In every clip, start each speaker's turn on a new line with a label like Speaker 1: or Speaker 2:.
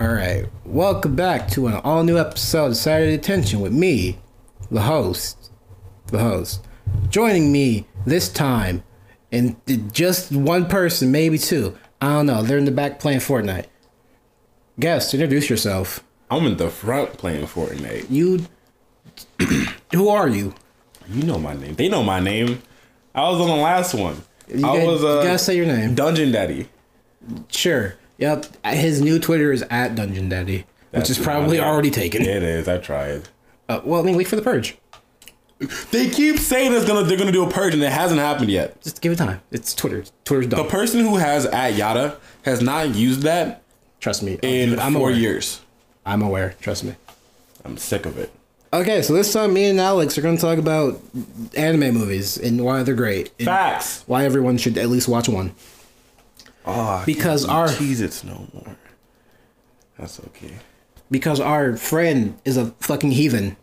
Speaker 1: All right, welcome back to an all new episode of Saturday Attention with me, the host, the host. Joining me this time, and th- just one person, maybe two. I don't know. They're in the back playing Fortnite. Guest, introduce yourself.
Speaker 2: I'm in the front playing Fortnite.
Speaker 1: You, who are you?
Speaker 2: You know my name. They know my name. I was on the last one.
Speaker 1: You
Speaker 2: I
Speaker 1: gotta-
Speaker 2: was
Speaker 1: you
Speaker 2: uh,
Speaker 1: gotta say your name.
Speaker 2: Dungeon Daddy.
Speaker 1: Sure. Yep. His new Twitter is at Dungeon Daddy,
Speaker 2: That's
Speaker 1: which is probably
Speaker 2: my name.
Speaker 1: already taken.
Speaker 2: It is. I tried.
Speaker 1: Uh, well, I mean, wait for the purge.
Speaker 2: They keep saying it's gonna they're gonna do a purge and it hasn't happened yet.
Speaker 1: Just give it time. It's Twitter. Twitter's
Speaker 2: The
Speaker 1: dumb.
Speaker 2: person who has at Yada has not used that
Speaker 1: Trust me.
Speaker 2: in
Speaker 1: I'm
Speaker 2: four
Speaker 1: aware.
Speaker 2: years.
Speaker 1: I'm aware. Trust me.
Speaker 2: I'm sick of it.
Speaker 1: Okay, so this time me and Alex are going to talk about anime movies and why they're great. and
Speaker 2: Facts.
Speaker 1: Why everyone should at least watch one.
Speaker 2: Oh,
Speaker 1: Because our-
Speaker 2: cheese it's no more. That's okay.
Speaker 1: Because our friend is a fucking heathen.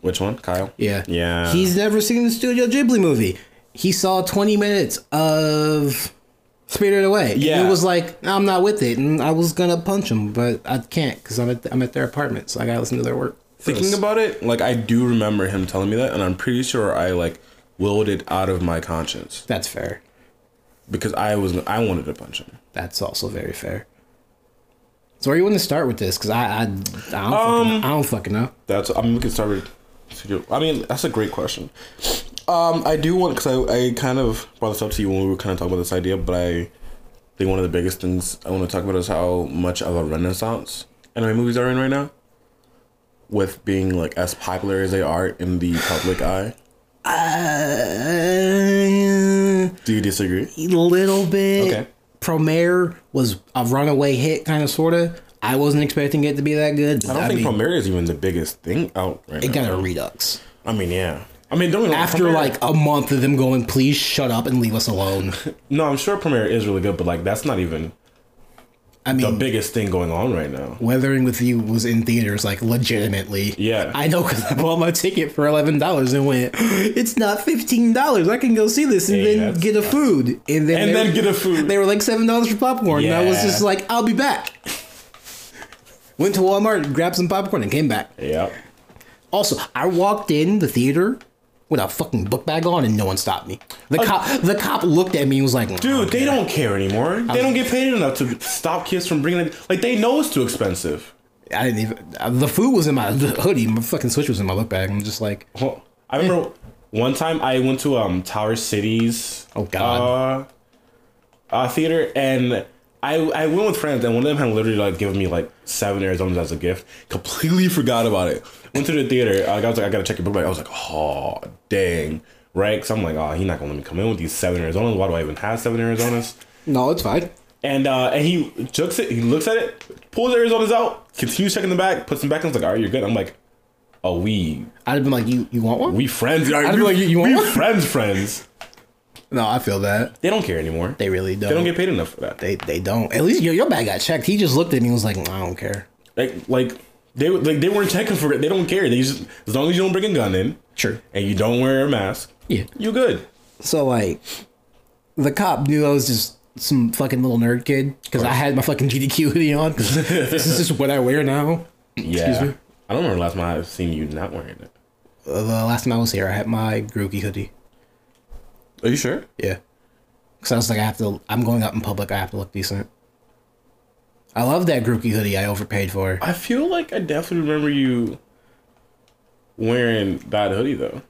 Speaker 2: Which one, Kyle?
Speaker 1: Yeah.
Speaker 2: Yeah.
Speaker 1: He's never seen the Studio Ghibli movie. He saw 20 minutes of Spirited Away. and
Speaker 2: Yeah.
Speaker 1: he was like, I'm not with it. And I was going to punch him, but I can't because I'm at, I'm at their apartment. So I got to listen to their work.
Speaker 2: Thinking
Speaker 1: first.
Speaker 2: about it, like I do remember him telling me that, and I'm pretty sure I like willed it out of my conscience
Speaker 1: That's fair.
Speaker 2: because I was I wanted to punch him.
Speaker 1: That's also very fair. So where you want to start with this? Because I I, I, don't fucking, I don't fucking know.
Speaker 2: That's I mean we can start with. I mean that's a great question. Um, I do want because I, I kind of brought this up to you when we were kind of talking about this idea, but I think one of the biggest things I want to talk about is how much of a renaissance anime movies are in right now, with being like as popular as they are in the public eye.
Speaker 1: Uh,
Speaker 2: Do you disagree?
Speaker 1: a little bit.
Speaker 2: Okay.
Speaker 1: Promare was a runaway hit, kind of, sort of. I wasn't expecting it to be that good.
Speaker 2: I don't think Palmyra is even the biggest thing out right
Speaker 1: it
Speaker 2: now.
Speaker 1: got a redux
Speaker 2: I mean, yeah. I mean, don't get me wrong,
Speaker 1: after
Speaker 2: Premiere-
Speaker 1: like a month of them going, "Please shut up and leave us alone."
Speaker 2: no, I'm sure Premiere is really good, but like that's not even
Speaker 1: I
Speaker 2: the
Speaker 1: mean,
Speaker 2: biggest thing going on right now.
Speaker 1: Weathering with You was in theaters, like legitimately.
Speaker 2: Yeah.
Speaker 1: I know because I bought my ticket for eleven dollars and went. It's not fifteen dollars. I can go see this and
Speaker 2: Hey,
Speaker 1: then
Speaker 2: that's
Speaker 1: get a food and then
Speaker 2: And
Speaker 1: they-
Speaker 2: then get a food.
Speaker 1: They were like seven dollars for popcorn, and I was
Speaker 2: Yeah.
Speaker 1: just like, I'll be back. Went to Walmart, grabbed some popcorn, and came back.
Speaker 2: Yeah.
Speaker 1: Also, I walked in the theater with a fucking book bag on, and no one stopped me. The cop, the cop looked at me and was like,
Speaker 2: Oh. Dude, they don't care anymore. They don't get paid enough to stop kids from bringing it. Like, they know it's too expensive.
Speaker 1: I didn't even. uh, The food was in my hoodie. My fucking switch was in my book bag. I'm just like,
Speaker 2: Well, I remember one time I went to um Tower Cities.
Speaker 1: Oh, God.
Speaker 2: Uh, uh, theater and I I went with friends and one of them had literally like given me like seven Arizonas as a gift. Completely forgot about it. Went to the theater. Like, I was like, I gotta check your book bag. I was like, oh dang, right? Because I'm like, oh, he's not gonna let me come in with these seven Arizonas. Why do I even have seven Arizonas?
Speaker 1: no, it's fine.
Speaker 2: And uh, and he looks it. He looks at it, pulls the Arizonas out, continues checking them back, puts them back, and was like, "All right, you're good." I'm like, "Oh, we
Speaker 1: I'd have been like, you, you want one?
Speaker 2: we friends? Are
Speaker 1: I'd be
Speaker 2: we,
Speaker 1: like, "You- you want
Speaker 2: we
Speaker 1: one?"
Speaker 2: friends? Friends?
Speaker 1: No, I feel that.
Speaker 2: They don't care anymore. They,
Speaker 1: They really don't.
Speaker 2: don't get paid enough for that.
Speaker 1: They they don't. At least your, your bag got checked. He just looked at me and was like, I don't care.
Speaker 2: like like they like they weren't checking for it. They don't care. They just as long as you don't bring a gun in,
Speaker 1: Sure.
Speaker 2: and you don't wear a mask,
Speaker 1: Yeah.
Speaker 2: you good.
Speaker 1: So like, the cop knew I was just some fucking little nerd kid because I had my fucking GDQ hoodie on. 'cause this is just what I wear now.
Speaker 2: Yeah.
Speaker 1: Excuse me.
Speaker 2: I don't remember the last time I've seen you not wearing it.
Speaker 1: Uh, The last time I was here, I had my Grookey hoodie.
Speaker 2: Are you sure?
Speaker 1: Yeah. Because I was like, I have to. I'm going out in public. I have to look decent. I love that Grookey hoodie. I overpaid for.
Speaker 2: I feel like I definitely remember you wearing that hoodie though,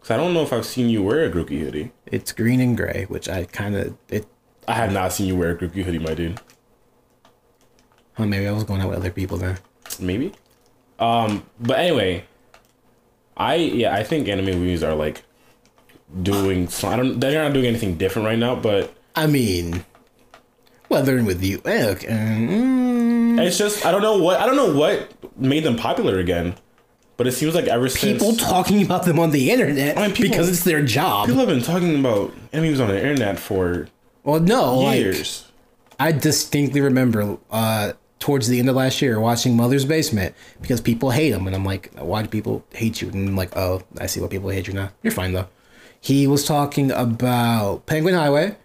Speaker 2: because I don't know if I've seen you wear a Grookey hoodie.
Speaker 1: It's green and gray, which I kind of it.
Speaker 2: I have not seen you wear a Grookey hoodie, my dude.
Speaker 1: Oh, maybe I was going out with other people then.
Speaker 2: Maybe. Um, but anyway, I yeah, I think anime movies are like doing. so- I don't. They're not doing anything different right now, but
Speaker 1: I mean, weathering with you. Eh, okay, mm,
Speaker 2: it's just I don't know what I don't know what made them popular again. But it seems like ever since
Speaker 1: people talking about them on the internet
Speaker 2: I mean, people-
Speaker 1: because it's their job.
Speaker 2: people have been talking about anime movies on the internet for
Speaker 1: well, no, like
Speaker 2: years.
Speaker 1: I distinctly remember uh, towards the end of last year watching Mother's Basement because people hate him, and I'm like, why do people hate you? And I'm like, oh, I see why people hate you now. You're fine though. He was talking about Penguin Highway,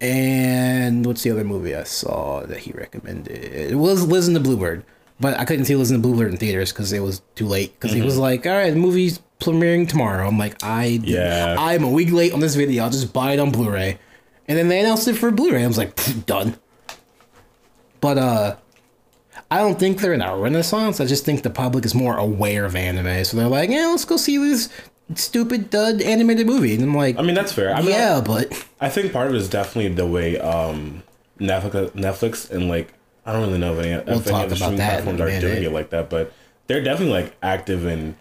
Speaker 1: And what's the other movie I saw that he recommended? It was Liz and the Bluebird, but I couldn't see Liz and the Bluebird in theaters because it was too late. Because he was like, "All right, the movie's premiering tomorrow." I'm like, "I
Speaker 2: Yeah.
Speaker 1: I'm a week late on this video. I'll just buy it on Blu-ray." And then they announced it for Blu-ray. I was like, "Pfft, "Done." But uh, I don't think they're in a renaissance. I just think the public is more aware of anime, so they're like, "Yeah, let's go see this stupid dud animated movie." And I'm like,
Speaker 2: I mean, that's fair. I mean,
Speaker 1: "Yeah, but."
Speaker 2: I think part of it is definitely the way um, Netflix, Netflix and like I don't really know if any,
Speaker 1: talk
Speaker 2: if any of
Speaker 1: about
Speaker 2: the streaming
Speaker 1: that in a
Speaker 2: platforms are
Speaker 1: minute.
Speaker 2: doing it like that, but they're definitely like active in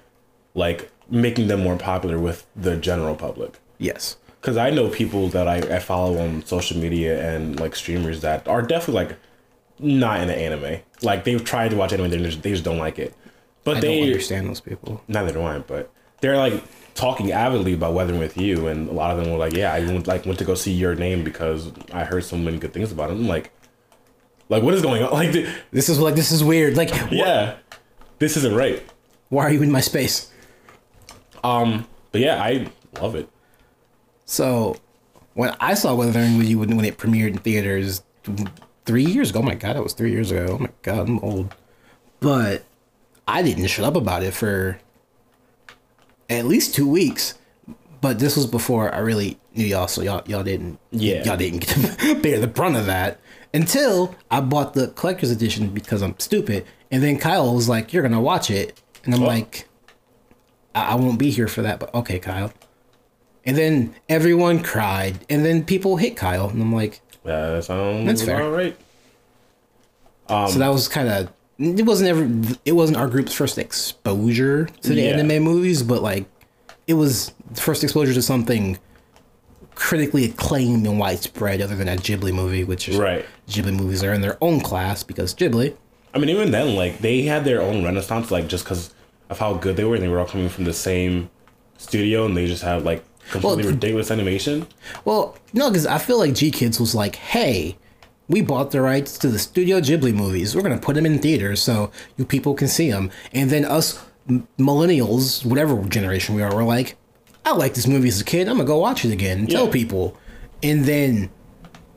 Speaker 2: like making them more popular with the general public.
Speaker 1: Yes.
Speaker 2: Because I know people that I, I follow on social media and like streamers that are definitely like not into anime. Like they've tried to watch anime, they just, they just don't like it. But
Speaker 1: I don't
Speaker 2: they
Speaker 1: understand those people.
Speaker 2: neither do I, but they're like talking avidly about weathering with you, and a lot of them were like, "Yeah, I went, like went to go see your name because I heard so many good things about him." Like, like what is going on? Like, th-
Speaker 1: This is like this is weird. Like, wh-
Speaker 2: yeah, this isn't right.
Speaker 1: why are you in my space?
Speaker 2: Um, but yeah, I love it.
Speaker 1: So, when I saw Weathering with You when when it premiered in theaters three years ago, oh my god, that was three years ago. Oh my god, I'm old. But I didn't shut up about it for at least two weeks. But this was before I really knew y'all, so y'all y'all didn't
Speaker 2: Yeah.
Speaker 1: y'all didn't get to bear the brunt of that until I bought the collector's edition because I'm stupid. And then Kyle was like, "You're gonna watch it," and I'm
Speaker 2: Oh.
Speaker 1: like, I-, "I won't be here for that." But okay, Kyle. And then everyone cried, and then people hit Kyle, and I'm like,
Speaker 2: That sounds
Speaker 1: That's fair.
Speaker 2: all right.
Speaker 1: so that was kind of it wasn't ever it wasn't our group's first exposure to the
Speaker 2: Yeah.
Speaker 1: anime movies, but like it was the first exposure to something critically acclaimed and widespread, other than that Ghibli movie, which is
Speaker 2: Right.
Speaker 1: Ghibli movies are in their own class because Ghibli.
Speaker 2: I mean, even then, like they had their own renaissance, like just because of how good they were, and they were all coming from the same studio, and they just have like completely
Speaker 1: th-
Speaker 2: ridiculous animation.
Speaker 1: Well, no, because I feel like G Kids was like, hey, we bought the rights to the Studio Ghibli movies. We're going to put them in theaters so you people can see them. And then us m- millennials, whatever generation we are, we're like, I like this movie as a kid. I'm going to go watch it again and tell
Speaker 2: Yeah.
Speaker 1: people. And then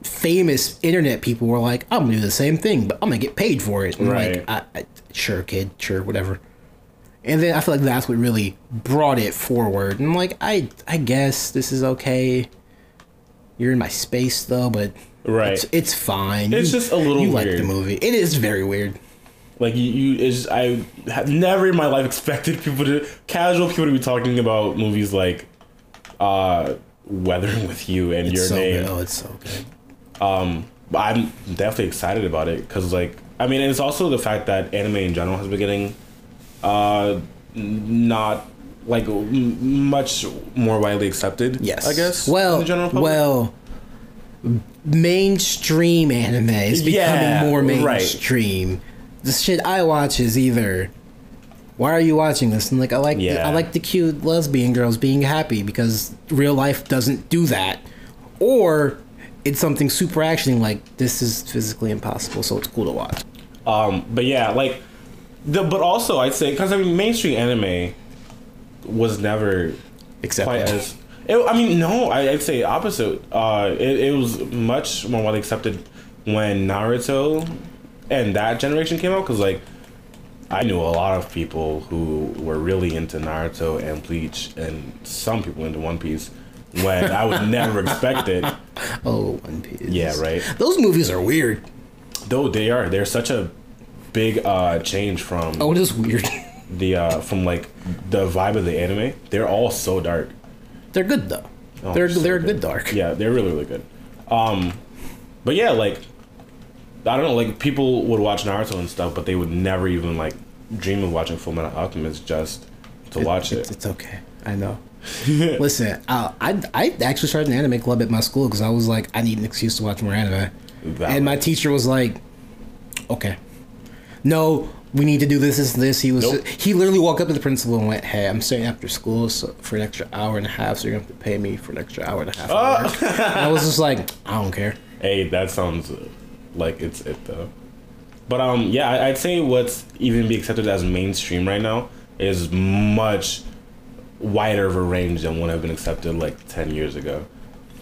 Speaker 1: famous internet people were like, I'm going to do the same thing, but I'm going to get paid for it. And
Speaker 2: Right.
Speaker 1: like, I, I, sure, kid, sure, whatever. And then I feel like that's what really brought it forward. And like, I, I guess this is okay. You're in my space though, but
Speaker 2: Right.
Speaker 1: it's, it's fine.
Speaker 2: It's just a little
Speaker 1: You like
Speaker 2: weird.
Speaker 1: the movie? It is very weird.
Speaker 2: Like you, you is I have never in my life expected people to casual people to be talking about movies like uh Weathering with You and Your
Speaker 1: so
Speaker 2: Name.
Speaker 1: good. Oh, it's so good.
Speaker 2: But I'm definitely excited about it because like I mean, and it's also the fact that anime in general has been getting uh n- not like m- much more widely accepted.
Speaker 1: Yes,
Speaker 2: I guess.
Speaker 1: Well,
Speaker 2: in the general public.
Speaker 1: well, m- mainstream anime is becoming
Speaker 2: Yeah,
Speaker 1: more
Speaker 2: right.
Speaker 1: mainstream. The shit I watch is either. Why are you watching this? And like, I like, the,
Speaker 2: Yeah.
Speaker 1: I like the cute lesbian girls being happy because real life doesn't do that, or it's something super actioning like this is physically impossible, so it's cool to watch.
Speaker 2: Um, but yeah, like the but also I'd say because I mean mainstream anime was never
Speaker 1: Except
Speaker 2: quite as. It, I mean, no, I, I'd say opposite. Uh, it, it was much more widely accepted when Naruto and that generation came out because, like, I knew a lot of people who were really into Naruto and Bleach, and some people into One Piece when I would never expect it.
Speaker 1: Oh, One Piece.
Speaker 2: Yeah, right.
Speaker 1: Those movies are weird.
Speaker 2: Though they are, they're such a big uh, change from
Speaker 1: Oh, it is weird.
Speaker 2: the uh, from like the vibe of the anime. They're all so dark.
Speaker 1: they're good though.
Speaker 2: Oh,
Speaker 1: they're
Speaker 2: so
Speaker 1: they're good dark.
Speaker 2: Yeah, they're really really good. Um, but yeah, like I don't know, like people would watch Naruto and stuff, but they would never even like dream of watching Full Metal Alchemist just to watch
Speaker 1: It's,
Speaker 2: it.
Speaker 1: it's okay. I know. Listen, uh, I I actually started an anime club at my school because I was like, I need an excuse to watch more anime,
Speaker 2: Valid.
Speaker 1: and my teacher was like, okay, no. We need to do this, this, and this. He was
Speaker 2: Nope.
Speaker 1: he literally walked up to the principal and went, "Hey, I'm staying after school so for an extra hour and a half, so you're gonna have to pay me for an extra hour and a half."
Speaker 2: Oh.
Speaker 1: of work." And I was just like, "I don't care."
Speaker 2: Hey, that sounds uh, like it's it though. But um, yeah, I- I'd say what's even be accepted as mainstream right now is much wider of a range than would have been accepted like ten years ago.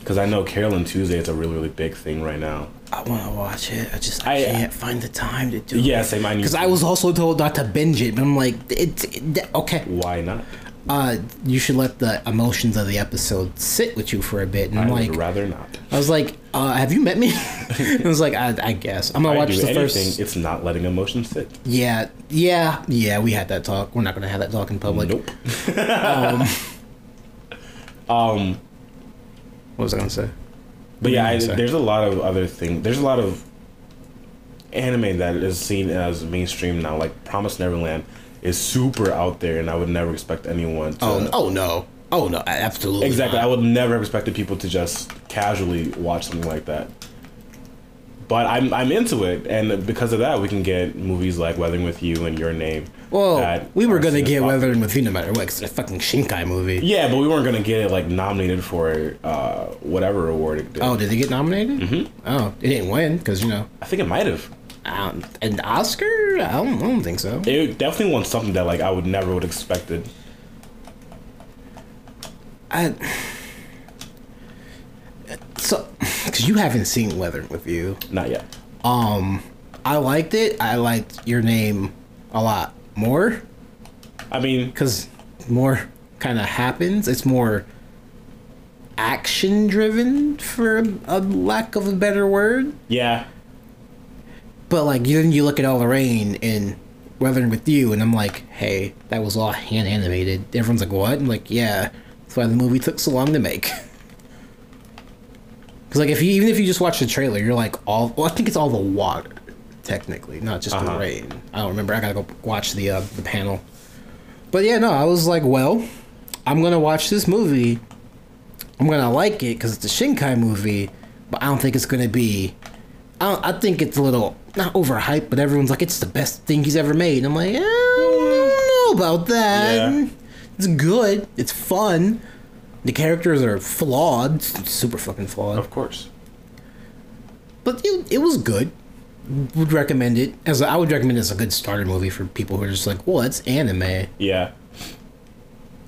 Speaker 2: Because I know Carolyn Tuesday is a really, really big thing right now.
Speaker 1: I want to watch it. I just I,
Speaker 2: I- uh,
Speaker 1: can't find the time to do
Speaker 2: Yeah,
Speaker 1: it.
Speaker 2: same. I need
Speaker 1: Because I was also told not to binge it, but I'm like, it's it, okay.
Speaker 2: Why not?
Speaker 1: Uh, you should let the emotions of the episode sit with you for a bit. And
Speaker 2: I
Speaker 1: I'm like,
Speaker 2: would rather not.
Speaker 1: I was like, uh, have you met me? I was like, I, I guess I'm gonna
Speaker 2: I
Speaker 1: watch
Speaker 2: do
Speaker 1: the
Speaker 2: anything.
Speaker 1: first.
Speaker 2: It's not letting emotions sit.
Speaker 1: Yeah, yeah, yeah. We had that talk. We're not gonna have that talk in public.
Speaker 2: nope.
Speaker 1: What was I gonna say?
Speaker 2: But yeah, I,
Speaker 1: Sorry.
Speaker 2: there's a lot of other things. There's a lot of anime that is seen as mainstream now. Like Promise Neverland is super out there, and I would never expect anyone to.
Speaker 1: Oh, n- oh no, oh no, a- absolutely.
Speaker 2: Exactly. I
Speaker 1: not.
Speaker 2: would never expected people to just casually watch something like that. But I'm I'm into it, and because of that, we can get movies like Weathering with You and Your Name.
Speaker 1: Well,
Speaker 2: that
Speaker 1: we were
Speaker 2: are
Speaker 1: gonna
Speaker 2: seen as
Speaker 1: get
Speaker 2: pop-
Speaker 1: Weathering with You no matter what. 'cause it's a fucking Shinkai movie.
Speaker 2: Yeah, but we weren't gonna get it like nominated for uh, whatever award it did.
Speaker 1: Oh, did they get nominated? Mm-hmm. Oh, it didn't win because you know,
Speaker 2: I think it might have.
Speaker 1: I don't- Um, an Oscar? I don't, I don't think so.
Speaker 2: It definitely won something that like I would never would expected.
Speaker 1: I. So, because you haven't seen Weathering with You.
Speaker 2: Not yet.
Speaker 1: Um, I liked it. I liked your name a lot more
Speaker 2: I mean,
Speaker 1: because more kind of happens. It's more action driven, for a, a lack of a better word.
Speaker 2: yeah,
Speaker 1: But like, then you look at all the rain and weathering with you, and I'm like, hey, that was all hand animated. Everyone's like, what? I'm like, yeah, that's why the movie took so long to make. Because like, if you even if you just watch the trailer, you're like, all well, I think it's all the water, technically, not just
Speaker 2: Uh-huh.
Speaker 1: the rain. I don't remember. I gotta go watch the uh, the panel. But yeah, no, I was like, well, I'm gonna watch this movie. I'm gonna like it because it's a Shinkai movie, but I don't think it's gonna be. I, don't, I think it's a little not overhyped, but everyone's like, it's the best thing he's ever made. And I'm like, "Eh, I don't know about that.
Speaker 2: Yeah.
Speaker 1: It's good. It's fun. The characters are flawed, s- super fucking flawed.
Speaker 2: of course.
Speaker 1: But it, it was good. Would recommend it as a, I would recommend it as a good starter movie for people who are just like, well, it's anime.
Speaker 2: Yeah,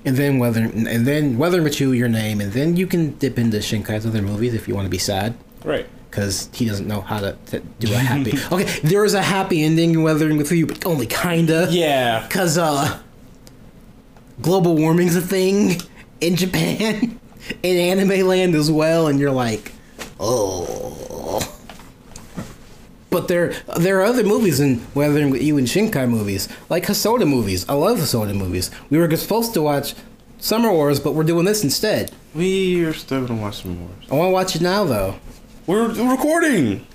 Speaker 1: And then whether and then whether with you your name, and then you can dip into Shinkai's other movies if you want to be sad,
Speaker 2: right.
Speaker 1: because he doesn't know how to, to do a happy. okay, there is a happy ending in Weathering with You, but only kinda.
Speaker 2: Yeah,
Speaker 1: Cause uh, global warming's a thing in Japan, in anime land as well, and you're like, oh. But there, there are other movies in Weathering with You and Shinkai movies, like Hasoda movies. I love Hasoda movies. We were supposed to watch Summer Wars, but we're doing this instead.
Speaker 2: we are still gonna watch some more.
Speaker 1: I want to watch it now though.
Speaker 2: We're recording.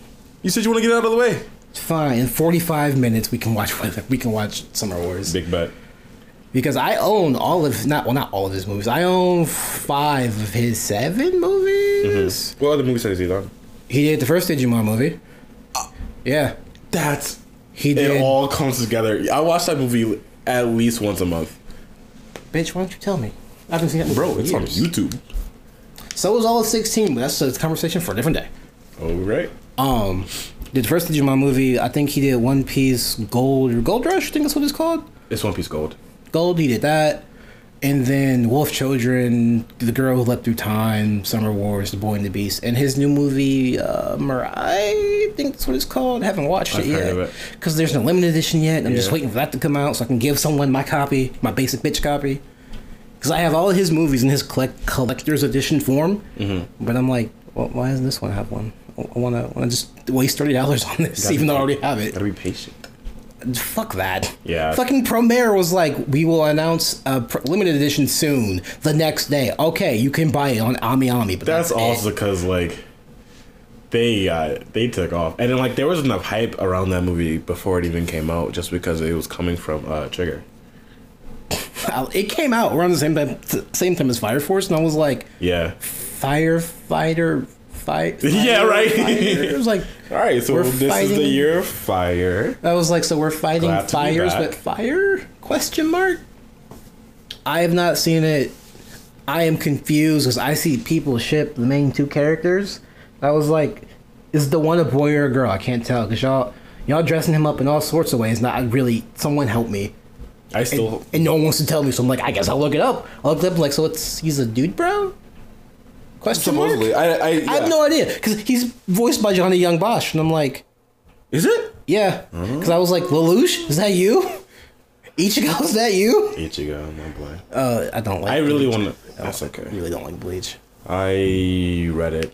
Speaker 2: You said you want to get out of the way.
Speaker 1: It's fine. In 45 minutes, we can watch Weather. We can watch Summer Wars.
Speaker 2: Big bet.
Speaker 1: because I own all of not well not all of his movies. I own five of his seven movies.
Speaker 2: What other movies has he done?
Speaker 1: He did the first Digimon movie. yeah,
Speaker 2: That's
Speaker 1: he
Speaker 2: Uh. it.
Speaker 1: did.
Speaker 2: All comes together. I watch that movie at least once a month,
Speaker 1: Bitch, why don't you tell me? I haven't seen that movie
Speaker 2: bro.
Speaker 1: for
Speaker 2: It's on
Speaker 1: years.
Speaker 2: YouTube.
Speaker 1: So was all of sixteen, but that's a conversation for a different day.
Speaker 2: All Oh, right.
Speaker 1: Um, did the first Digimon movie. I think he did One Piece Gold or Gold Rush. I think that's what it's called.
Speaker 2: It's One Piece Gold.
Speaker 1: Gold, he did that. And then Wolf Children, The Girl Who Leapt Through Time, Summer Wars, The Boy and the Beast, and his new movie, uh, Mirai, I think that's what it's called. I haven't watched
Speaker 2: I've
Speaker 1: it
Speaker 2: heard
Speaker 1: yet.
Speaker 2: of it.
Speaker 1: Because there's no limited edition yet. and I'm just
Speaker 2: Yeah.
Speaker 1: waiting for that to come out so I can give someone my copy, my basic bitch copy. Because I have all his movies in his collect- collector's edition form.
Speaker 2: Mm-hmm.
Speaker 1: But I'm like, well, why doesn't this one have one? I want to wanna just waste $30 on this, even though I already have it.
Speaker 2: Gotta be patient.
Speaker 1: Fuck that.
Speaker 2: Yeah.
Speaker 1: Fucking Promare was like, we will announce a pr- limited edition soon. The next day, okay, you can buy it on Ami Ami. But eh,
Speaker 2: That's
Speaker 1: that's,
Speaker 2: also
Speaker 1: It.
Speaker 2: because like they uh, they took off, and then like there was enough hype around that movie before it even came out, just because it was coming from uh, Trigger.
Speaker 1: It came out around the same time, t- same time as Fire Force, and I was like,
Speaker 2: Yeah.
Speaker 1: firefighter, fight.
Speaker 2: Yeah, right.
Speaker 1: It was like,
Speaker 2: All right, so
Speaker 1: We're
Speaker 2: this is the
Speaker 1: fighting-
Speaker 2: year of fire.
Speaker 1: I was like, so we're fighting
Speaker 2: Glad to be
Speaker 1: fires
Speaker 2: back.
Speaker 1: with fire? Question mark. I have not seen it. I am confused because I see people ship the main two characters. I was like, is the one a boy or a girl? I can't tell because y'all y'all dressing him up in all sorts of ways. Not really. Someone help me.
Speaker 2: I still
Speaker 1: And no one wants to tell me, so I'm like, I guess I'll look it up. I looked it up like, so it's he's a dude, bro. Question
Speaker 2: Supposedly,
Speaker 1: mark?
Speaker 2: I, I, yeah.
Speaker 1: I have no idea because he's voiced by Johnny Young Bosch, and I'm like,
Speaker 2: Is it?
Speaker 1: yeah,
Speaker 2: Mm-hmm.
Speaker 1: because I was like, Lelouch, is that you? Ichigo, is that you?
Speaker 2: Ichigo, my boy.
Speaker 1: Uh, I don't like.
Speaker 2: I really
Speaker 1: Bleach.
Speaker 2: want to. That's
Speaker 1: I
Speaker 2: okay.
Speaker 1: really don't like Bleach.
Speaker 2: I read it.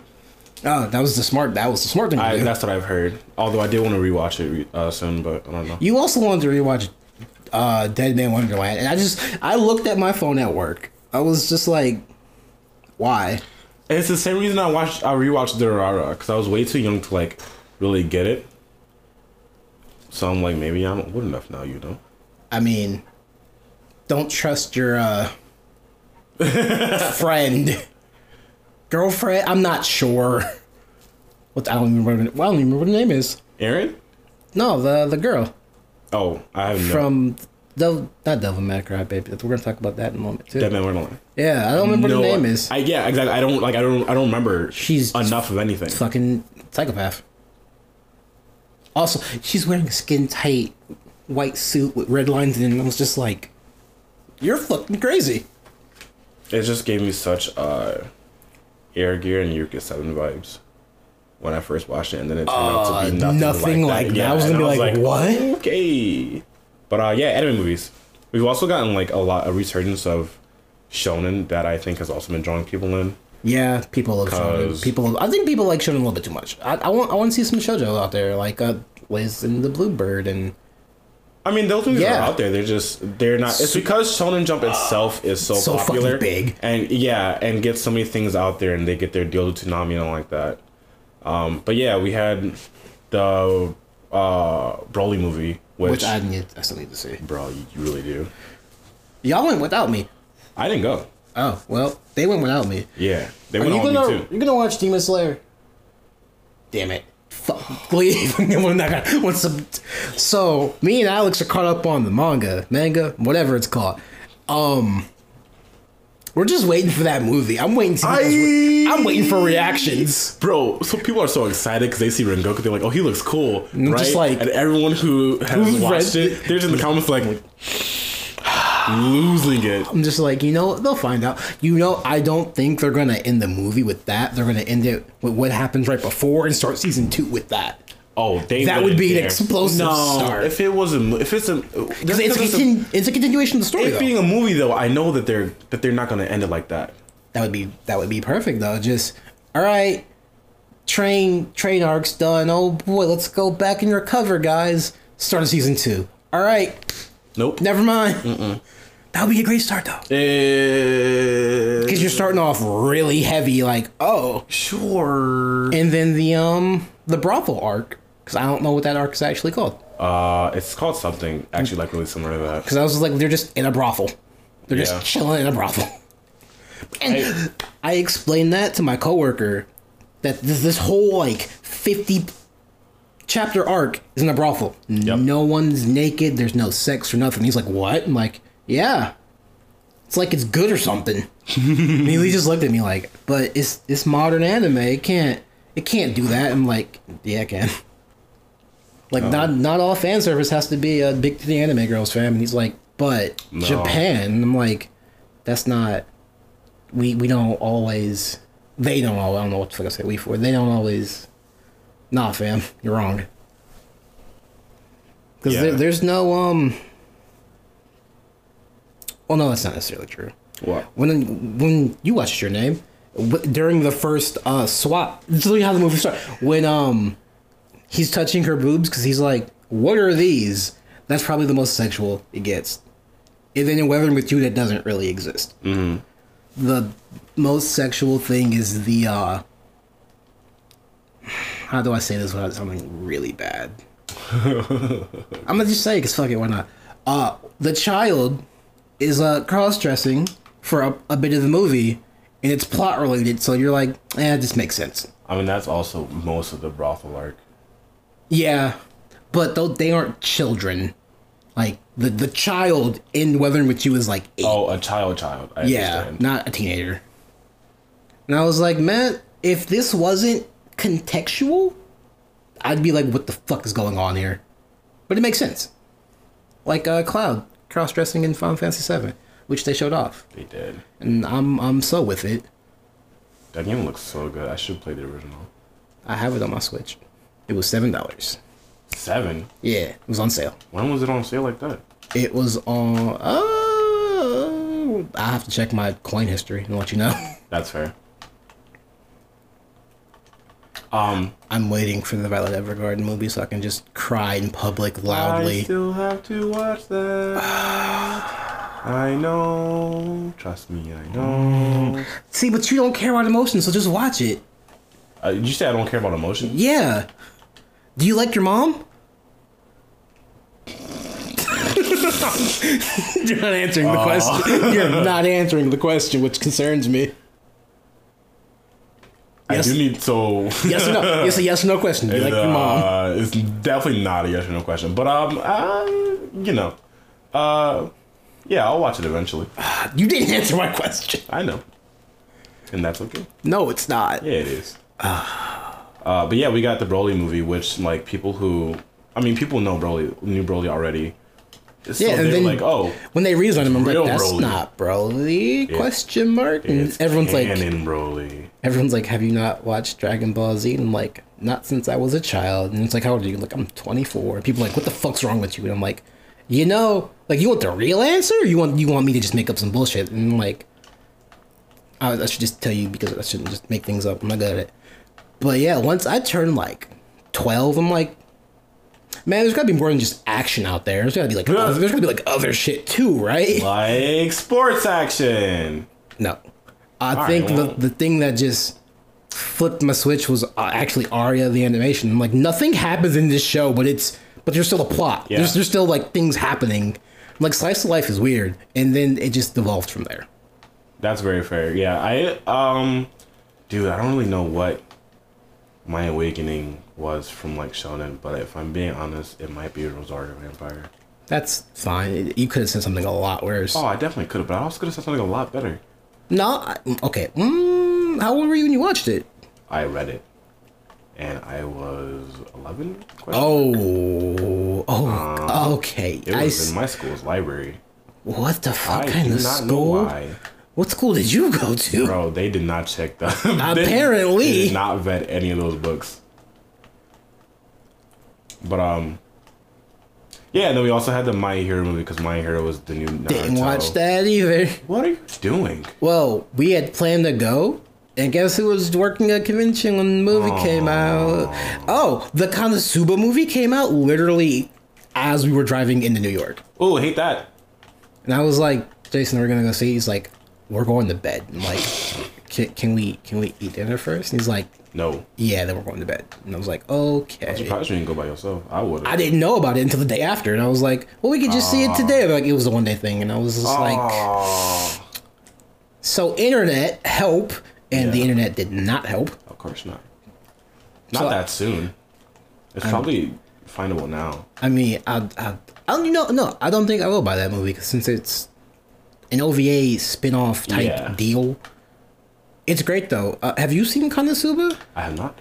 Speaker 1: Oh, that was the smart. That was the smart thing. To
Speaker 2: I,
Speaker 1: do.
Speaker 2: that's what I've heard. Although I did want to rewatch it uh, soon, but I don't know.
Speaker 1: You also wanted to rewatch uh, Dead Man Wonderland, and I just I looked at my phone at work. I was just like, why?
Speaker 2: And it's the same reason I watched. I rewatched Durarara because I was way too young to like really get it. So I'm like, maybe I'm old enough now, you know.
Speaker 1: I mean, don't trust your uh, friend, girlfriend. I'm not sure. What I don't even remember. Well, I don't even remember what her name is.
Speaker 2: Aaron?
Speaker 1: No, the the girl
Speaker 2: Oh, I have no. From
Speaker 1: from Devil, not Devil May Cry Baby. We're gonna talk about that in a moment too.
Speaker 2: Dead Man Wonderland.
Speaker 1: yeah, I don't remember
Speaker 2: no,
Speaker 1: what her name is.
Speaker 2: I yeah, exactly. I don't like. I don't. I don't remember.
Speaker 1: She's-
Speaker 2: enough of anything.
Speaker 1: fucking psychopath. Also, she's wearing a skin tight white suit with red lines, and I was just like, "You're fucking crazy."
Speaker 2: It just gave me such uh, Air Gear and Yuka Seven vibes when I first watched it, and then it turned out to be nothing,
Speaker 1: Uh, nothing like
Speaker 2: like,
Speaker 1: that.
Speaker 2: Yeah,
Speaker 1: I was
Speaker 2: and
Speaker 1: gonna be like, "What?"
Speaker 2: Okay, but uh, yeah, anime movies. We've also gotten like a lot a resurgence of shonen that I think has also been drawing people in.
Speaker 1: Yeah, people love shonen.
Speaker 2: Cause-
Speaker 1: People, I think people like shonen a little bit too much. I, I want, I want to see some shojo out there, like uh, Liz and the Bluebird, and
Speaker 2: I mean, those movies
Speaker 1: Yeah.
Speaker 2: are out there. They're just they're not. It's because Shonen Jump itself is so,
Speaker 1: So fucking
Speaker 2: popular,
Speaker 1: big.
Speaker 2: and yeah, and gets so many things out there, and they get their deal to Toonami and all like that. Um, but yeah, we had the uh, Broly movie, which,
Speaker 1: which I need, I still need to see.
Speaker 2: bro, you you really do.
Speaker 1: Y'all went without me.
Speaker 2: I didn't go.
Speaker 1: Oh well, they went without me.
Speaker 2: Yeah, they
Speaker 1: Are
Speaker 2: went
Speaker 1: you
Speaker 2: on
Speaker 1: gonna,
Speaker 2: me too.
Speaker 1: you're gonna watch Demon Slayer? Damn it! Fuck, leave. We're not gonna- what's the- so me and Alex are caught up on the manga, manga, whatever it's called. Um, we're just waiting for that movie. I'm waiting. To
Speaker 2: I-
Speaker 1: I'm waiting for reactions.
Speaker 2: Bro, so people are so excited because they see Rengoku. They're like, "Oh, he looks cool," right?
Speaker 1: just like-
Speaker 2: and everyone who has
Speaker 1: Who's
Speaker 2: watched
Speaker 1: read-
Speaker 2: it, they're just in the comments like losing it.
Speaker 1: I'm just like, you know, they'll find out. You know, I don't think they're gonna end the movie with that. They're gonna end it with what happens right before and start season two with that.
Speaker 2: Oh, they
Speaker 1: That would
Speaker 2: wouldn't
Speaker 1: be an
Speaker 2: dare.
Speaker 1: explosive
Speaker 2: no,
Speaker 1: start.
Speaker 2: If it was a, mo- if it's a,
Speaker 1: Because it's, a
Speaker 2: a,
Speaker 1: continu- it's a continuation of the story.
Speaker 2: it
Speaker 1: Though.
Speaker 2: being a movie though, I know that they're that they're not going to end it like that.
Speaker 1: that would be that would be perfect though. Just all right, train train arcs done. Oh boy, let's go back and recover, guys. Start of season two. All right,
Speaker 2: Nope.
Speaker 1: never mind. That would be a great start though,
Speaker 2: Eh,
Speaker 1: because you're starting off really heavy, like oh,
Speaker 2: sure.
Speaker 1: and then the um the brothel arc, because I don't know what that arc is actually called.
Speaker 2: Uh, it's called something actually like really similar to that.
Speaker 1: Because I was just like, they're just in a brothel. They're
Speaker 2: Yeah.
Speaker 1: just chilling in a brothel. And I,
Speaker 2: I-
Speaker 1: explained that to my coworker that this, this whole like 50 chapter arc is in a brothel.
Speaker 2: Yep.
Speaker 1: No one's naked, there's no sex or nothing. He's like, What? I'm like, Yeah. It's like it's good or something. and he just looked at me like, But it's it's modern anime. It can't it can't do that. I'm like, Yeah, it can. Like not not all fan service has to be a big to the anime girls fam. And he's like, but
Speaker 2: No.
Speaker 1: Japan. And I'm like, that's not. We we don't always. They don't always. I don't know what the fuck I say we for. They don't always. Nah, fam, you're wrong. Because
Speaker 2: Yeah.
Speaker 1: there, there's no um. Well, no, that's not necessarily true.
Speaker 2: What?
Speaker 1: When when you watched your name w- during the first uh swap, it's literally how the movie starts. When um he's touching her boobs because he's like, "What are these?" That's probably the most sexual it gets. And then in Weathering with You, that doesn't really exist. The most sexual thing is the uh how do I say this without sounding really bad? I'm gonna just say because fuck it, why not? Uh, the child is uh cross dressing for a, a bit of the movie, and it's plot related, so you're like, eh, this makes sense.
Speaker 2: I mean, that's also most of the brothel arc.
Speaker 1: Yeah, but though they aren't children, like the the child in Weathering with You is like eight.
Speaker 2: Oh, a child, child. I
Speaker 1: yeah,
Speaker 2: understand.
Speaker 1: not a teenager. And I was like, man, if this wasn't contextual, I'd be like, what the fuck is going on here? But it makes sense. Like uh, Cloud cross dressing in Final Fantasy VII, which they showed off,
Speaker 2: They did.
Speaker 1: and I'm I'm so with it.
Speaker 2: That game looks so good. I should play the original.
Speaker 1: I have it on my Switch. It was seven dollars.
Speaker 2: Seven.
Speaker 1: Yeah, it was on sale.
Speaker 2: When was it on sale like that?
Speaker 1: It was on. Uh, I have to check my coin history and let you know.
Speaker 2: That's fair. Um,
Speaker 1: I'm waiting for the Violet Evergarden movie so I can just cry in public loudly.
Speaker 2: I still have to watch that. I know. Trust me, I know.
Speaker 1: See, but you don't care about emotions, so just watch it.
Speaker 2: Uh, you say I don't care about emotion.
Speaker 1: Yeah. Do you like your mom? You're not answering the question. You're not answering the question, which concerns me. Yes.
Speaker 2: I do need so.
Speaker 1: Yes or no? It's a yes or no question. Do you like your mom?
Speaker 2: Uh, it's definitely not a yes or no question, but um, I, you know, uh, yeah, I'll watch it eventually.
Speaker 1: You didn't answer my question.
Speaker 2: I know, and that's okay.
Speaker 1: No, it's not.
Speaker 2: Yeah, it is. Uh, but yeah, we got the Broly movie, which like people who, I mean, people know Broly, knew Broly already. So
Speaker 1: Yeah, and
Speaker 2: they
Speaker 1: then-
Speaker 2: were like, oh,
Speaker 1: When they reason him, I'm like,
Speaker 2: Real
Speaker 1: that's
Speaker 2: Broly.
Speaker 1: not Broly? Question mark. And
Speaker 2: it's
Speaker 1: everyone's like,
Speaker 2: canon Broly.
Speaker 1: everyone's like, have you not watched Dragon Ball Z? And I'm like, not since I was a child. And it's like, how old are you? Like, I'm 24. People are like, what the fuck's wrong with you? And I'm like, you know, like, you want the real answer? Or you want you want me to just make up some bullshit? And I'm like, I, I should just tell you because I shouldn't just make things up. I'm not good at it. But yeah, once I turned like 12, I'm like, man, there's gotta be more than just action out there. There's gotta be like, other, there's gotta be like other shit too, right?
Speaker 2: Like sports action.
Speaker 1: No. I
Speaker 2: right,
Speaker 1: think
Speaker 2: well-
Speaker 1: the, the thing that just flipped my switch was uh, actually Arya the animation. I'm like, nothing happens in this show, but it's but there's still a plot.
Speaker 2: Yeah.
Speaker 1: There's there's still like things happening. Like slice of life is weird, and then it just devolved from there.
Speaker 2: That's very fair. Yeah, I um, dude, I don't really know what my awakening was from like Shonen, but if I'm being honest, it might be Rosario Vampire.
Speaker 1: That's fine. It- you could have said something a lot worse.
Speaker 2: Oh, I definitely could have, but I also could have said something a lot better.
Speaker 1: No, I, okay. Mm, how old were you when you watched it?
Speaker 2: I read it, and I was eleven.
Speaker 1: Oh, oh, okay.
Speaker 2: Oh. Uh, It
Speaker 1: I
Speaker 2: was
Speaker 1: s-
Speaker 2: in my school's library.
Speaker 1: what the fuck
Speaker 2: I
Speaker 1: kind
Speaker 2: do
Speaker 1: of
Speaker 2: not know
Speaker 1: school?
Speaker 2: why.
Speaker 1: What school did you go to?
Speaker 2: Bro, they did not check the. they-
Speaker 1: Apparently.
Speaker 2: they did not vet any of those books. But um, yeah. And then we also had the My Hero movie because My Hero was the new. Naruto.
Speaker 1: Didn't watch that either.
Speaker 2: What are you doing?
Speaker 1: Well, we had planned to go, and guess who was working a convention when the movie came out? Oh, the Konosuba movie came out literally as we were driving into New York.
Speaker 2: Oh, hate that.
Speaker 1: And I was like, Jason, we're gonna go see. He's like, we're going to bed. I'm like, can, can we can we eat dinner first? And he's like,
Speaker 2: No.
Speaker 1: yeah, then we're going to bed. And I was like, okay.
Speaker 2: Surprised you didn't go by yourself. I would.
Speaker 1: I
Speaker 2: have
Speaker 1: didn't know about it until the day after, and I was like, well, we could just see it today. But like, it was a one day thing, and I was just like. So internet help, and the
Speaker 2: Yeah.
Speaker 1: internet did not help.
Speaker 2: Of course not. Not
Speaker 1: So- um,
Speaker 2: that soon. It's probably findable now.
Speaker 1: I mean, I, I, I don't you know. No, I don't think I will buy that movie 'cause since it's an OVA spin-off type
Speaker 2: Yeah.
Speaker 1: deal. It's great though. Uh, have you seen Konosuba?
Speaker 2: I have not.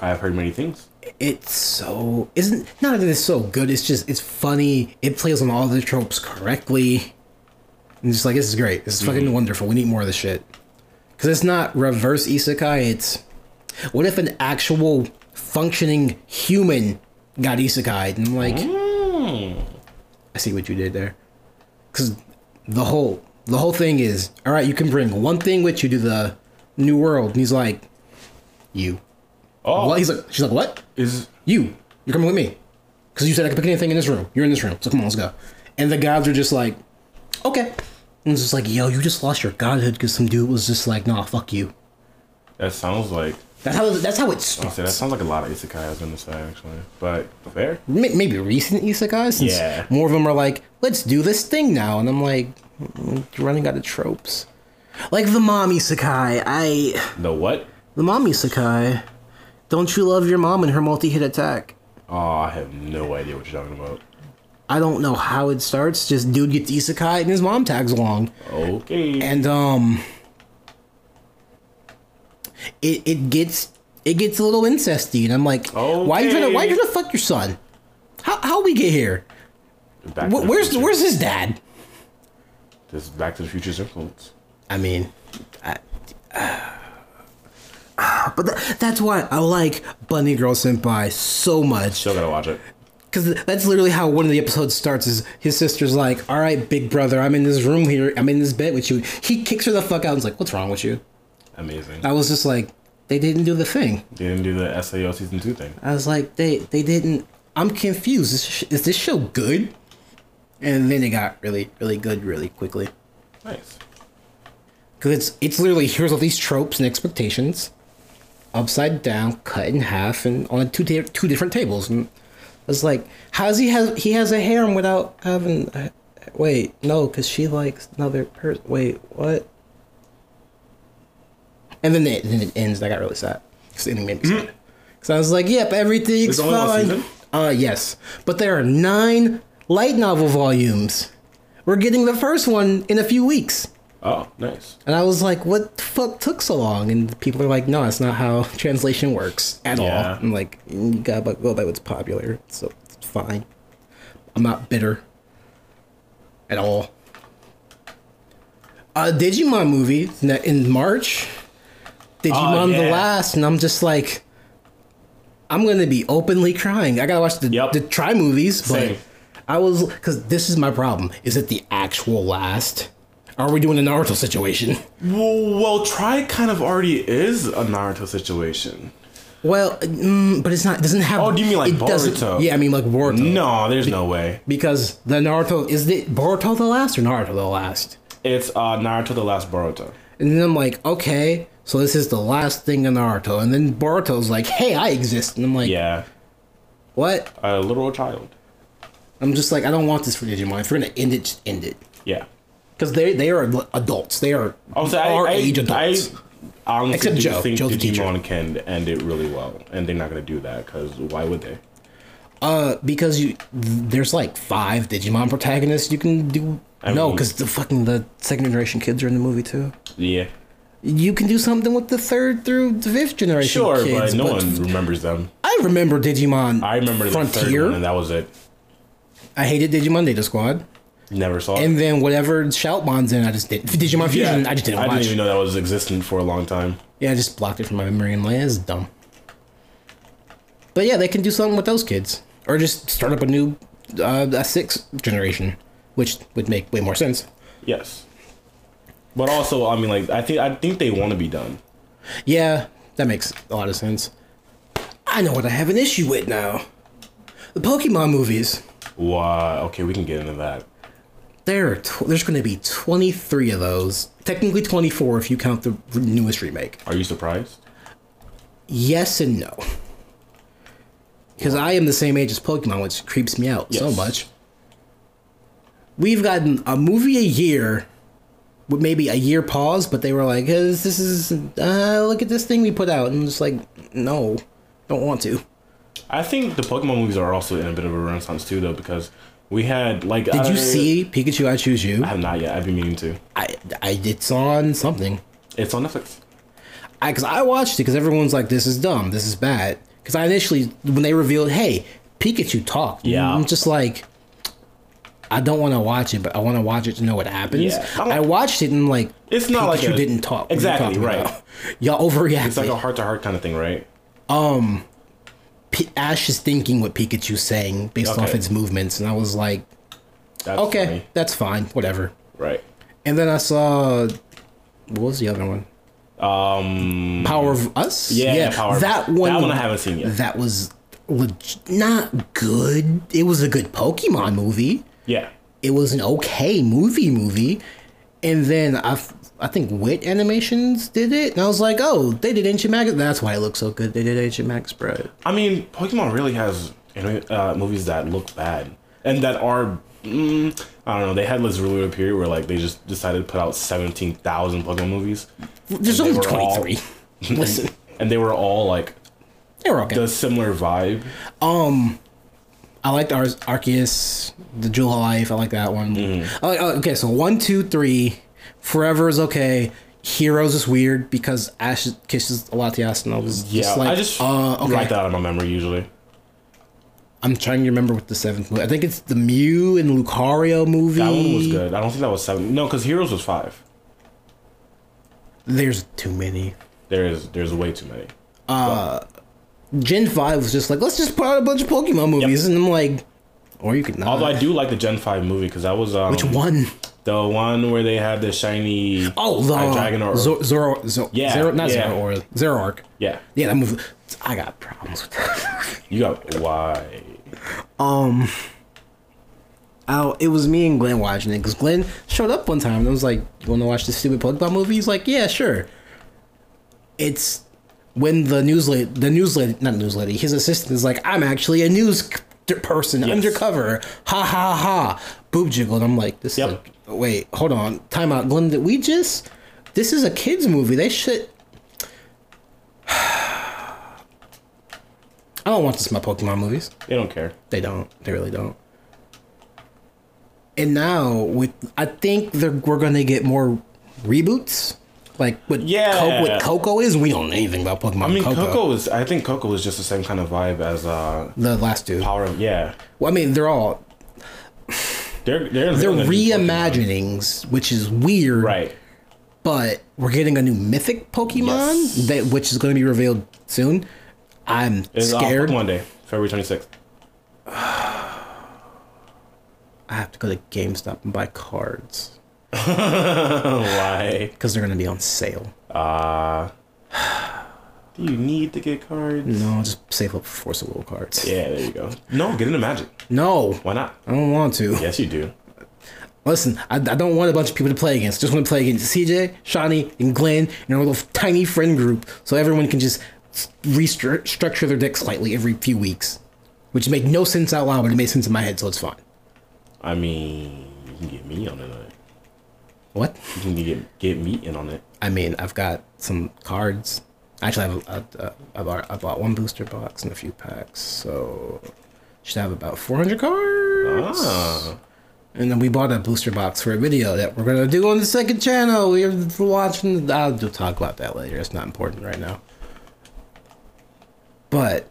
Speaker 2: I have heard many things.
Speaker 1: It's so isn't not that it's so good. It's just it's funny. It plays on all the tropes correctly. And just like this is great. This is fucking wonderful. We need more of this shit. Cause it's not reverse isekai. It's what if an actual functioning human got isekai? And I'm like, I see what you did there. Cause the whole the whole thing is all right. You can bring one thing with you to the new world, and he's like, you.
Speaker 2: Oh,
Speaker 1: What? He's like, she's like, what?
Speaker 2: is
Speaker 1: you, you're coming with me. Because you said I could pick anything in this room. You're in this room. So come on, let's go. And the guys are just like, okay. And it's just like, yo, you just lost your godhood because some dude was just like, nah, fuck you.
Speaker 2: that sounds like
Speaker 1: That's how that's how it
Speaker 2: I say that
Speaker 1: starts.
Speaker 2: sounds like a lot of isekai I was gonna say actually, but fair.
Speaker 1: May- Maybe recent isekais, since
Speaker 2: Yeah.
Speaker 1: more of them are like, let's do this thing now. And I'm like, mm, you're running out of tropes. Like the mom isekai. I.
Speaker 2: The what?
Speaker 1: The mom isekai. Don't you love your mom and her multi hit attack?
Speaker 2: Oh, I have no idea what you're talking about.
Speaker 1: I don't know how it starts. Just dude gets isekai and his mom tags along.
Speaker 2: Okay.
Speaker 1: and um it it gets it gets a little incesty and i'm like why you gonna why you
Speaker 2: Okay.
Speaker 1: gonna fuck your son how how we get here
Speaker 2: back
Speaker 1: Wh-
Speaker 2: to the
Speaker 1: where's
Speaker 2: future.
Speaker 1: where's his dad
Speaker 2: this Back to the Future's influence?
Speaker 1: i mean I, ah, But tha- that's why I like Bunny Girl Senpai so much.
Speaker 2: Still gotta watch it.
Speaker 1: Because that's literally how one of the episodes starts is his sister's like, all right, big brother, I'm in this room here. I'm in this bed with you. He kicks her the fuck out and is like, what's wrong with you?
Speaker 2: Amazing.
Speaker 1: I was just like, they didn't do the thing.
Speaker 2: They didn't do the SAO season two thing.
Speaker 1: I was like, they they didn't. I'm confused. Is, sh- is this show good? And then it got really, really good really quickly.
Speaker 2: Nice.
Speaker 1: Because it's, it's literally here's all these tropes and expectations, upside down, cut in half, and on two ta- two different tables. And it's like, how does he have he has a harem without having? a- wait, no, because she likes another person. Wait, what? And then it then it ends. And I got really sad. Because the ending made me sad. Because I was like, yep, everything's
Speaker 2: There's Hmm? only one
Speaker 1: fine.
Speaker 2: season?
Speaker 1: Uh, yes, but there are nine light novel volumes. We're getting the first one in a few weeks.
Speaker 2: Oh, nice.
Speaker 1: And I was like, what the fuck took so long? And people are like, no, that's not how translation works at
Speaker 2: Yeah.
Speaker 1: all. I'm like, you gotta bu- go by what's popular. So it's fine. I'm not bitter at all. A Digimon movie na- in March. Digimon the
Speaker 2: Oh, yeah.
Speaker 1: last. And I'm just like, I'm going to be openly crying. I gotta watch the,
Speaker 2: Yep.
Speaker 1: the Try movies, but
Speaker 2: Same.
Speaker 1: I was, because this is my problem. Is it the actual last? Are we doing a Naruto situation?
Speaker 2: Well, well, try kind of already is a Naruto situation.
Speaker 1: Well, mm, but it's not. It doesn't have.
Speaker 2: Oh, do you mean like
Speaker 1: it doesn't-
Speaker 2: Boruto?
Speaker 1: Yeah, I mean like Boruto.
Speaker 2: No, there's no way.
Speaker 1: because the Naruto is the Boruto the last or Naruto the last?
Speaker 2: It's uh, Naruto the Last Boruto.
Speaker 1: And then I'm like, okay, so this is the last thing in Naruto, and then Boruto's like, hey, I exist, and I'm like,
Speaker 2: Yeah,
Speaker 1: what?
Speaker 2: a literal child.
Speaker 1: I'm just like, I don't want this for Digimon. If you're gonna end it, just end it.
Speaker 2: Yeah.
Speaker 1: Because they they are adults. They are
Speaker 2: Also, I,
Speaker 1: our
Speaker 2: I,
Speaker 1: age
Speaker 2: I
Speaker 1: adults.
Speaker 2: honestly
Speaker 1: Except
Speaker 2: do
Speaker 1: Joe.
Speaker 2: think
Speaker 1: Joe's a teacher.
Speaker 2: Digimon can end it really well, and they're not gonna do that because why would they?
Speaker 1: uh, because you there's like five Digimon protagonists you can do. No, 'cause no,
Speaker 2: mean-
Speaker 1: because the fucking the second generation kids are in the movie too.
Speaker 2: Yeah.
Speaker 1: you can do something with the third through the fifth generation
Speaker 2: Sure,
Speaker 1: kids.
Speaker 2: but no one remembers them.
Speaker 1: I remember Digimon.
Speaker 2: I remember the third
Speaker 1: Frontier.
Speaker 2: one, and that was it.
Speaker 1: I hated Digimon Data Squad,
Speaker 2: Never saw it.
Speaker 1: and then whatever Shoutmon's in, I just did Digimon Fusion. I just didn't
Speaker 2: I
Speaker 1: watch.
Speaker 2: didn't even know that was existent for a long time.
Speaker 1: yeah, I just blocked it from my memory. and am like, that's dumb. But yeah, they can do something with those kids, or just start up a new uh, a sixth generation, which would make way more sense.
Speaker 2: Yes. But also, I mean, like, I think I think they want to be done.
Speaker 1: Yeah, that makes a lot of sense. I know what I have an issue with now. The Pokemon movies.
Speaker 2: Why? Okay, we can get into that.
Speaker 1: There are tw- there's going to be 23 of those. Technically 24 if you count the r- newest remake.
Speaker 2: Are you surprised?
Speaker 1: Yes and no. Because I am the same age as Pokemon, which creeps me out so
Speaker 2: Yes.
Speaker 1: much. We've gotten a movie a year, with maybe a year pause, but they were like, "Eh, "This, this is uh, look at this thing we put out," and I'm just like, "No, don't want to."
Speaker 2: I think the Pokemon movies are also in a bit of a renaissance too, though, because we had like.
Speaker 1: Did you see Pikachu? I choose you.
Speaker 2: I have not yet. I've been meaning to.
Speaker 1: I, I it's on something.
Speaker 2: It's on Netflix.
Speaker 1: I because I watched it because everyone's like, "This is dumb. This is bad." Because I initially, when they revealed, "Hey, Pikachu talked,"
Speaker 2: Yeah.
Speaker 1: I'm just like, I don't want to watch it, but I want to watch it to know what happens.
Speaker 2: Yeah. I don't-
Speaker 1: I watched it and like,
Speaker 2: It's not like
Speaker 1: Pikachu
Speaker 2: a-
Speaker 1: didn't talk. What are you
Speaker 2: Exactly,
Speaker 1: talking
Speaker 2: right.
Speaker 1: about? Y'all overreacted.
Speaker 2: It's like a heart to heart kind of thing, right?
Speaker 1: P- Ash is thinking what Pikachu's saying based off
Speaker 2: Okay.
Speaker 1: its movements, and I was like,
Speaker 2: That's
Speaker 1: okay,
Speaker 2: funny.
Speaker 1: that's fine, whatever.
Speaker 2: Right.
Speaker 1: And then I saw, what was the other one?
Speaker 2: Um.
Speaker 1: Power of Us.
Speaker 2: Yeah, Power of
Speaker 1: that
Speaker 2: Us.
Speaker 1: one. Mm.
Speaker 2: That one I haven't seen yet.
Speaker 1: That was leg- not good. It was a good Pokemon movie.
Speaker 2: Yeah.
Speaker 1: It was an okay movie movie, and then I, f- I think Wit Animations did it, and I was like, oh, they did Ancient Mag. That's why it looks so good. They did Ancient Mag spread.
Speaker 2: I mean, Pokemon really has anime- uh, movies that look bad and that are. Mm, I don't know. They had this really weird period where like they just decided to put out seventeen thousand Pokemon movies,
Speaker 1: There's
Speaker 2: And they
Speaker 1: only
Speaker 2: were all-
Speaker 1: 23. Listen,
Speaker 2: and they were all like
Speaker 1: they were okay.
Speaker 2: a similar vibe.
Speaker 1: Um, I liked Ar- Arceus, the Jewel of Life. I like that one.
Speaker 2: Mm-hmm.
Speaker 1: I like- oh, okay, so one, two, three. Forever is okay. Heroes is weird because Ash kisses a lot to Yas, and I was
Speaker 2: Yeah,
Speaker 1: just like,
Speaker 2: I just
Speaker 1: uh, okay.
Speaker 2: write that out of my memory usually.
Speaker 1: I'm trying to remember what the seventh movie. I think it's the Mew and Lucario movie.
Speaker 2: That one was good. I don't think that was seven. No, because Heroes was five.
Speaker 1: There's too many.
Speaker 2: There is there's way too many.
Speaker 1: Gen Five was just like let's just put out a bunch of Pokemon movies, and I'm like, or you could not.
Speaker 2: Although I do like the Gen Five movie because that was um,
Speaker 1: Which one?
Speaker 2: the one where they had the shiny
Speaker 1: Oh, the
Speaker 2: Like Dragon or
Speaker 1: Zor- Zoro, Zoro,
Speaker 2: Yeah,
Speaker 1: Zero, not
Speaker 2: yeah.
Speaker 1: Zoro, or Zoroark.
Speaker 2: yeah.
Speaker 1: Yeah, that movie. I got problems with that.
Speaker 2: You got why?
Speaker 1: Oh, it was me and Glenn watching it because Glenn showed up one time and I was like, "You want to watch this stupid Pokemon movie?" He's like, "Yeah, sure." It's when the newslet, the newslet, not newsletter, his assistant is like, "I'm actually a news c- d- person undercover." Ha ha ha! Boob jiggle, and I'm like, "This
Speaker 2: Yep.
Speaker 1: is a, wait, hold on, time out, Glenn. Did we just? This is a kids movie. They should." I don't want this in my Pokemon movies.
Speaker 2: They don't care.
Speaker 1: They don't. They really don't. And now with, I think they're, we're gonna get more reboots. Like what
Speaker 2: Yeah.
Speaker 1: Co- what Coco is, we don't know anything about Pokemon.
Speaker 2: I mean,
Speaker 1: Coco,
Speaker 2: Coco is. I think Coco is just the same kind of vibe as uh,
Speaker 1: the last two.
Speaker 2: Power of Yeah.
Speaker 1: Well, I mean, they're all
Speaker 2: They're they're
Speaker 1: they're
Speaker 2: doing a new Pokemon.
Speaker 1: reimaginings, which is weird.
Speaker 2: Right.
Speaker 1: But we're getting a new mythic Pokemon
Speaker 2: Yes.
Speaker 1: that which is gonna be revealed soon. I'm
Speaker 2: It's uh,
Speaker 1: scared.
Speaker 2: Pokemon Day, February twenty sixth.
Speaker 1: I have to go to GameStop and buy cards
Speaker 2: Why?
Speaker 1: because they're gonna be on sale.
Speaker 2: Uh, do you need to get cards?
Speaker 1: No, I'll just save up for Force of Will cards.
Speaker 2: Yeah, there you go. No, get into Magic.
Speaker 1: No,
Speaker 2: Why not?
Speaker 1: I don't want to.
Speaker 2: Yes, you do.
Speaker 1: Listen, I, I don't want a bunch of people to play against. Just want to play against CJ, Shawnee, and Glenn in our little tiny friend group, so everyone can just restructure their deck slightly every few weeks, which make no sense out loud, but it made sense in my head, so it's fine.
Speaker 2: I mean, you can get me on it. uh,
Speaker 1: What?
Speaker 2: You can get get me in on it.
Speaker 1: I mean, I've got some cards. Actually, I have a- a- a- I bought, I bought one booster box and a few packs, so should have about 400 cards.
Speaker 2: Ah,
Speaker 1: And then we bought a booster box for a video that we're gonna do on the second channel. We're watching. I'll just talk about that later. It's not important right now. But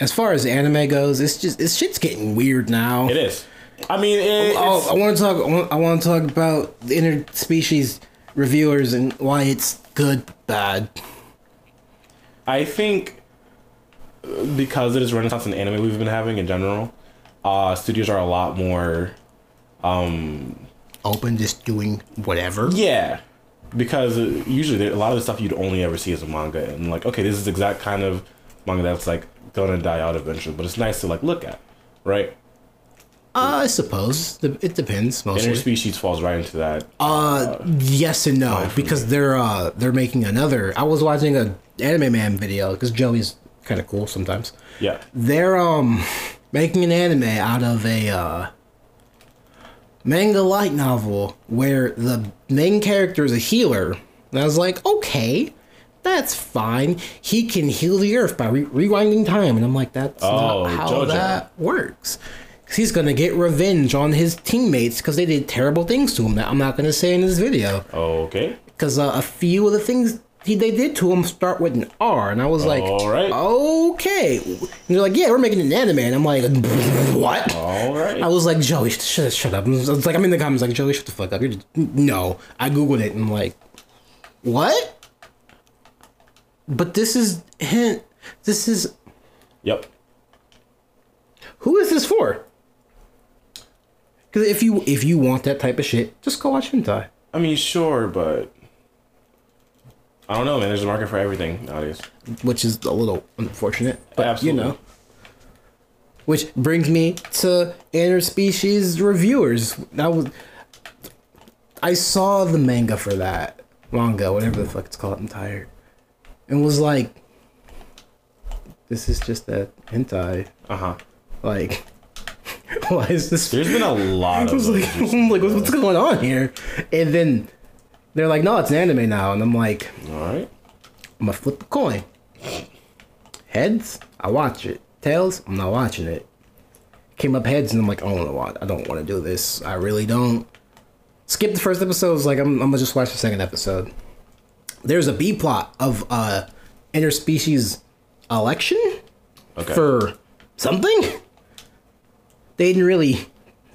Speaker 1: as far as anime goes, it's just it's shit's getting weird now.
Speaker 2: it is. I mean, it,
Speaker 1: Oh,
Speaker 2: it's-
Speaker 1: I want to talk. I want- I want to talk about the interspecies reviewers and why it's good, bad.
Speaker 2: I think uh, because of this renaissance in anime we've been having in general, uh, studios are a lot more.
Speaker 1: Open, just doing whatever.
Speaker 2: Yeah, because uh, usually there, a lot of the stuff you'd only ever see is a manga, and like, okay, this is the exact kind of manga that's like gonna die out eventually, but it's nice to like look at, right?
Speaker 1: Uh, I suppose The- it depends mostly.
Speaker 2: Interspecies falls right into that.
Speaker 1: Uh, yes and no, because they're uh they're making another. I was watching a anime man video because Joey's kind of cool sometimes.
Speaker 2: yeah,
Speaker 1: They're um making an anime out of a uh manga light novel where the main character is a healer. And I was like, okay, that's fine. He can heal the earth by re- rewinding time, and I'm like, that's
Speaker 2: Oh,
Speaker 1: not how
Speaker 2: JoJo.
Speaker 1: that works. 'Cause He's gonna get revenge on his teammates because they did terrible things to him that I'm not gonna say in this video
Speaker 2: okay,
Speaker 1: because uh, a few of the things he, they did to him start with an R, and I was like,
Speaker 2: All right.
Speaker 1: okay. And they're like, yeah, we're making an anime, and I'm like, what?
Speaker 2: all right.
Speaker 1: I was like, Joey, sh- shut, shut up. I was like, I'm in the comments, like, Joey, shut the fuck up. You're just, no, I googled it, and I'm like, what? But this is hint. This is
Speaker 2: yep.
Speaker 1: who is this for? Because if you if you want that type of shit, just go watch hentai.
Speaker 2: I mean, sure, but I don't know, man. There's a market for everything nowadays.
Speaker 1: which is a little unfortunate, but
Speaker 2: Absolutely.
Speaker 1: you know. Which brings me to interspecies reviewers. That was, I saw the manga for that manga, whatever the fuck it's called. I'm tired, and was like, this is just that hentai.
Speaker 2: Uh huh.
Speaker 1: Like, why is this?
Speaker 2: There's been a lot
Speaker 1: I
Speaker 2: of
Speaker 1: was like,
Speaker 2: those.
Speaker 1: I'm like, what's going on here? And then they're like, no, it's an anime now, and I'm like.
Speaker 2: all right.
Speaker 1: I'm gonna flip a coin. Heads, I watch it. Tails, I'm not watching it. Came up heads, and I'm like, I don't want to. I don't want to do this. I really don't. Skip the first episode. It's like I'm, I'm gonna just watch the second episode. There's a B plot of uh interspecies election
Speaker 2: Okay.
Speaker 1: for something. They didn't really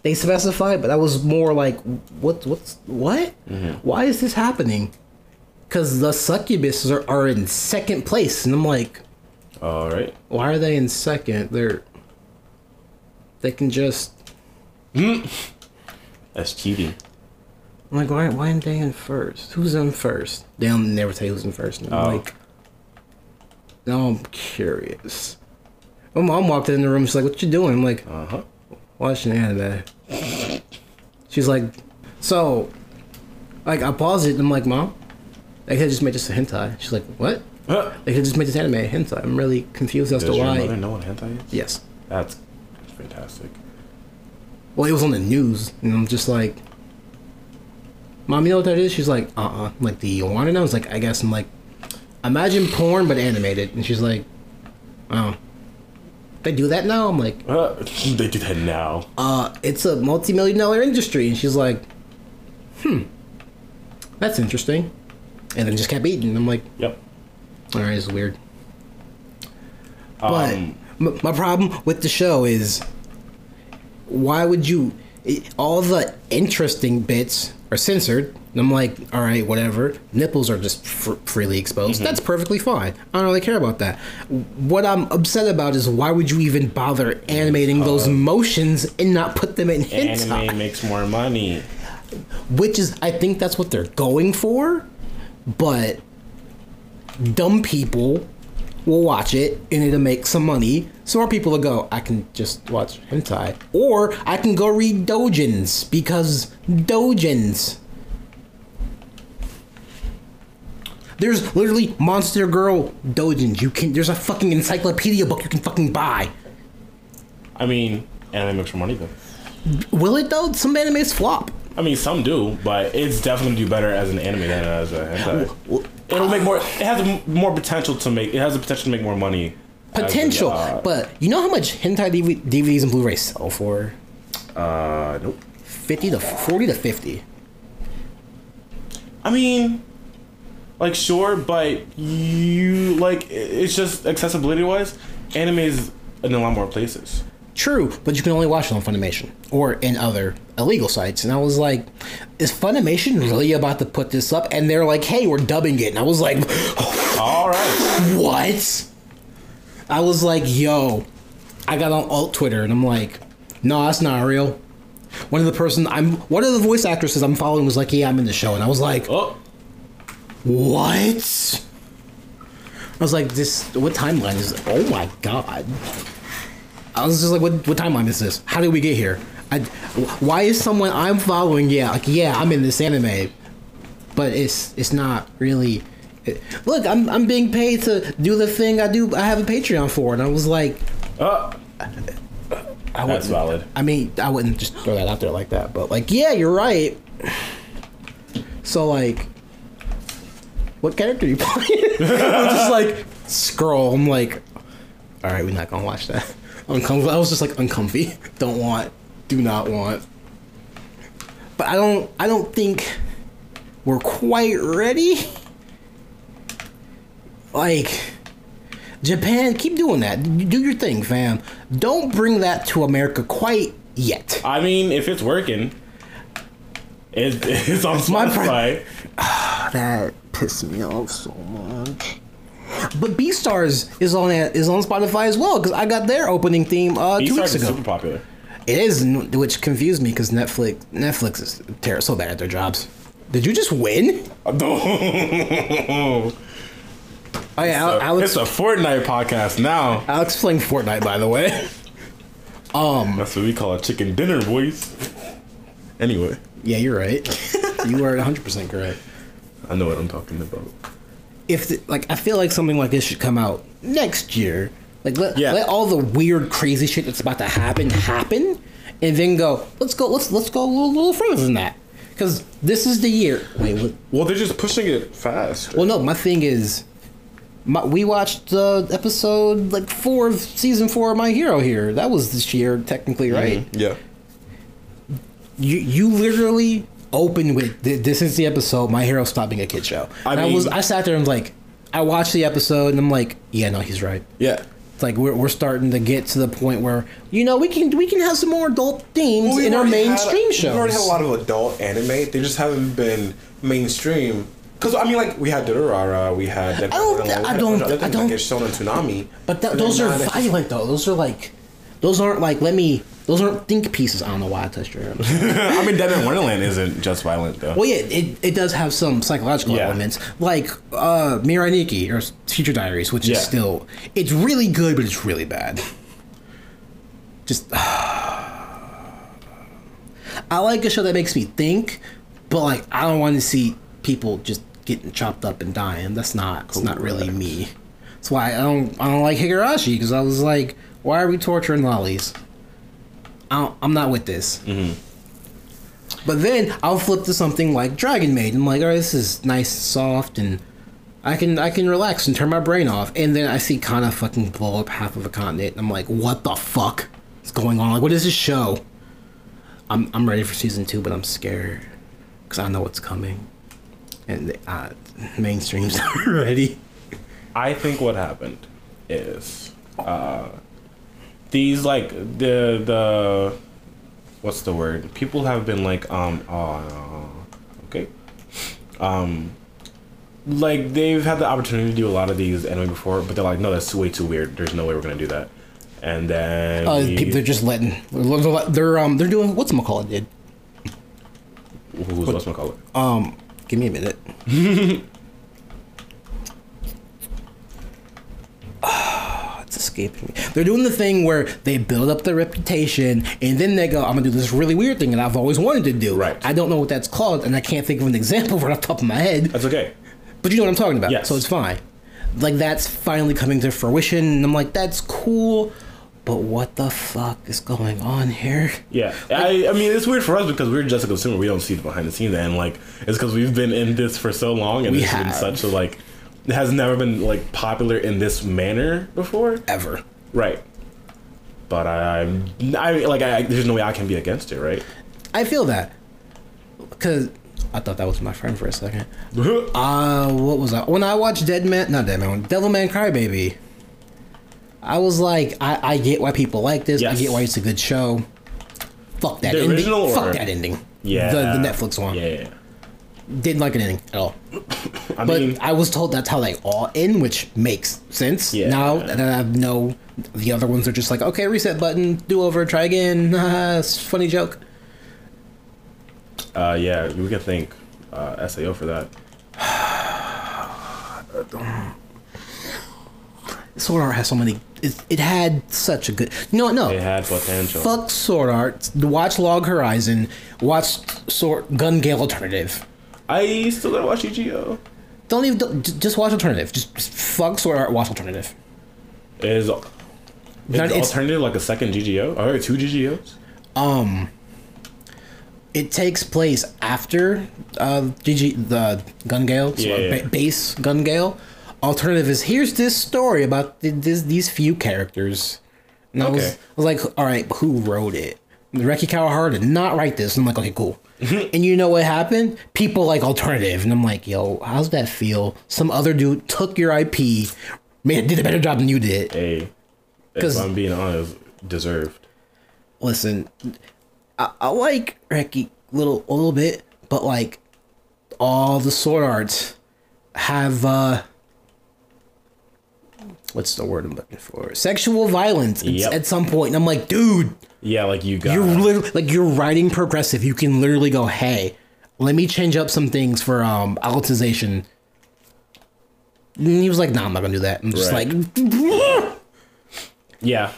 Speaker 1: they specified, but I was more like, what, what's what? Why is this happening? because the succubuses are, are in second place, and I'm like,
Speaker 3: All right.
Speaker 1: why are they in second? They're they can just
Speaker 3: That's cheating.
Speaker 1: I'm like why why aren't they in first? Who's in first? They don't never say who's in first. And I'm
Speaker 3: Oh.
Speaker 1: like, now I'm curious. My mom walked in the room. She's like, "What you doing?" I'm like,
Speaker 3: Uh huh.
Speaker 1: watching anime. She's like, so, like I paused it. and I'm like, mom, they could just make this a hentai. She's like, what?
Speaker 3: Huh.
Speaker 1: They could just make this anime a hentai. I'm really confused as
Speaker 3: Does
Speaker 1: to
Speaker 3: your
Speaker 1: why.
Speaker 3: mother know what hentai is?
Speaker 1: Yes.
Speaker 3: That's fantastic.
Speaker 1: Well, it was on the news, and I'm just like, mom, you know what that is? She's like, uh, uh I'm like, do you want to know? I was like, I guess. I'm like, imagine porn but animated, and she's like, oh, they do that now. I'm like,
Speaker 3: Uh, they do that now.
Speaker 1: uh, it's a multi-million dollar industry. And she's like, hmm, that's interesting. And then just kept eating. I'm like,
Speaker 3: Yep.
Speaker 1: all right, it's weird. But
Speaker 3: Um,
Speaker 1: m- my problem with the show is, why would you? It, all the interesting bits are censored. And I'm like, all right, whatever. Nipples are just fr- freely exposed. That's perfectly fine. I don't really care about that. What I'm upset about is why would you even bother animating those motions and not put them in hentai?
Speaker 3: anime makes more money.
Speaker 1: which is I think that's what they're going for, but dumb people will watch it and it'll make some money. Smart people will go, I can just watch hentai, or I can go read doujins because doujins. There's literally Monster Girl doujins. You can. There's a fucking encyclopedia book you can fucking buy.
Speaker 3: I mean, anime makes more money though.
Speaker 1: Will it though? Some animes flop.
Speaker 3: I mean, some do, but it's definitely do better as an anime than as a hentai. It'll make more. It has m- more potential to make. It has the potential to make more money. as an,
Speaker 1: Potential,
Speaker 3: uh,
Speaker 1: but you know how much hentai DV- DVDs and Blu-rays sell for?
Speaker 3: uh, nope.
Speaker 1: fifty to forty to fifty.
Speaker 3: I mean, like sure, but you like i- it's just accessibility wise, anime is in a lot more places.
Speaker 1: True, but you can only watch it on Funimation or in other illegal sites. And I was like, is Funimation really about to put this up? And they're like, hey, we're dubbing it. And I was like,
Speaker 3: All right.
Speaker 1: what? I was like, yo, I got on alt Twitter and I'm like, no, that's not real. One of the person I'm one of the voice actresses I'm following was like, yeah, I'm in the show. And I was like,
Speaker 3: Oh,
Speaker 1: What? I was like, this. What timeline is? Oh my god! I was just like, what? What timeline is this? How did we get here? I, why is someone I'm following? Yeah, like yeah, I'm in this anime, but it's it's not really. It, look, I'm I'm being paid to do the thing I do. I have a Patreon for, and I was like,
Speaker 3: oh,
Speaker 1: I
Speaker 3: that's
Speaker 1: wouldn't.
Speaker 3: valid.
Speaker 1: I mean, I wouldn't just throw that out there like that, but like, yeah, you're right. So like, what character you playing? I'm just like scroll. I'm like, all right, we're not gonna watch that. Uncomfortable. I was just like uncomfy. Don't want. Do not want. But I don't. I don't think we're quite ready. Like. Japan, keep doing that. Do your thing, fam. Don't bring that to America quite yet.
Speaker 3: I mean, if it's working, it, it's on
Speaker 1: My
Speaker 3: Spotify.
Speaker 1: pro- Ah, That pissed me off so much. But B Stars is on is on Spotify as well because I got their opening theme uh, two
Speaker 3: Beastars
Speaker 1: weeks
Speaker 3: is
Speaker 1: ago.
Speaker 3: super popular.
Speaker 1: It is, n- which confused me because Netflix Netflix is ter- so bad at their jobs. Did you just win? Oh yeah, Al-
Speaker 3: it's
Speaker 1: Alex.
Speaker 3: a Fortnite podcast now.
Speaker 1: Alex playing Fortnite, by the way. Um.
Speaker 3: That's what we call a chicken dinner, boys. Anyway,
Speaker 1: Yeah, you're right. you are 100 percent correct.
Speaker 3: I know what I'm talking about.
Speaker 1: If the, like, I feel like something like this should come out next year. Like, let,
Speaker 3: Yeah.
Speaker 1: let all the weird, crazy shit that's about to happen happen, and then go. Let's go. Let's let's go a little, little further than that. Because this is the year. Wait, what?
Speaker 3: Well, they're just pushing it fast.
Speaker 1: Well, no, my thing is, my, we watched uh, episode like four of season four of My Hero here. That was this year, technically, right?
Speaker 3: Yeah.
Speaker 1: You you literally open with th- this is the episode My Hero stopping a kid show.
Speaker 3: I
Speaker 1: And I was
Speaker 3: mean-
Speaker 1: I sat there and was like, I watched the episode and I'm like, yeah, no, he's right.
Speaker 3: Yeah.
Speaker 1: It's like we're, we're starting to get to the point where you know we can we can have some more adult themes in our mainstream shows.
Speaker 2: We already have a lot of adult anime. They just haven't been mainstream
Speaker 3: Because I mean, like we had Durarara, we had.
Speaker 1: I don't- I don't- I don't-
Speaker 3: Get shown on Tsunami,
Speaker 1: But that,
Speaker 3: And then
Speaker 1: those are
Speaker 3: now that-
Speaker 1: violent though. Those are like, those aren't like. Let me. Those aren't think pieces. I don't know why I touched your.
Speaker 3: I mean, Dead Man Wonderland isn't just violent though.
Speaker 1: Well, yeah, it, it does have some psychological
Speaker 3: Yeah.
Speaker 1: elements, like uh, Miraniki or Teacher Diaries, which
Speaker 3: Yeah.
Speaker 1: is still it's really good, but it's really bad. Just I like a show that makes me think, but like I don't want to see people just getting chopped up and dying. That's not it's not really
Speaker 3: Correct.
Speaker 1: me. That's why I don't I don't like Higurashi because I was like, why are we torturing lollies? I don't, I'm not with this.
Speaker 3: Mm-hmm.
Speaker 1: But then I'll flip to something like Dragon Maid. I'm like, all right, this is nice, soft, and I can I can relax and turn my brain off. And then I see Kana fucking blow up half of a continent. I'm like, what the fuck is going on? Like, what is this show? I'm I'm ready for season two, but I'm scared because I know what's coming, and uh, mainstream's not ready.
Speaker 2: I think what happened is uh, these like the the what's the word? People have been like um oh okay um like they've had the opportunity to do a lot of these anime before, but they're like no that's way too weird. There's no way we're gonna do that. And then
Speaker 1: Uh,
Speaker 2: we-
Speaker 1: people, they're just letting they're, they're um they're doing what's McCall did.
Speaker 2: who's what's my color?
Speaker 1: Um, give me a minute. Ah, it's escaping me. They're doing the thing where they build up their reputation and then they go, I'm gonna do this really weird thing that I've always wanted to do.
Speaker 2: Right.
Speaker 1: I don't know what that's called and I can't think of an example right off the top of my head,
Speaker 2: That's okay.
Speaker 1: but you know what I'm talking about.
Speaker 2: Yes.
Speaker 1: So it's fine. Like that's finally coming to fruition and I'm like, that's cool, but what the fuck is going on here?
Speaker 2: Yeah, I, I mean it's weird for us because we're just a consumer. We don't see the behind the scenes, and like it's because we've been in this for so long, and
Speaker 1: We
Speaker 2: it's been
Speaker 1: have.
Speaker 2: such a like it has never been like popular in this manner before,
Speaker 1: Ever.
Speaker 2: right? But I, I'm I like I, there's no way I can be against it, right?
Speaker 1: I feel that. Cause I thought that was my friend for a second. Uh, what was I? When I watched Dead Man, not Dead Man, when Devil Man Crybaby, I was like, I, I get why people like this. I
Speaker 2: Yes.
Speaker 1: get why it's a good show. Fuck that
Speaker 2: The
Speaker 1: ending.
Speaker 2: original or-
Speaker 1: Fuck that ending.
Speaker 2: yeah,
Speaker 1: The, the Netflix one.
Speaker 2: Yeah,
Speaker 1: Didn't like an ending at all.
Speaker 2: I
Speaker 1: But
Speaker 2: mean,
Speaker 1: I was told that's how they all end, which makes sense.
Speaker 2: Yeah.
Speaker 1: Now that I know the other ones are just like, okay, reset button, do over, try again. it's a funny joke.
Speaker 2: uh, yeah, we can thank uh, Sao for that.
Speaker 1: Sword Art has so many. It, it had such a good. No, no.
Speaker 2: It had potential.
Speaker 1: Fuck Sword Art. Watch Log Horizon. Watch Sword Gun Gale Alternative.
Speaker 2: I still gotta watch EGO.
Speaker 1: Don't even. Don't, j- just watch Alternative. Just, just fuck Sword Art. Watch Alternative.
Speaker 2: Is, is
Speaker 1: Not-
Speaker 2: the
Speaker 1: it's-
Speaker 2: alternative like a second GGO? All right, two GGOs.
Speaker 1: Um. It takes place after uh, GG the Gun Gale, so, uh,
Speaker 2: Yeah.
Speaker 1: ba- base Gun Gale. Alternative is here's this story about th- this, these few characters. And I, was,
Speaker 2: Okay.
Speaker 1: I was like, all right, but who wrote it? Reki Kawahara did not write this. And I'm like, okay, cool. and you know what happened? People like alternative. And I'm like, yo, how's that feel? Some other dude took your IP, man, did a better job than you did.
Speaker 2: Hey,
Speaker 1: 'Cause-
Speaker 2: if I'm being honest, deserved.
Speaker 1: Listen, I, I like Reki little, a little bit, but like all the sword arts have, uh, what's the word I'm looking for? Sexual violence at-
Speaker 2: Yep.
Speaker 1: at some point. And I'm like, dude,
Speaker 2: Yeah, like you got.
Speaker 1: You're literally like you're writing progressive. You can literally go, hey, let me change up some things for um altization. And he was like, nah, I'm not gonna do that. I'm just
Speaker 2: Right.
Speaker 1: like,
Speaker 2: yeah,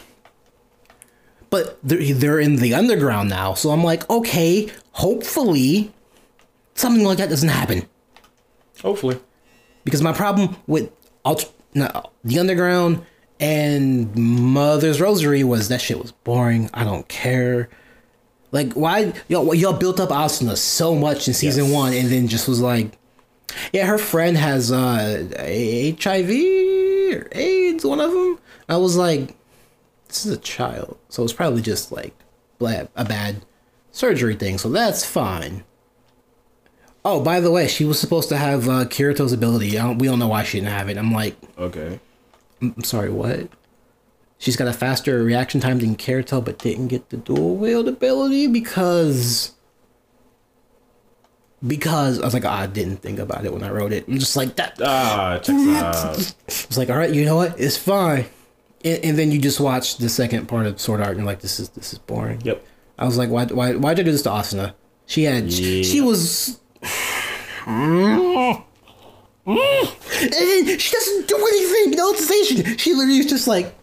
Speaker 1: but they're, they're in the underground now, so I'm like, okay, hopefully, something like that doesn't happen.
Speaker 2: hopefully.
Speaker 1: Because my problem with alt- no, the underground and Mother's Rosary was that shit was boring. I don't care. Like why y'all y'all built up Asuna so much in season
Speaker 2: Yes.
Speaker 1: one, and then just was like, yeah, her friend has uh A- HIV or AIDS, one of them. I was like, this is a child, so it's probably just like bla- a bad surgery thing. So that's fine. Oh, by the way, she was supposed to have uh, Kirito's ability. I don't, we don't know why she didn't have it. I'm like,
Speaker 2: Okay.
Speaker 1: I'm sorry, what? She's got a faster reaction time than Kirito, but didn't get the dual wield ability because because I was like, "Ah, I didn't think about it when I wrote it. I'm just like that.
Speaker 2: Ah, check this out.
Speaker 1: It's like, all right, you know what? It's fine. And, and then you just watch the second part of Sword Art, and you're like, this is this is boring.
Speaker 2: Yep.
Speaker 1: I was like, why why why did I do this to Asuna? She had she, she
Speaker 2: Yeah.
Speaker 1: was. And then she doesn't do anything. No sensation. She literally was just like,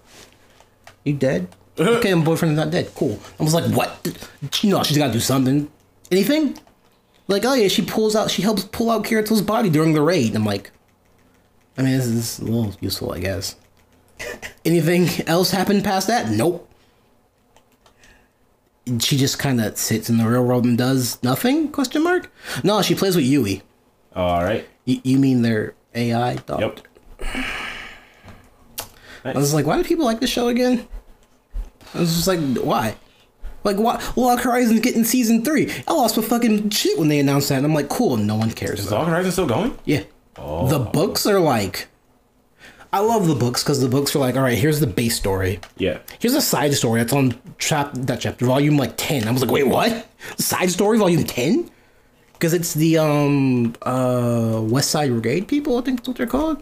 Speaker 1: "You dead? okay, my boyfriend's not dead. Cool." I was like, "What? No, she's got to do something. Anything? Like, oh yeah, she pulls out. She helps pull out Kirito's body during the raid." I'm like, I mean, this is a little useful, I guess. Anything else happened past that? Nope. And she just kind of sits in the real world and does nothing? Question mark. No, she plays with Yui.
Speaker 2: All right.
Speaker 1: Y- you mean their AI dog?
Speaker 2: Yep.
Speaker 1: I was like, why do people like this show again? I was just like, why? Like, why? Log Horizon's getting season three. I lost my fucking shit when they announced that, and I'm like, cool, no one cares.
Speaker 2: Is
Speaker 1: about it.
Speaker 2: Log Horizon still going?
Speaker 1: Yeah. The books are like, I love the books because the books are like, all right, here's the base story.
Speaker 2: Yeah.
Speaker 1: Here's a side story that's on chap that chapter volume like ten. I was like, wait, what? Side story volume ten? Because it's the um uh West Side Brigade people, I think that's what they're called.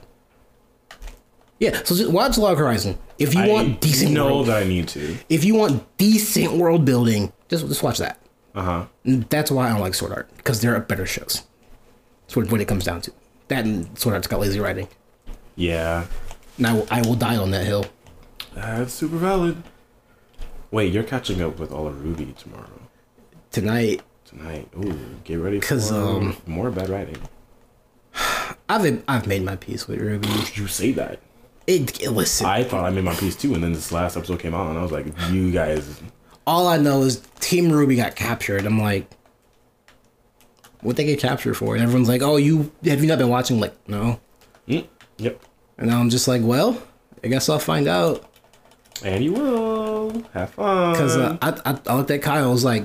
Speaker 1: Yeah, so just watch Log Horizon if you
Speaker 2: I
Speaker 1: want decent.
Speaker 2: know
Speaker 1: world,
Speaker 2: that I need to.
Speaker 1: if you want decent world building, just just watch that.
Speaker 2: Uh huh.
Speaker 1: And That's why I don't like Sword Art because there are better shows. That's what, what it comes down to. That and Sword Art's got lazy writing,
Speaker 2: Yeah.
Speaker 1: and I will, I will die on that hill.
Speaker 2: That's super valid. Wait, you're catching up with all of Ruby tomorrow.
Speaker 1: Tonight,
Speaker 2: Tonight. Ooh, get ready
Speaker 1: 'Cause,
Speaker 2: for
Speaker 1: um,
Speaker 2: more bad writing.
Speaker 1: I've I've made my peace with Ruby.
Speaker 2: You say that.
Speaker 1: It, it listen.
Speaker 2: I thought I made my piece too, and then this last episode came out, and I was like, you guys.
Speaker 1: all I know is Team Ruby got captured. I'm like, what they get captured for? And everyone's like, oh, you have you not been watching? Like, no.
Speaker 2: Mm, yep.
Speaker 1: And now I'm just like, well, I guess I'll find out.
Speaker 2: And you will. Have fun.
Speaker 1: Cause uh, I, I I looked at Kyle. I was like,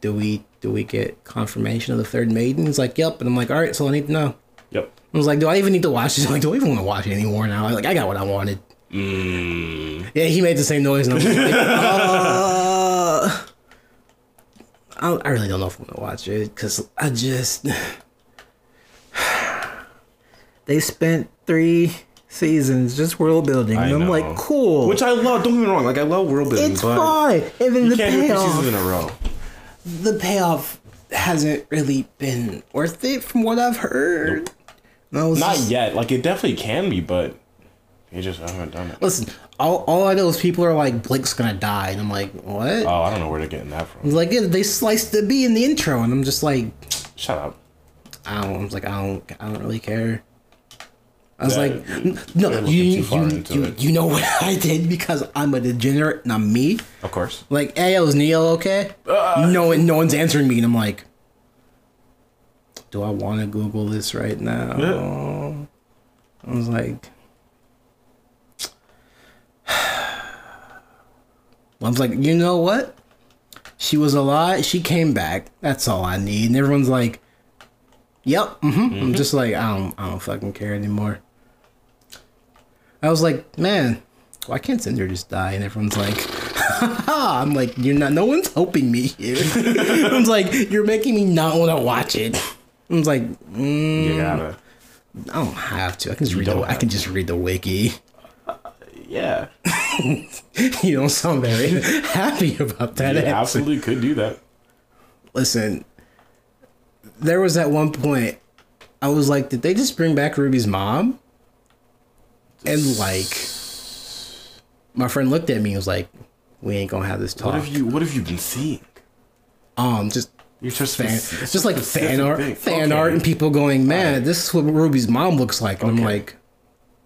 Speaker 1: do we do we get confirmation of the third maiden? He's like, yep. And I'm like, all right, so I need to know.
Speaker 2: yep.
Speaker 1: I was like, do I even need to watch this? I'm like, do I even want to watch it anymore now? like, I got what I wanted.
Speaker 2: Mm.
Speaker 1: Yeah, he made the same noise, and I'm just like, uh, I, I really don't know if I'm gonna watch it because I just they spent three seasons just world building.
Speaker 2: I
Speaker 1: and I'm
Speaker 2: know.
Speaker 1: like, cool,
Speaker 2: Which I love. Don't get me wrong. Like I love world building,
Speaker 1: it's
Speaker 2: but
Speaker 1: fine. And then
Speaker 2: you
Speaker 1: the
Speaker 2: can't do three
Speaker 1: payoff,
Speaker 2: seasons in a row.
Speaker 1: the payoff hasn't really been worth it from what I've heard. And I was
Speaker 2: Not
Speaker 1: just-
Speaker 2: yet. Like it definitely can be, but they just haven't done it.
Speaker 1: Listen, all, all I know is people are like, Blake's gonna die. And I'm like, what?
Speaker 2: Oh, I don't know where they're getting that from.
Speaker 1: like, yeah, they sliced the bee in the intro. And I'm just like,
Speaker 2: Shut up.
Speaker 1: I don't, I was like, I don't, I don't really care. I was
Speaker 2: Yeah,
Speaker 1: like, n- no,
Speaker 2: they're
Speaker 1: you,
Speaker 2: looking too far
Speaker 1: you,
Speaker 2: into
Speaker 1: you,
Speaker 2: it.
Speaker 1: you know what I did because I'm a degenerate and I'm me.
Speaker 2: Of course.
Speaker 1: Like, hey, yo, is Neo okay?
Speaker 2: Ah.
Speaker 1: no, one, no one's answering me. And I'm like, do I want to Google this right now? I was like, I was like, you know what? She was alive. She came back. That's all I need. And everyone's like, yep. hmm
Speaker 2: Mm-hmm.
Speaker 1: I'm just like, I don't, I don't fucking care anymore. I was like, man, why can't Cinder just die? And everyone's like, "Ha!" I'm like, you're not. No one's helping me here. I'm like, you're making me not want to watch it. I was like, mm,
Speaker 2: You gotta.
Speaker 1: I don't have to. I can just read.
Speaker 2: don't
Speaker 1: The, I
Speaker 2: have
Speaker 1: can just read the wiki.
Speaker 2: Yeah.
Speaker 1: you don't sound very happy about that.
Speaker 2: You
Speaker 1: answer.
Speaker 2: absolutely could do that.
Speaker 1: Listen, there was at one point I was like, did they just bring back Ruby's mom? And like, my friend looked at me and was like, we ain't gonna have this
Speaker 2: What
Speaker 1: talk.
Speaker 2: have you What have you been seeing?
Speaker 1: um, just
Speaker 2: You're just
Speaker 1: fan,
Speaker 2: it's
Speaker 1: just like
Speaker 2: a
Speaker 1: fan
Speaker 2: specific
Speaker 1: art,
Speaker 2: thing.
Speaker 1: fan
Speaker 2: Okay.
Speaker 1: art, and people going, man, this is what Ruby's mom looks like, and I'm
Speaker 2: Okay.
Speaker 1: like,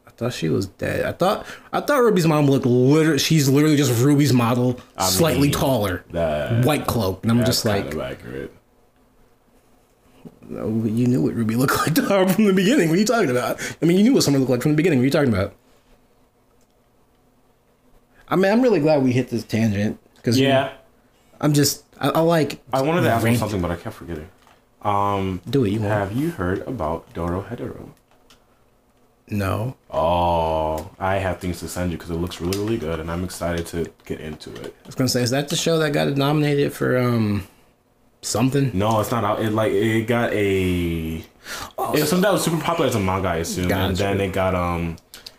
Speaker 1: I thought she was dead. I thought, I thought Ruby's mom looked literally, she's literally just Ruby's model, slightly
Speaker 2: mean,
Speaker 1: taller,
Speaker 2: That,
Speaker 1: white cloak, and I'm
Speaker 2: that's
Speaker 1: just like,
Speaker 2: kind of accurate.
Speaker 1: oh, you knew what Ruby looked like to her from the beginning. What are you talking about? I mean, you knew what someone looked like from the beginning. What are you talking about? I mean, I'm really glad we hit this tangent because
Speaker 2: Yeah.
Speaker 1: I'm just, I, I like.
Speaker 2: I wanted to ask you
Speaker 1: Rant.
Speaker 2: something, but I kept forgetting. Um,
Speaker 1: Do it. You want?
Speaker 2: have you heard about Doro Hedoro?
Speaker 1: No.
Speaker 2: Oh, I have things to send you because it looks really, really good, and I'm excited to get into it.
Speaker 1: I was gonna say, is that the show that got nominated for um something.
Speaker 2: No, it's not out. It like it got a. it was something that was super popular as a manga, I assume,
Speaker 1: Gotcha.
Speaker 2: and then it got um,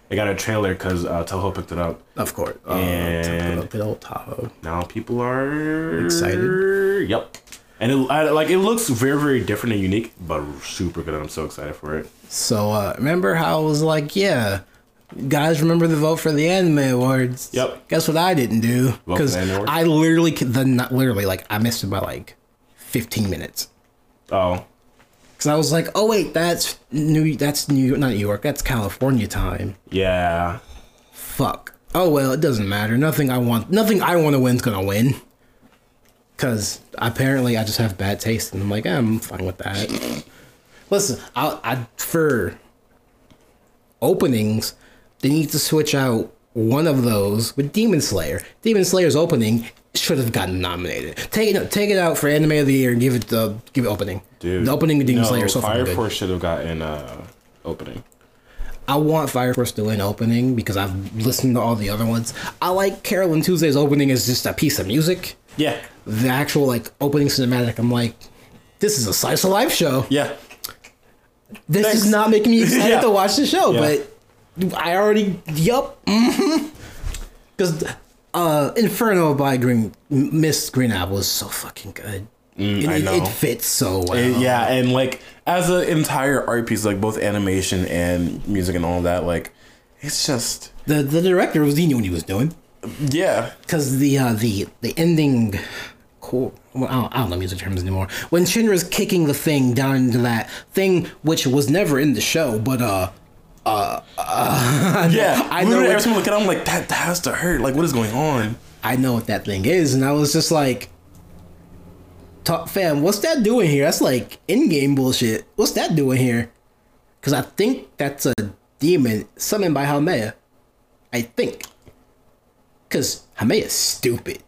Speaker 2: it got a trailer because uh, Toho picked it up.
Speaker 1: Of course.
Speaker 2: And-
Speaker 1: uh, good old Tahoe.
Speaker 2: Now people are
Speaker 1: Excited?
Speaker 2: Yep. And it I, like it looks very very different and unique, but super good. and I'm so excited for it.
Speaker 1: So uh, remember how I was like, yeah, guys, remember the vote for the anime awards?
Speaker 2: Yep.
Speaker 1: Guess what I didn't do
Speaker 2: for
Speaker 1: because
Speaker 2: the anime awards?
Speaker 1: I literally c- the not literally like I missed it by like fifteen minutes
Speaker 2: Oh,
Speaker 1: because I was like, oh wait, that's New that's New not New York, that's California time.
Speaker 2: yeah.
Speaker 1: Fuck. Oh well, it doesn't matter. Nothing I want, nothing I want to win's gonna win. Cause apparently I just have bad taste, and I'm like, I'm fine with that. Listen, I, I for openings, they need to switch out one of those with Demon Slayer. Demon Slayer's opening should have gotten nominated. Take it, take it out for Anime of the Year and give it the give it opening.
Speaker 2: Dude,
Speaker 1: the opening with Demon
Speaker 2: no,
Speaker 1: Slayer is so fucking
Speaker 2: Fire
Speaker 1: good.
Speaker 2: Force should have gotten uh opening.
Speaker 1: I want Fire Force to win opening because I've listened to all the other ones. I like Carolyn Tuesday's opening is just a piece of music.
Speaker 2: Yeah,
Speaker 1: The actual like opening cinematic, I'm like, this is a slice of life show.
Speaker 2: yeah.
Speaker 1: This
Speaker 2: Thanks.
Speaker 1: is not making me excited
Speaker 2: Yeah.
Speaker 1: to watch the show,
Speaker 2: Yeah.
Speaker 1: but I already yup. Because uh, Inferno by Green Miss Green Apple is so fucking good. And
Speaker 2: Mm, I
Speaker 1: it,
Speaker 2: know.
Speaker 1: it fits so well.
Speaker 3: It- yeah, and like as an entire art piece, like both animation and music and all that, like it's just
Speaker 1: The the director was he knew what he was doing.
Speaker 3: yeah.
Speaker 1: because the uh, the the ending, cool. Well, I, don't, I don't know music terms anymore. When Shinra's kicking the thing down into that thing, which was never in the show, but uh,
Speaker 3: Yeah,
Speaker 1: I
Speaker 3: I
Speaker 1: know
Speaker 3: know.
Speaker 1: what-
Speaker 3: Every time I look at, it, I'm like, that has to hurt. Like, what is going on?
Speaker 1: I know what that thing is, and I was just like, "Ta- "Fam, what's that doing here? That's like in-game bullshit. What's that doing here?" Because I think that's a demon summoned by Haumea. I think. Because Haumea's stupid.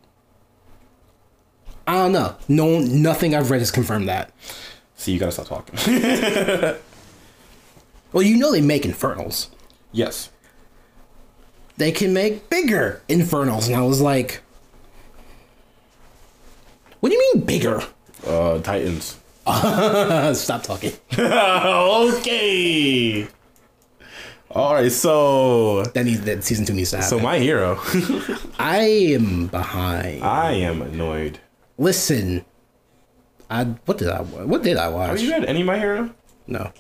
Speaker 1: I don't know. No, nothing I've read has confirmed that.
Speaker 3: See, you gotta stop talking.
Speaker 1: Well, you know they make infernals.
Speaker 3: yes.
Speaker 1: They can make bigger infernals, and I was like, "What do you mean bigger?" Uh,
Speaker 2: Uh, Titans.
Speaker 1: Stop talking.
Speaker 2: okay.
Speaker 3: All right. So,
Speaker 1: That needs that season two needs to happen.
Speaker 3: so my hero.
Speaker 1: I am behind.
Speaker 2: I am annoyed.
Speaker 1: Listen, I what did I wa- what did I
Speaker 2: Have
Speaker 1: watch?
Speaker 2: you read any My Hero?
Speaker 1: No,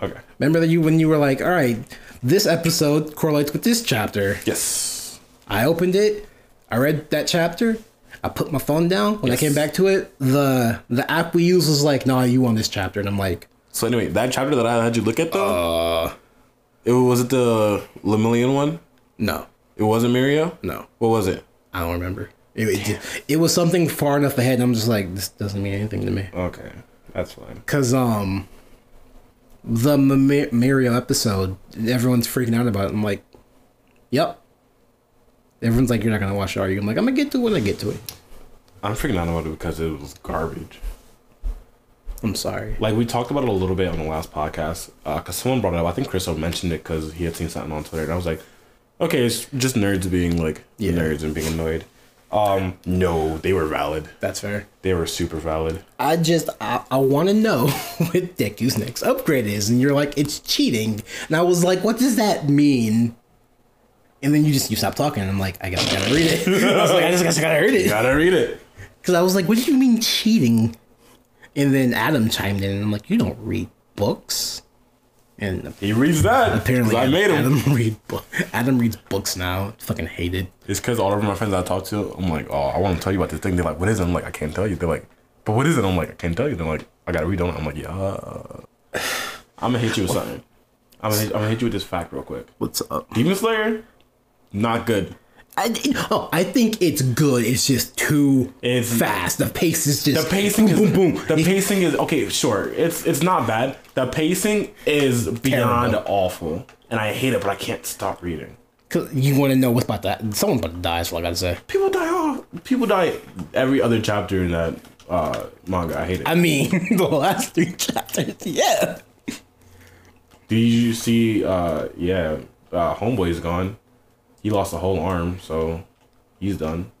Speaker 2: Okay.
Speaker 1: remember that you when you were like, all right, this episode correlates with this chapter.
Speaker 3: Yes.
Speaker 1: I opened it, I read that chapter, I put my phone down. When
Speaker 3: Yes.
Speaker 1: I came back to it, the the app we use was like, nah, you on this chapter, and I'm like,
Speaker 3: So anyway, that chapter that I had you look at though,
Speaker 2: Uh,
Speaker 3: it was it the Lemillion one.
Speaker 1: no,
Speaker 3: It wasn't Mirio.
Speaker 1: no,
Speaker 3: What was it?
Speaker 1: I don't remember. It, it, it was something far enough ahead. And I'm just like, this doesn't mean anything to me.
Speaker 2: Okay, that's fine.
Speaker 1: Cause um, the Ma- Mario episode, everyone's freaking out about it. I'm like, yep. Everyone's like, you're not gonna watch it, are you? I'm like, I'm gonna get to it when I get to it.
Speaker 2: I'm freaking out about it because it was garbage.
Speaker 1: I'm sorry.
Speaker 2: Like we talked about it a little bit on the last podcast because someone brought it up. I think Chris mentioned it because he had seen something on Twitter, and I was like, okay, it's just nerds being like
Speaker 1: Yeah.
Speaker 2: nerds and being annoyed. Um, no, they were valid.
Speaker 1: That's fair.
Speaker 2: They were super valid.
Speaker 1: I just I, I want to know what Deku's next upgrade is, and you're like, it's cheating, and I was like, what does that mean? And then you just you stop talking, and I'm like, I guess I gotta read it. I was like, I just guess I gotta read it.
Speaker 2: Gotta read it.
Speaker 1: Because I was like, what do you mean cheating? And then Adam chimed in, and I'm like, you don't read books? And
Speaker 2: He reads that.
Speaker 1: apparently,
Speaker 3: 'Cause I made him.
Speaker 1: Adam, read bu- Adam reads books now. Fucking hated.
Speaker 3: It's because all of my friends I talk to, I'm like, oh, I want to tell you about this thing. They're like, what is it? I'm like, I can't tell you. They're like, but what is it? I'm like, I can't tell you. They're like, I gotta read on it. I'm like, yeah.
Speaker 2: I'm gonna hit you with something. I'm gonna, hit, I'm gonna hit you with this fact real quick.
Speaker 1: What's up?
Speaker 2: Demon Slayer, not good.
Speaker 1: I, oh, I think it's good. It's just too
Speaker 2: It's-
Speaker 1: fast. The pace is just
Speaker 2: The pacing
Speaker 1: boom,
Speaker 2: is
Speaker 1: boom, boom.
Speaker 2: The pacing is okay. Sure, it's it's not bad. The pacing is beyond awful, and I hate it, but I can't stop reading.
Speaker 1: 'Cause you want to know what's about that? Someone about to die. Is what I gotta say.
Speaker 2: People die off. People die every other chapter in that uh, manga. I hate it.
Speaker 1: I mean, the last three chapters. Yeah.
Speaker 2: Did you see? Uh, yeah, uh, homeboy's gone. He lost a whole arm, so he's done.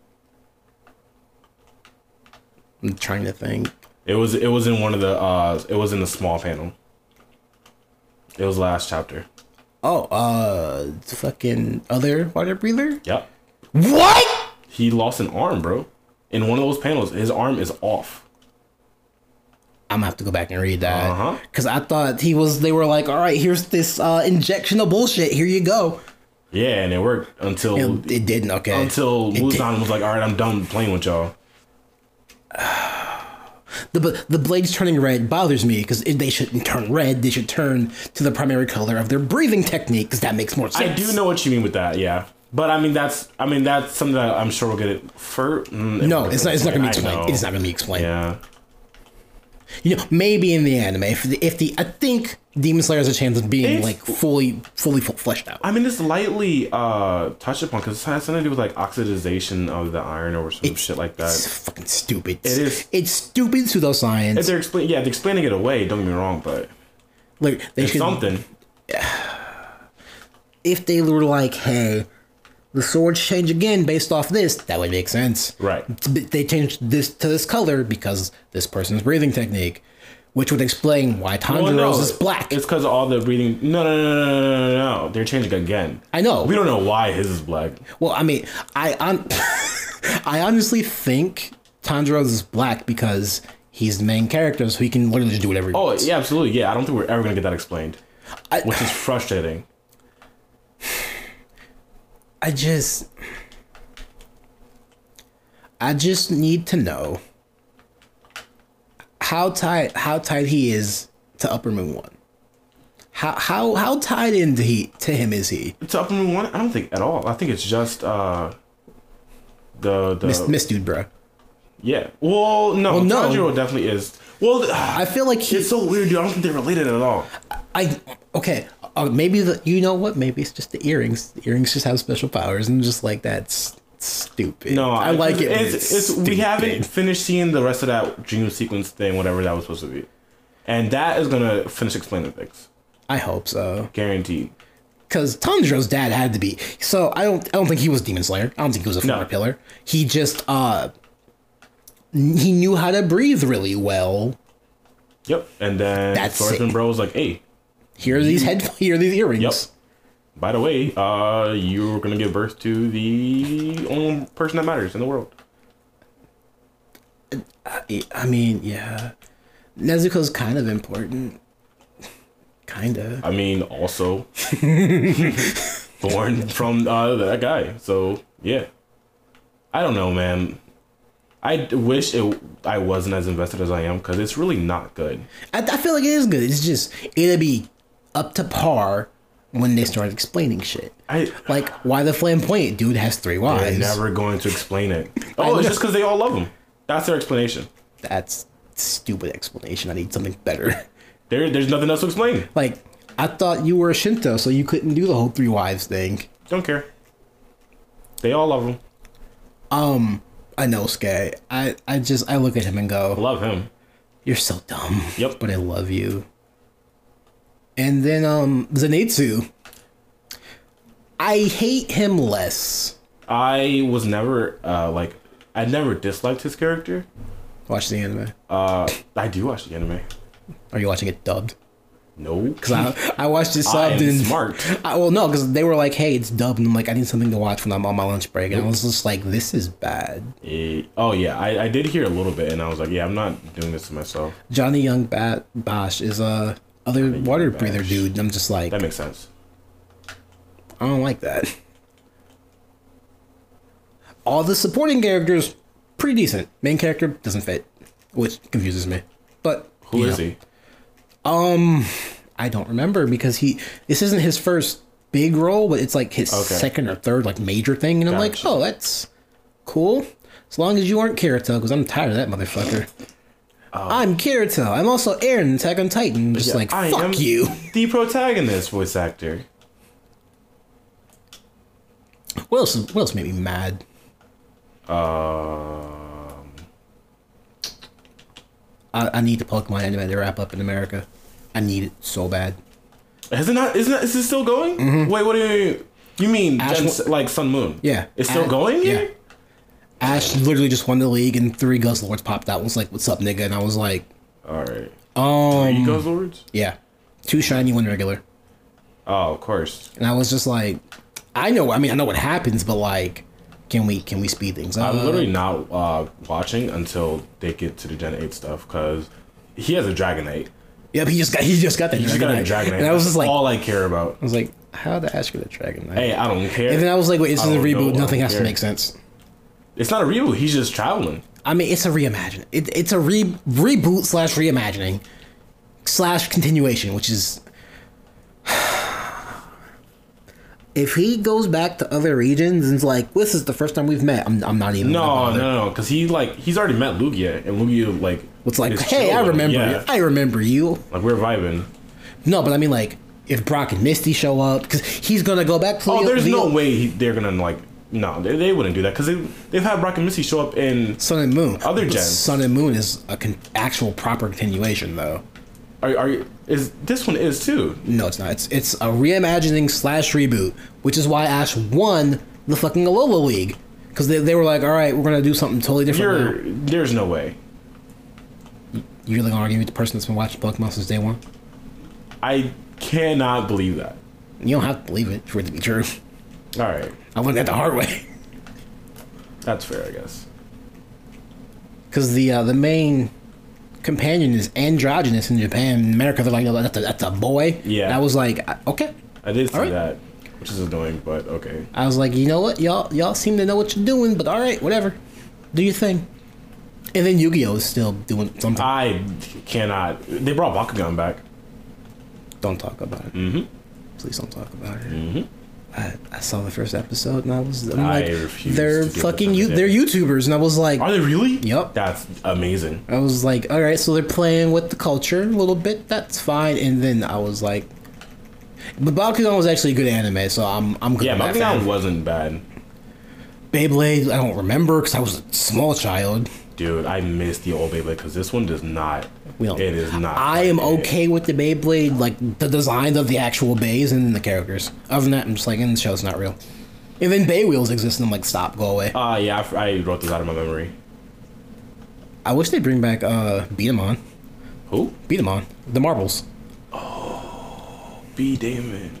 Speaker 1: I'm trying to think.
Speaker 2: It was it was in one of the uh it was in the small panel. It was last chapter.
Speaker 1: Oh, uh, fucking other water breather.
Speaker 2: Yep.
Speaker 1: What?
Speaker 2: He lost an arm, bro. In one of those panels, his arm is off.
Speaker 1: I'm gonna have to go back and read that
Speaker 2: Uh-huh.
Speaker 1: because I thought he was. They were like, "All right, here's this uh, injection of bullshit. Here you go."
Speaker 2: Yeah, and it worked until
Speaker 1: And it didn't. Okay.
Speaker 2: until
Speaker 1: It did-
Speaker 2: Muzan was like, "All right, I'm done playing with y'all."
Speaker 1: the bl- the blades turning red bothers me because they shouldn't turn red. They should turn to the primary color of their breathing technique because that makes more sense.
Speaker 2: I do know what you mean with that, yeah. But I mean, that's I mean that's something that I'm sure we'll get it for. mm,
Speaker 1: No, it's not. It's not gonna be
Speaker 2: I
Speaker 1: explained.
Speaker 2: know.
Speaker 1: It's not gonna be explained.
Speaker 2: Yeah,
Speaker 1: You know, maybe in the anime, if the, if the I think Demon Slayer has a chance of being
Speaker 2: It's-
Speaker 1: like fully fully fu- fleshed out.
Speaker 2: I mean it's lightly uh touched upon because it has something to do with like oxidization of the iron or some shit like that.
Speaker 1: It's fucking stupid.
Speaker 2: It is.
Speaker 1: It's stupid
Speaker 2: If
Speaker 1: pseudoscience.
Speaker 2: they're explain, yeah, they're explaining it away. Don't get me wrong, but
Speaker 1: Like they
Speaker 2: it's
Speaker 1: should.
Speaker 2: something.
Speaker 1: If they were like, hey, the swords change again based off this, that would make sense.
Speaker 2: Right.
Speaker 1: It's- They changed this to this color because this person's breathing technique, which would explain why
Speaker 2: Well,
Speaker 1: Tanjiro's
Speaker 2: no,
Speaker 1: is black.
Speaker 2: It's because all the breathing. No, no, no, no, no, no, no, no. They're changing again.
Speaker 1: I know.
Speaker 2: We don't know why his is black.
Speaker 1: Well, I mean, I on, I honestly think Tanjiro's is black because he's the main character, so he can literally just do whatever he
Speaker 2: Oh
Speaker 1: wants.
Speaker 2: yeah, absolutely. Yeah, I don't think we're ever gonna get that explained,
Speaker 1: I-
Speaker 2: which is frustrating.
Speaker 1: I just, I just need to know how tied how tied he is to Upper Moon One. How how how tied into he to him is he?
Speaker 2: To Upper Moon One, I don't think at all. I think it's just uh, the the
Speaker 1: Miss, Miss dude, bro.
Speaker 2: yeah. Well, no,
Speaker 1: no.
Speaker 2: Tanjiro definitely is. Well, th-
Speaker 1: I feel like he.
Speaker 2: it's so weird, dude. I don't think they're related at all.
Speaker 1: I okay. Uh, maybe the you know what? Maybe it's just the earrings. The earrings just have special powers, and just like that's stupid.
Speaker 2: No,
Speaker 1: I, like it.
Speaker 2: It's, it's, we haven't
Speaker 1: stupid.
Speaker 2: finished seeing the rest of that dream sequence thing, whatever that was supposed to be, and that is gonna finish explaining things,
Speaker 1: I hope so,
Speaker 2: guaranteed.
Speaker 1: because Tanjiro's dad had to be. So I don't. I don't think he was Demon Slayer. I don't think he was a
Speaker 2: No.
Speaker 1: former pillar. He just uh, n- he knew how to breathe really well.
Speaker 2: Yep. And then
Speaker 1: That's
Speaker 2: Swordsman
Speaker 1: it.
Speaker 2: Bro was like, "Hey,
Speaker 1: Here are these head. Here are these earrings.
Speaker 2: Yep. by the way, uh, you're gonna give birth to the only person that matters in the world."
Speaker 1: I- I mean, yeah, Nezuko's kind of important. Kinda.
Speaker 2: I mean, also born from uh, that guy. So yeah, I don't know, man. I d- wish it. I wasn't as invested as I am because it's really not good.
Speaker 1: I, I feel like it is good. It's just it'll be up to par when they start explaining shit.
Speaker 2: I
Speaker 1: Like why the flamboyant dude has three
Speaker 2: I'm
Speaker 1: wives.
Speaker 2: never going to explain it. Oh,
Speaker 1: know.
Speaker 2: it's just because they all love him. That's their explanation.
Speaker 1: That's stupid explanation. I need something better.
Speaker 2: There, there's nothing else to explain.
Speaker 1: Like I thought you were a Shinto, so you couldn't do the whole three wives thing.
Speaker 2: Don't care. They all love him.
Speaker 1: Um, I know, Sky. I I just I look at him and go,
Speaker 2: Love him.
Speaker 1: "You're so dumb."
Speaker 2: Yep.
Speaker 1: But I love you. And then um Zenitsu. I hate him less.
Speaker 2: I was never uh, like I never disliked his character.
Speaker 1: Watch the anime.
Speaker 2: Uh, I do watch the anime.
Speaker 1: Are you watching it dubbed?
Speaker 2: No, because
Speaker 1: Cause I, I watched it subbed
Speaker 2: am
Speaker 1: and
Speaker 2: smart.
Speaker 1: I, well, no, because they were like, "Hey, it's dubbed." And I'm like, "I need something to watch when I'm on my lunch break," and I was just like, "This is bad."
Speaker 2: oh yeah, I, I did hear a little bit, and I was like, yeah, I'm not doing this to myself.
Speaker 1: Johnny Young Bat Bosch is a other water
Speaker 2: Young
Speaker 1: breather
Speaker 2: Bash.
Speaker 1: dude. And I'm just like,
Speaker 2: That makes sense.
Speaker 1: I don't like that. All the supporting characters, pretty decent. Main character doesn't fit, which confuses me. But
Speaker 2: Who is he?
Speaker 1: I don't remember because he this isn't his first big role, but it's like his
Speaker 2: Okay.
Speaker 1: second or third like major thing, and I'm like,
Speaker 2: Gotcha.
Speaker 1: oh, that's cool. As long as you aren't Kirito, because I'm tired of that motherfucker. I'm Kirito. I'm also Aaron in Attack on Titan. Just
Speaker 2: Oh. Yeah,
Speaker 1: like fuck you.
Speaker 2: the protagonist voice actor.
Speaker 1: What else? What else made me mad?
Speaker 2: Um,
Speaker 1: I, I need the Pokemon anime to wrap up in America. I need it so bad.
Speaker 2: is it not? Isn't is it still going? Wait, what do you? You mean
Speaker 1: Mm-hmm. Ash-
Speaker 2: Gen- like Sun Moon?
Speaker 1: Yeah.
Speaker 2: it's still
Speaker 1: Ash-
Speaker 2: going
Speaker 1: yeah.
Speaker 2: here.
Speaker 1: Ash literally just won the league, and three Ghost Lords popped out. and Was like, "What's up, nigga?" And I was like,
Speaker 2: All right.
Speaker 1: "Um,
Speaker 2: Ego Lords?
Speaker 1: yeah, two shiny, one regular."
Speaker 2: Oh, of course.
Speaker 1: And I was just like, "I know. I mean, I know what happens, but like, can we can we speed things up?"
Speaker 2: I'm literally not uh, watching until they get to the Gen 8 stuff because he has a Dragonite.
Speaker 1: Yep, he just got he just got that
Speaker 2: He just got a
Speaker 1: Dragonite.
Speaker 2: Dragonite.
Speaker 1: and I was just like,
Speaker 2: all I care about.
Speaker 1: I was like, "How the Ash get a Dragonite?"
Speaker 2: Hey, I don't care.
Speaker 1: and then I was like, "Wait, this
Speaker 2: I
Speaker 1: is a
Speaker 2: don't know,
Speaker 1: reboot.
Speaker 2: I
Speaker 1: Nothing
Speaker 2: don't
Speaker 1: has
Speaker 2: care.
Speaker 1: to make sense."
Speaker 2: it's not a reboot. He's just traveling.
Speaker 1: I mean, it's a reimagine. It, it's a re reboot slash reimagining slash continuation, which is. If he goes back to other regions and's like, this is the first time we've met, I'm, I'm not even. gonna
Speaker 2: No, no,
Speaker 1: bother.
Speaker 2: no, because he like he's already met Lugia, and Lugia like
Speaker 1: It's like,
Speaker 2: is
Speaker 1: hey, I
Speaker 2: chill with him.
Speaker 1: remember,
Speaker 2: Yeah.
Speaker 1: you. I remember you.
Speaker 2: like we're vibing.
Speaker 1: No, but I mean, like, if Brock and Misty show up, because he's gonna go back. To
Speaker 2: Oh,
Speaker 1: the-
Speaker 2: there's
Speaker 1: the-
Speaker 2: no way he, they're gonna like no, they, they wouldn't do that because they they've had Brock and Misty show up in.
Speaker 1: Sun and Moon.
Speaker 2: Other
Speaker 1: But
Speaker 2: gens.
Speaker 1: Sun and Moon is a con- actual proper continuation, though.
Speaker 2: Are are you- is this one is too?
Speaker 1: No, it's not. It's it's a reimagining slash reboot, which is why Ash won the fucking Alola League because they, they were like, all right, we're gonna do something totally different. now."
Speaker 2: You're there's no way.
Speaker 1: You really gonna argue with the person that's been watching Pokemon since day one?
Speaker 2: I cannot believe that.
Speaker 1: You don't have to believe it for it to be true.
Speaker 2: All right,
Speaker 1: I learned that the hard way
Speaker 2: that's fair, I guess.
Speaker 1: because the uh, the main companion is androgynous in Japan. In America, they're like, no, that's a, that's a boy.
Speaker 2: Yeah.
Speaker 1: And I was like, I- okay.
Speaker 2: I did see
Speaker 1: All right.
Speaker 2: that, which is annoying, but okay.
Speaker 1: I was like, you know what, y'all y'all seem to know what you're doing, but all right, whatever, do your thing. And then Yu-Gi-Oh is still doing something.
Speaker 2: I cannot. They brought Bakugan back.
Speaker 1: Don't talk about it. Mm-hmm. Please don't talk about it. Mm-hmm. I, I saw the first episode and I was I'm
Speaker 2: I
Speaker 1: like,
Speaker 2: refuse
Speaker 1: they're
Speaker 2: to give
Speaker 1: fucking
Speaker 2: this
Speaker 1: you,
Speaker 2: up.
Speaker 1: they're YouTubers, and I was like,
Speaker 2: Are they really?
Speaker 1: Yup.
Speaker 2: That's amazing.
Speaker 1: I was like, all right, so they're playing with the culture a little bit. That's fine. And then I was like, but Bakugan was actually a good anime, so I'm I'm good.
Speaker 2: Yeah,
Speaker 1: with that
Speaker 2: Bakugan
Speaker 1: fact.
Speaker 2: wasn't bad,
Speaker 1: Beyblade, I don't remember because I was a small child.
Speaker 2: dude. I miss the old Beyblade because this one does not.
Speaker 1: We don't-
Speaker 2: It is not.
Speaker 1: I am
Speaker 2: like it.
Speaker 1: okay with the Beyblade, like the design of the actual bays and the characters. Other than that, I'm just like, and the show's not real. And then Bay Wheels exist, and I'm like, stop, go away.
Speaker 2: Ah, yeah, I f- I, wrote this out of my memory.
Speaker 1: I wish they'd bring back uh, Beat 'em On.
Speaker 2: Who?
Speaker 1: Beat 'em On. The Marbles.
Speaker 2: B. Damon.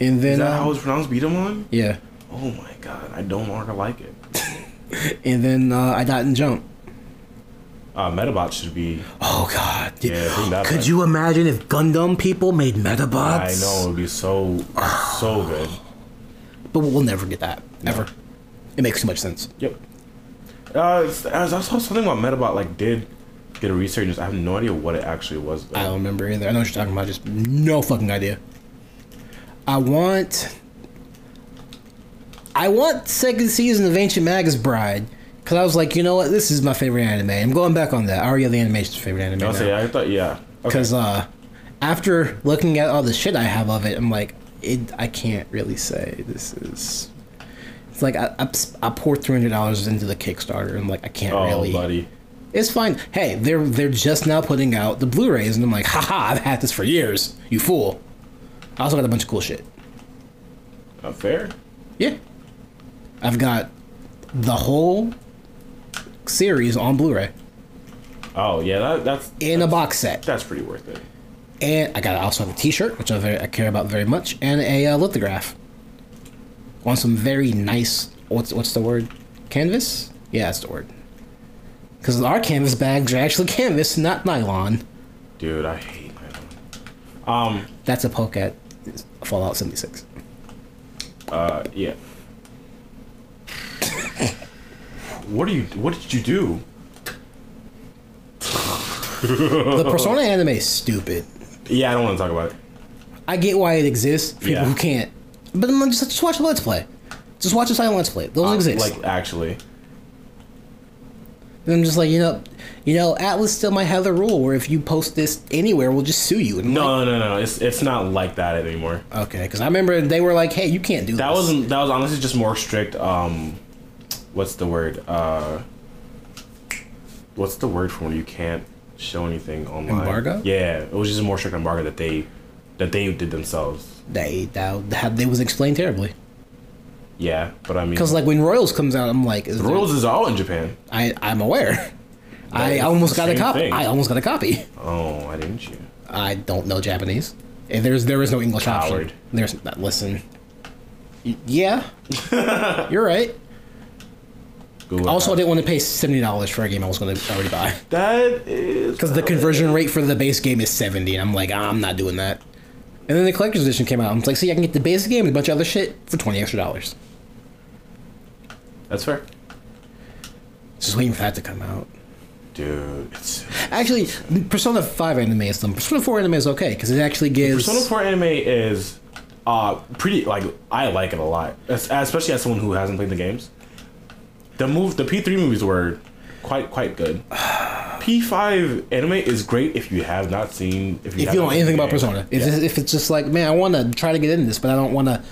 Speaker 1: And then.
Speaker 2: Is that
Speaker 1: um,
Speaker 2: how it's pronounced? Beat 'em on?
Speaker 1: yeah.
Speaker 2: Oh my god, I don't longer like it.
Speaker 1: And then uh, I Dot and Jump.
Speaker 2: Uh, Metabot should be.
Speaker 1: Oh, God. dude.
Speaker 2: Yeah, bring that
Speaker 1: Could
Speaker 2: back.
Speaker 1: you imagine if Gundam people made
Speaker 2: I
Speaker 1: Metabots?
Speaker 2: know it would be so so good.
Speaker 1: But we'll never get that. Ever. It makes too much sense.
Speaker 2: Yep. Uh, it's- I was- I saw something about Metabot like did get a resurgence. I have no idea what it actually was. Though.
Speaker 1: I don't remember either. I know what you're talking about. Just no fucking idea. I want. I want second season of Ancient Magus Bride because I was like, you know what, this is my favorite anime. I'm going back on that. I already have the animation's favorite anime.
Speaker 2: I'll
Speaker 1: now.
Speaker 2: say I thought yeah. Okay.
Speaker 1: because uh, after looking at all the shit I have of it, I'm like, it, I can't really say this is. It's like I, I, ps- I poured three hundred dollars into the Kickstarter, and I'm like, I can't
Speaker 2: Oh,
Speaker 1: really.
Speaker 2: buddy.
Speaker 1: It's fine. Hey, they're they're just now putting out the Blu-rays, and I'm like, haha, I've had this for years. You fool. I also got a bunch of cool shit.
Speaker 2: Not Uh, fair.
Speaker 1: Yeah, I've got the whole series on Blu-ray
Speaker 2: Oh yeah, that, that's
Speaker 1: in a box set.
Speaker 2: that's pretty worth it.
Speaker 1: and I got I also have a T-shirt, which I, very, I care about very much, and a uh, lithograph on some very nice. What's what's the word? Canvas? Yeah, that's the word. Because our canvas bags are actually canvas, not nylon.
Speaker 2: Dude, I hate my Um,
Speaker 1: That's a poke at Fallout seventy six.
Speaker 2: uh, yeah. what do you? What did you do?
Speaker 1: The Persona anime is stupid.
Speaker 2: Yeah, I don't want to talk about it.
Speaker 1: I get why it exists for people
Speaker 2: Yeah.
Speaker 1: who can't, but I'm like, just just watch a let's play. Just watch a silent let's play. Those exist.
Speaker 2: Uh, Like actually,
Speaker 1: And I'm just like you know, you know, Atlas still might have the rule where if you post this anywhere, we'll just sue you. And I'm like,
Speaker 2: no, no, no, no. It's it's not like that anymore.
Speaker 1: Okay, because I remember they were like, "Hey, you can't do
Speaker 2: That
Speaker 1: this."
Speaker 2: wasn't. That was honestly just more strict. Um, what's the word? Uh, what's the word for when you can't show anything online?
Speaker 1: Embargo?
Speaker 2: Yeah, it was just a more strict embargo that they that they did themselves.
Speaker 1: they that, that they was explained terribly.
Speaker 2: Yeah, but I mean,
Speaker 1: Because like when Royals comes out, I'm like, is
Speaker 2: the
Speaker 1: there-
Speaker 2: rules is all in Japan.
Speaker 1: I I'm aware. I
Speaker 2: is
Speaker 1: almost
Speaker 2: the
Speaker 1: got a
Speaker 2: same
Speaker 1: copy.
Speaker 2: thing.
Speaker 1: I almost got a copy.
Speaker 2: Oh, why didn't you?
Speaker 1: I don't know Japanese. And there's there is no English
Speaker 2: Coward.
Speaker 1: option. There's not listen. Y- Yeah, you're right.
Speaker 2: Google
Speaker 1: Also, I
Speaker 2: that.
Speaker 1: didn't want to pay seventy dollars for a game I was going to already buy
Speaker 2: that is
Speaker 1: because the conversion rate for the base game is seventy, and I'm like, "Ah, I'm not doing that. And then the collector's edition came out. I'm like, see, I can get the base game and a bunch of other shit for twenty extra dollars.
Speaker 2: that's fair,
Speaker 1: Just waiting for that to come out.
Speaker 2: dude. It's,
Speaker 1: Actually, Persona Five anime is dumb. Persona Four anime is okay because it actually gives.
Speaker 2: Persona Four anime is uh pretty like I like it a lot, es- especially as someone who hasn't played the games. The move, the P three movies were quite quite good. P five anime is great if you have not seen if you,
Speaker 1: if
Speaker 2: have
Speaker 1: you
Speaker 2: not
Speaker 1: don't know
Speaker 2: seen
Speaker 1: anything
Speaker 2: the
Speaker 1: about
Speaker 2: game.
Speaker 1: Persona, if,
Speaker 2: Yeah.
Speaker 1: it's, if it's just like, man, I want to try to get into this, but I don't want to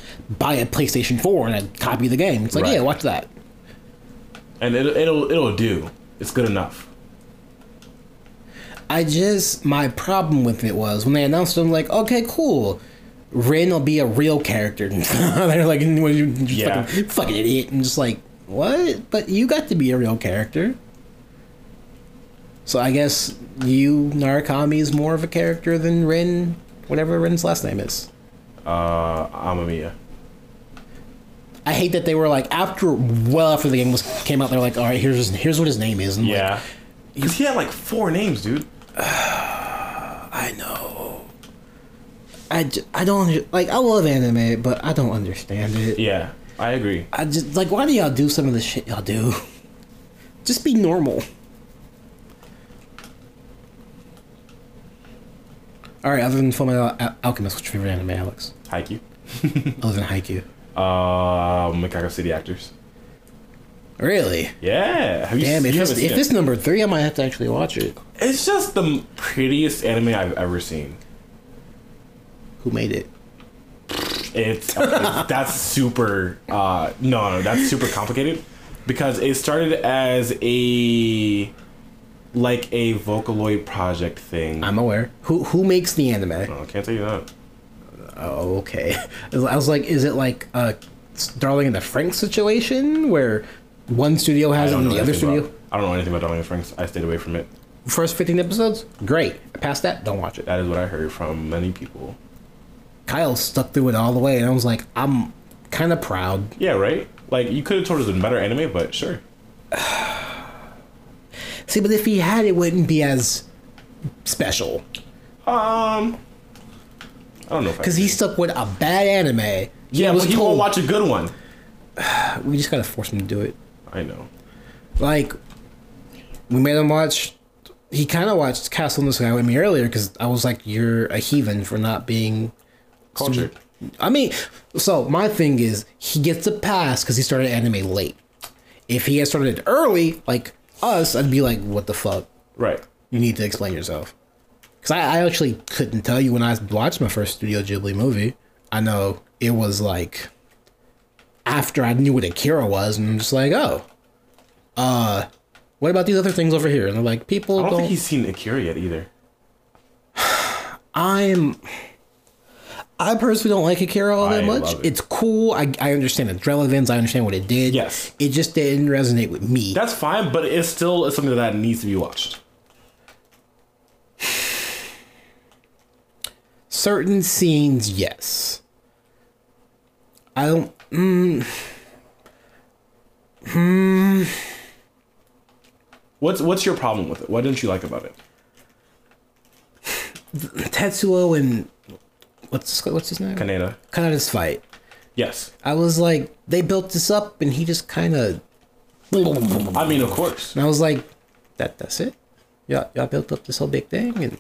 Speaker 1: buy a PlayStation 4 and a copy of the game. It's like,
Speaker 2: Right.
Speaker 1: yeah, watch that.
Speaker 2: and it, it'll it'll do. It's good enough.
Speaker 1: I just my problem with it was when they announced it, I'm like, okay, cool. Rin will be a real character. They're like, "Well, you you just
Speaker 2: Yeah.
Speaker 1: fucking, fucking idiot. And just like, what? But you got to be a real character. So I guess you Narukami is more of a character than Rin, whatever Rin's last name is.
Speaker 2: Uh, Amamiya.
Speaker 1: I hate that they were like after well after the game was came out, they're like, all right, here's his, here's what his name is. And I'm
Speaker 2: Yeah, because he had like four names, dude.
Speaker 1: like, I know. I, j- I don't under- like I love anime, but I don't understand it.
Speaker 2: Yeah, I agree.
Speaker 1: I just like why do y'all do some of the shit y'all do? Just be normal. All right, other than Fullmetal Al- Alchemist, what's your favorite anime, Alex?
Speaker 2: Haikyuu.
Speaker 1: Other than Haikyuu.
Speaker 2: Uh, Chicago City Actors.
Speaker 1: Really?
Speaker 2: Yeah. Have you,
Speaker 1: Damn, if,
Speaker 2: you
Speaker 1: it's,
Speaker 2: haven't seen
Speaker 1: if
Speaker 2: it.
Speaker 1: it's number three, I might have to actually watch it.
Speaker 2: It's just the prettiest anime I've ever seen.
Speaker 1: Who made it?
Speaker 2: It's that's super. Uh, no, no, that's super complicated because it started as a like a Vocaloid project thing.
Speaker 1: I'm aware. Who who makes the anime?
Speaker 2: no, I can't tell you that.
Speaker 1: Oh, okay. I was like, is it like a Darling in the Frank situation where one studio
Speaker 2: I
Speaker 1: has it
Speaker 2: don't
Speaker 1: and
Speaker 2: know
Speaker 1: the other
Speaker 2: anything
Speaker 1: studio?
Speaker 2: about- I don't know anything about Darling in Franks. I stayed away from it.
Speaker 1: First 15 episodes? Great. Past that, don't watch it.
Speaker 2: That is what I heard from many people.
Speaker 1: Kyle stuck through it all the way, and I was like, I'm kind of proud.
Speaker 2: Yeah, right. Like you could have told us a better anime, but sure.
Speaker 1: See, but if he had, it wouldn't be as special.
Speaker 2: Um, I don't know if I
Speaker 1: Because he
Speaker 2: agree.
Speaker 1: stuck with a bad anime.
Speaker 2: yeah,
Speaker 1: was
Speaker 2: but he
Speaker 1: told-
Speaker 2: won't watch a good one.
Speaker 1: We just gotta force him to do it.
Speaker 2: I know.
Speaker 1: like we made him watch he kind of watched castle in the sky with me earlier because i was like you're a heathen for not being
Speaker 2: Culture.
Speaker 1: i mean so my thing is he gets a pass because he started anime late if he had started early like us i'd be like what the fuck
Speaker 2: Right.
Speaker 1: you need to explain yourself because I, I actually couldn't tell you when i watched my first studio ghibli movie i know it was like after i knew what akira was and i'm just like oh uh what about these other things over here and they're like people
Speaker 2: I don't
Speaker 1: don't,
Speaker 2: think he's seen Akira yet either.
Speaker 1: i'm i personally don't like akira all that
Speaker 2: I
Speaker 1: much
Speaker 2: love it.
Speaker 1: it's cool I, I understand its relevance i understand what it did
Speaker 2: Yes.
Speaker 1: it just didn't resonate with me
Speaker 2: That's fine, but it's still something that needs to be watched.
Speaker 1: certain scenes, yes. I don't. Mm,
Speaker 2: What's what's your problem with it? What didn't you like about it?
Speaker 1: Tetsuo and what's what's his name?
Speaker 2: Kaneda.
Speaker 1: Kaneda's fight.
Speaker 2: Yes.
Speaker 1: I was like, they built this up, and he just kind of. And
Speaker 2: I mean, of course.
Speaker 1: I was like, that that's it. Y'all, y'all built up this whole big thing, and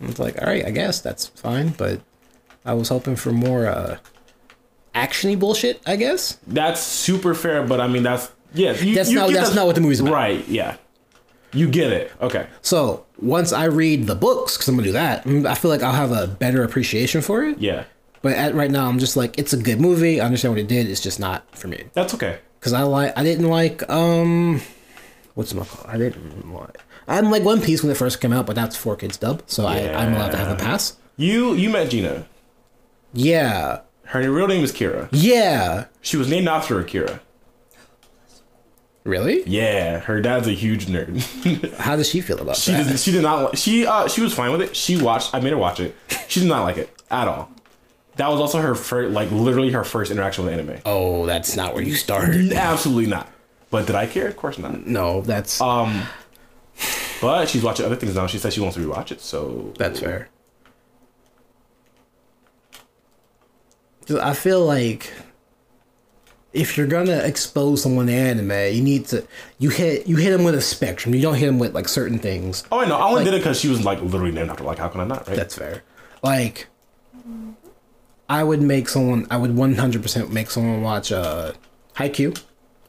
Speaker 1: it's like, all right, I guess that's fine. But I was hoping for more uh, actiony bullshit. I guess.
Speaker 2: That's super fair, but I mean, that's yeah. You,
Speaker 1: That's
Speaker 2: you
Speaker 1: not-
Speaker 2: get
Speaker 1: that's
Speaker 2: that-
Speaker 1: not what the movie's about.
Speaker 2: Right. Yeah. You get it. Okay.
Speaker 1: So once I read the books, because I'm gonna do that, mm, I feel like I'll have a better appreciation for it.
Speaker 2: Yeah.
Speaker 1: But at, right now, I'm just like, it's a good movie. I understand what it did. It's just not for me.
Speaker 2: That's okay.
Speaker 1: Cause I like, I didn't like, um, what's my call? I didn't like. I'm like One Piece when it first came out, but that's four kids dub, so I, I'm allowed to have a pass.
Speaker 2: You you met Gina.
Speaker 1: Yeah,
Speaker 2: Her real name is Kira.
Speaker 1: Yeah.
Speaker 2: She was named after Akira.
Speaker 1: Really?
Speaker 2: Yeah, her dad's a huge nerd.
Speaker 1: How does she feel about
Speaker 2: she
Speaker 1: that?
Speaker 2: did, she did not. li- She uh, she was fine with it. She watched. I made her watch it. She did not like it at all. That was also her first, like literally her first interaction with anime.
Speaker 1: Oh, that's not where you started.
Speaker 2: Absolutely not. But did I care? Of course not.
Speaker 1: No, that's
Speaker 2: Um, but she's watching other things now. She said she wants to rewatch it. So
Speaker 1: that's fair. So I feel like if you're gonna expose someone to anime, you need to you hit you hit them with a spectrum. You don't hit them with like certain things.
Speaker 2: Oh, I know. I only did it because she was like literally named after. Like, how can I not? Right?
Speaker 1: That's fair. Like, I would make someone. I would one hundred percent make someone watch uh, Haikyuu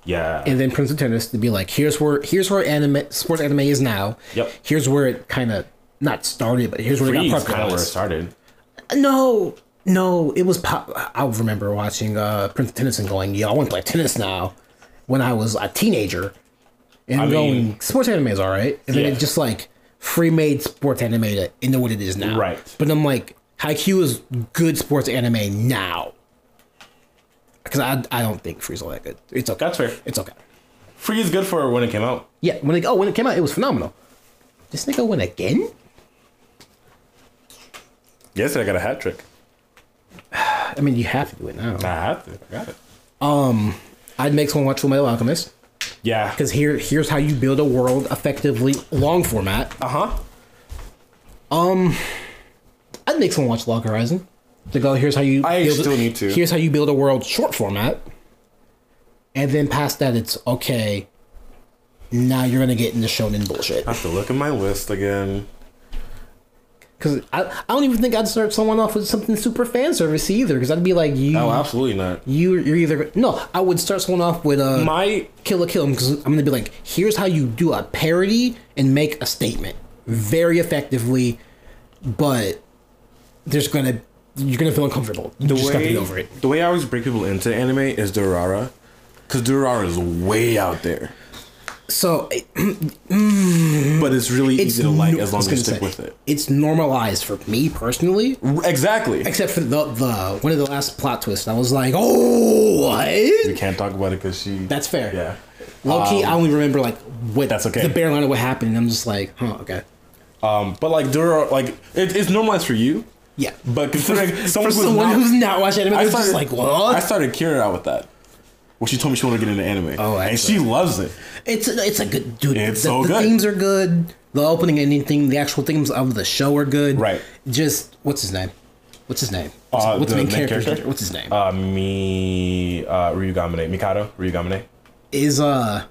Speaker 2: yeah.
Speaker 1: and then Prince of Tennis to be like, here's where here's where anime sports anime is now.
Speaker 2: Yep.
Speaker 1: Here's where it kind of not started, but here's where
Speaker 2: Freeze
Speaker 1: it got
Speaker 2: kind of where it
Speaker 1: popularized.
Speaker 2: started.
Speaker 1: No, no, it was pop. I remember watching uh, Prince of Tennis and going, yo, I want to play tennis now. When I was a teenager, and
Speaker 2: I mean-
Speaker 1: going sports anime is all right, and then
Speaker 2: Yeah.
Speaker 1: it just like free made sports anime to into what it is now.
Speaker 2: Right.
Speaker 1: But I'm like, Haikyuu is good sports anime now. Because I, I don't think Freeze all that good. It's okay.
Speaker 2: That's fair.
Speaker 1: It's okay.
Speaker 2: Freeze good for when it came out.
Speaker 1: Yeah, when it, oh when it came out, it was phenomenal. This nigga went again.
Speaker 2: Yes, I got a hat trick.
Speaker 1: I mean, you have to do it now.
Speaker 2: I have to. I got it.
Speaker 1: I'd make someone watch Full Metal Alchemist
Speaker 2: Yeah.
Speaker 1: because here here's how you build a world effectively long format.
Speaker 2: Uh huh.
Speaker 1: I'd make someone watch Log Horizon to go. Here's how you.
Speaker 3: I
Speaker 1: build
Speaker 3: still need to.
Speaker 1: Here's how you build a world short format, and then past that, it's okay. Now you're gonna get into shonen bullshit.
Speaker 3: I have to look at my list again.
Speaker 1: Because I, I don't even think I'd start someone off with something super fan service either. Because I'd be like you.
Speaker 3: Oh, absolutely not.
Speaker 1: you you're either no. I would start someone off with uh,
Speaker 2: My
Speaker 1: Kill a Kill because I'm gonna be like, here's how you do a parody and make a statement very effectively, but there's gonna you're gonna feel uncomfortable. You
Speaker 3: The
Speaker 1: just gotta
Speaker 3: way
Speaker 1: get over it.
Speaker 3: the way I always break people into anime is Durara, because Durara is way out there,
Speaker 1: So it-
Speaker 3: but it's really
Speaker 1: Mm. it's
Speaker 3: easy to like
Speaker 1: no-
Speaker 3: as long
Speaker 1: I was
Speaker 3: as you
Speaker 1: gonna
Speaker 3: stick
Speaker 1: say,
Speaker 3: with it.
Speaker 1: It's normalized for me personally,
Speaker 3: Exactly.
Speaker 1: except for the the one of the last plot twists. I was like, oh,
Speaker 3: We
Speaker 1: what?
Speaker 3: can't talk about it because she.
Speaker 1: That's fair.
Speaker 3: Yeah.
Speaker 1: Low key, I only remember like what
Speaker 3: Um, That's okay.
Speaker 1: The bare line of what happened, and I'm just like, huh, okay,
Speaker 3: Um, but like Durara, like it, it's normalized for you,
Speaker 1: yeah.
Speaker 3: but considering someone
Speaker 1: For
Speaker 3: who's
Speaker 1: someone
Speaker 3: not-
Speaker 1: who's not watching anime,
Speaker 3: I
Speaker 1: they're
Speaker 3: started
Speaker 1: just like, what?
Speaker 3: I started Kira out with that. Well, she told me she wanted to get into anime.
Speaker 1: Oh,
Speaker 3: and
Speaker 1: excellent.
Speaker 3: she loves it.
Speaker 1: It's it's a good dude.
Speaker 3: It's
Speaker 1: the,
Speaker 3: so
Speaker 1: the
Speaker 3: good.
Speaker 1: themes are good. The opening and anything, the actual themes of the show are good.
Speaker 3: Right.
Speaker 1: Just what's his name? What's his name? What's,
Speaker 2: Uh,
Speaker 1: what's
Speaker 2: the
Speaker 1: main
Speaker 2: main
Speaker 1: character's
Speaker 2: character?
Speaker 1: name? What's his name?
Speaker 2: uh, me uh, Ryugamine Mikado Ryugamine.
Speaker 1: is uh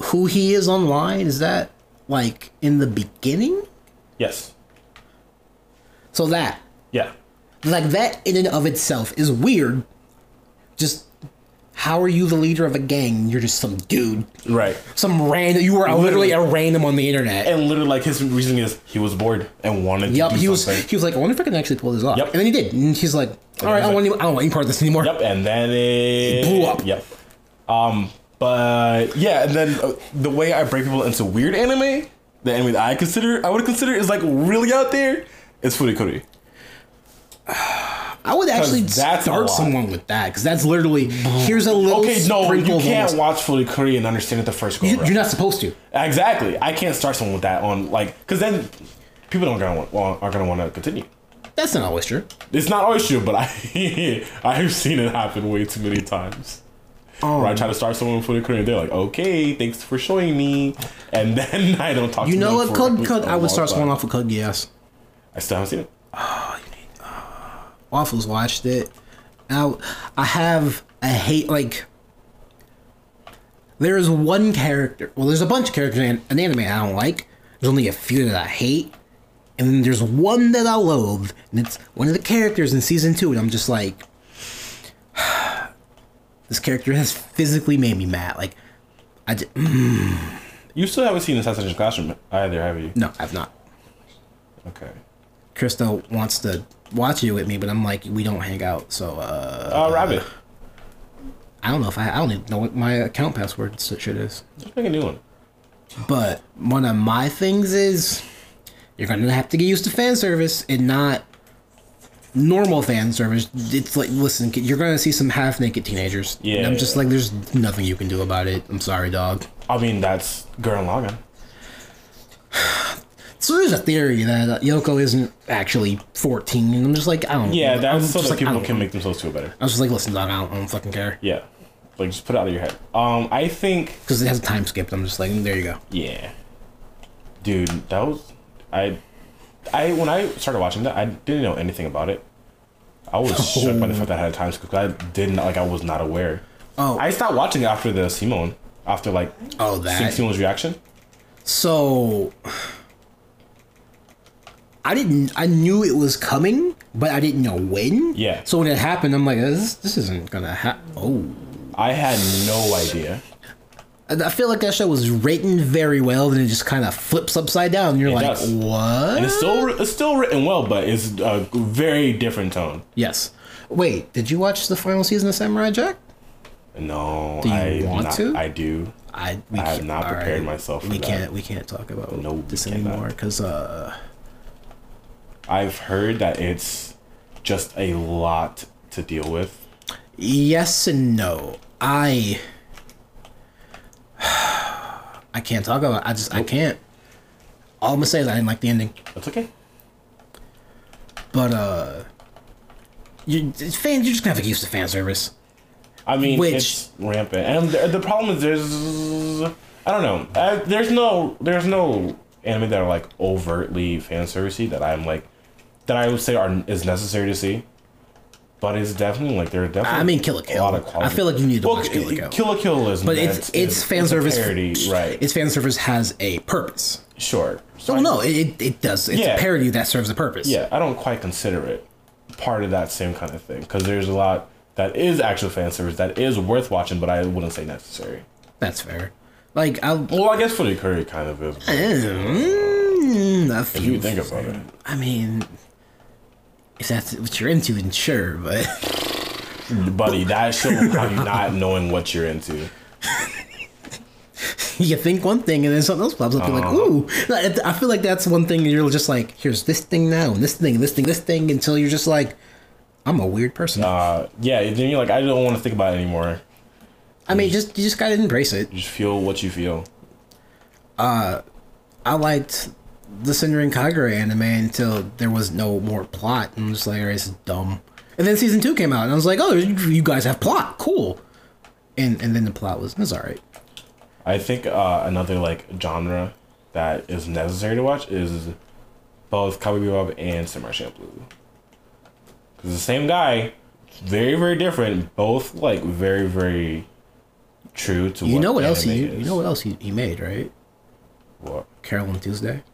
Speaker 1: who he is online? Is that like in the beginning?
Speaker 2: Yes.
Speaker 1: So that
Speaker 2: Yeah.
Speaker 1: like that in and of itself is weird. Just how are you the leader of a gang? You're just some dude,
Speaker 2: Right.
Speaker 1: some random. You were literally, a random on the internet.
Speaker 2: And literally, like his reasoning is he was bored and wanted
Speaker 1: Yep,
Speaker 2: to do
Speaker 1: he was
Speaker 2: something.
Speaker 1: he was like, I wonder if I can actually pull this off.
Speaker 2: Yep.
Speaker 1: And then he did. And he's like, All right, I don't, want any, I don't want any part of this anymore.
Speaker 2: Yep, and then it
Speaker 1: blew up.
Speaker 2: Yep. Um,
Speaker 3: But yeah, and then uh, the way I break people into weird anime, the anime that I consider, I would consider is like really out there, is Furikuri.
Speaker 1: I would actually
Speaker 2: that's a
Speaker 1: start
Speaker 2: lot.
Speaker 1: someone with that because that's literally here's a little
Speaker 2: okay, no, you
Speaker 1: sprinkle of
Speaker 2: can't
Speaker 1: almost-
Speaker 2: watch Furikuri and understand it the first go.
Speaker 1: You-
Speaker 2: around.
Speaker 1: You're not supposed to.
Speaker 2: exactly. I can't start someone with that on like because then people don't gonna want, well, aren't gonna want to continue.
Speaker 1: That's not always true.
Speaker 2: It's not always true, but I I've seen it happen way too many times. Where
Speaker 1: Oh.
Speaker 2: I try to start someone with Furikuri and they're like, okay, thanks for showing me, and then I don't talk.
Speaker 1: You
Speaker 2: to
Speaker 1: know
Speaker 2: them
Speaker 1: what?
Speaker 2: for
Speaker 1: Code,
Speaker 2: a
Speaker 1: code. I would
Speaker 2: long
Speaker 1: start someone
Speaker 2: time.
Speaker 1: off with Code Geass.
Speaker 2: I still haven't seen it.
Speaker 1: Waffles watched it. Now I have a hate like. There is one character. Well, there's a bunch of characters in an anime I don't like. There's only a few that I hate, and then there's one that I loathe, and it's one of the characters in season two, and I'm just like, this character has physically made me mad. Like, I j-
Speaker 2: You still haven't seen Assassination Classroom either, have you?
Speaker 1: no, I've not.
Speaker 2: Okay.
Speaker 1: Krista wants to watch it with me, but I'm like, we don't hang out, so uh,
Speaker 2: Uh, Rabbit.
Speaker 1: I don't know if I, I don't even know what my account password s- shit is.
Speaker 2: Let's make a new one.
Speaker 1: But one of my things is you're gonna have to get used to fan service and not normal fan service, it's like listen, kid, you're gonna see some half naked teenagers.
Speaker 2: Yeah,
Speaker 1: And I'm
Speaker 2: yeah,
Speaker 1: just
Speaker 2: yeah.
Speaker 1: like, there's nothing you can do about it. I'm sorry, dog.
Speaker 2: I mean, that's Gurren Lagann.
Speaker 1: So there's a theory that uh, Yoko isn't actually 14. And I'm just like, I don't.
Speaker 2: Yeah,
Speaker 1: I'm
Speaker 2: that's so
Speaker 1: just
Speaker 2: that
Speaker 1: like, I
Speaker 2: people
Speaker 1: don't-
Speaker 2: can make themselves feel better.
Speaker 1: I was just like, listen, dog, I don't, I don't fucking care
Speaker 2: Yeah, like just put it out of your head. Um, I think
Speaker 1: because it has a time skip. I'm just like, there you go.
Speaker 2: Yeah. Dude, that was I I when I started watching that, I didn't know anything about it. I was shook by the fact that I had a time skip 'cause I did not like I was not aware.
Speaker 1: Oh,
Speaker 2: I stopped watching it after the Simone, after like
Speaker 1: oh
Speaker 2: seeing
Speaker 1: that.
Speaker 2: Simone's reaction.
Speaker 1: So I didn't. I knew it was coming, but I didn't know when.
Speaker 2: Yeah.
Speaker 1: So when it happened, I'm like, this, this isn't gonna happen. Oh.
Speaker 2: I had no idea.
Speaker 1: I I feel like that show was written very well, then it just kind of flips upside down. And you're like,
Speaker 2: does.
Speaker 1: what?
Speaker 2: And it's still wri- it's still written well, but it's a very different tone.
Speaker 1: yes. Wait, did you watch the final season of Samurai Jack?
Speaker 2: No,
Speaker 1: you
Speaker 2: I
Speaker 1: want
Speaker 2: not,
Speaker 1: to?
Speaker 2: I do.
Speaker 1: I, we
Speaker 2: I have
Speaker 1: can't-
Speaker 2: not
Speaker 1: all
Speaker 2: prepared myself for
Speaker 1: we
Speaker 2: that.
Speaker 1: can't. We can't talk about
Speaker 2: No, we
Speaker 1: this
Speaker 2: cannot.
Speaker 1: anymore because uh,
Speaker 2: I've heard that it's just a lot to deal with.
Speaker 1: yes and no. I I can't talk about. I just I can't. All I'm gonna say is I didn't like the ending.
Speaker 2: That's okay.
Speaker 1: But uh, you fans, you're just gonna have to use the fan service.
Speaker 2: I mean,
Speaker 1: Which-
Speaker 2: it's rampant, and the, the problem is there's I don't know. I, there's no there's no anime that are like overtly fan servicey that I'm like that I would say are is necessary to see. But it's definitely like there are definitely
Speaker 1: I mean, Kill a Kill. I feel like you need to watch Kill a Kill.
Speaker 2: Kill a Kill is
Speaker 1: But
Speaker 2: meant-
Speaker 1: it's it's fan
Speaker 2: a
Speaker 1: service.
Speaker 2: parody, right?
Speaker 1: It's fan service has a purpose.
Speaker 2: sure. So
Speaker 1: Oh
Speaker 2: I-
Speaker 1: no, it, it, it does. It's
Speaker 2: Yeah.
Speaker 1: a parody that serves a purpose.
Speaker 2: yeah, I don't quite consider it part of that same kind of thing because there's a lot that is actual fan service that is worth watching, but I wouldn't say necessary.
Speaker 1: that's fair. Like I,
Speaker 2: Well, I guess for the Curry kind of is.
Speaker 1: mm, a
Speaker 2: If
Speaker 1: few-
Speaker 2: you think about it.
Speaker 1: I mean, if that's what you're into, then sure. But
Speaker 2: Buddy, that show will have you not knowing what you're into.
Speaker 1: you think one thing and then something else pops up. You're like, ooh. Like, I feel like that's one thing. You're just like, here's this thing now, and this thing, and this thing, this thing, until you're just like, I'm a weird person.
Speaker 2: Uh, yeah, then you're like, I don't want to think about it anymore.
Speaker 1: I mean, just you just gotta embrace it.
Speaker 2: Just feel what you feel.
Speaker 1: I liked the Sindering Kagura anime until there was no more plot. And I'm just like, all right, this is dumb. And then season two came out, and I was like, oh, you you guys have plot, cool. And and then the plot was, it's all right.
Speaker 2: I think uh, another like genre that is necessary to watch is both Cowboy Bebop and Samurai Champloo. Cause the same guy, very very different. Both like very very true to
Speaker 1: You know what else he
Speaker 2: anime
Speaker 1: you
Speaker 2: is.
Speaker 1: know what else he, he made, right?
Speaker 2: what
Speaker 1: Carol on Tuesday.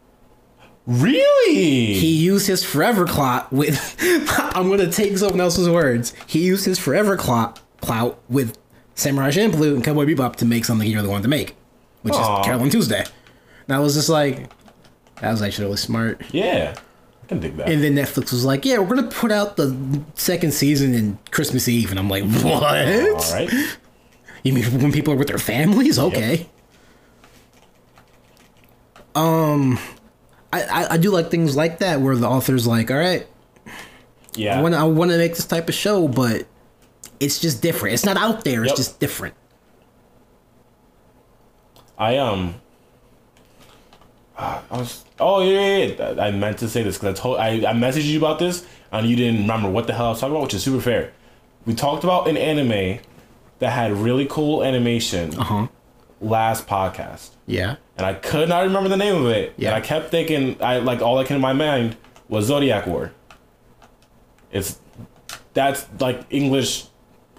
Speaker 2: really
Speaker 1: He used his forever clout with I'm gonna take someone else's words. He used his forever clout clout with Samurai Champloo and Cowboy Bebop to make something he really wanted to make, which
Speaker 2: Aw.
Speaker 1: is Carol on Tuesday. And I was just like, that was actually really smart.
Speaker 2: yeah I can dig that
Speaker 1: And then Netflix was like, "Yeah, we're gonna put out the second season in Christmas Eve," and I'm like, "What?
Speaker 2: all right
Speaker 1: You mean when people are with their families? Okay." Um, Um, I, I I do like things like that where the author's like, "All right,
Speaker 2: yeah
Speaker 1: I want I want to make this type of show, but it's just different. It's not out there. It's
Speaker 2: Yep.
Speaker 1: just different."
Speaker 2: I um. ah, I was. Oh yeah, yeah, yeah. I meant to say this because I told I, I messaged you about this and you didn't remember what the hell I was talking about, which is super fair. We talked about an anime that had really cool animation
Speaker 1: Huh?
Speaker 2: last podcast,
Speaker 1: Yeah.
Speaker 2: and I could not remember the name of it.
Speaker 1: Yeah.
Speaker 2: And I kept thinking, I like all that came to my mind was Zodiac War. It's that's like English,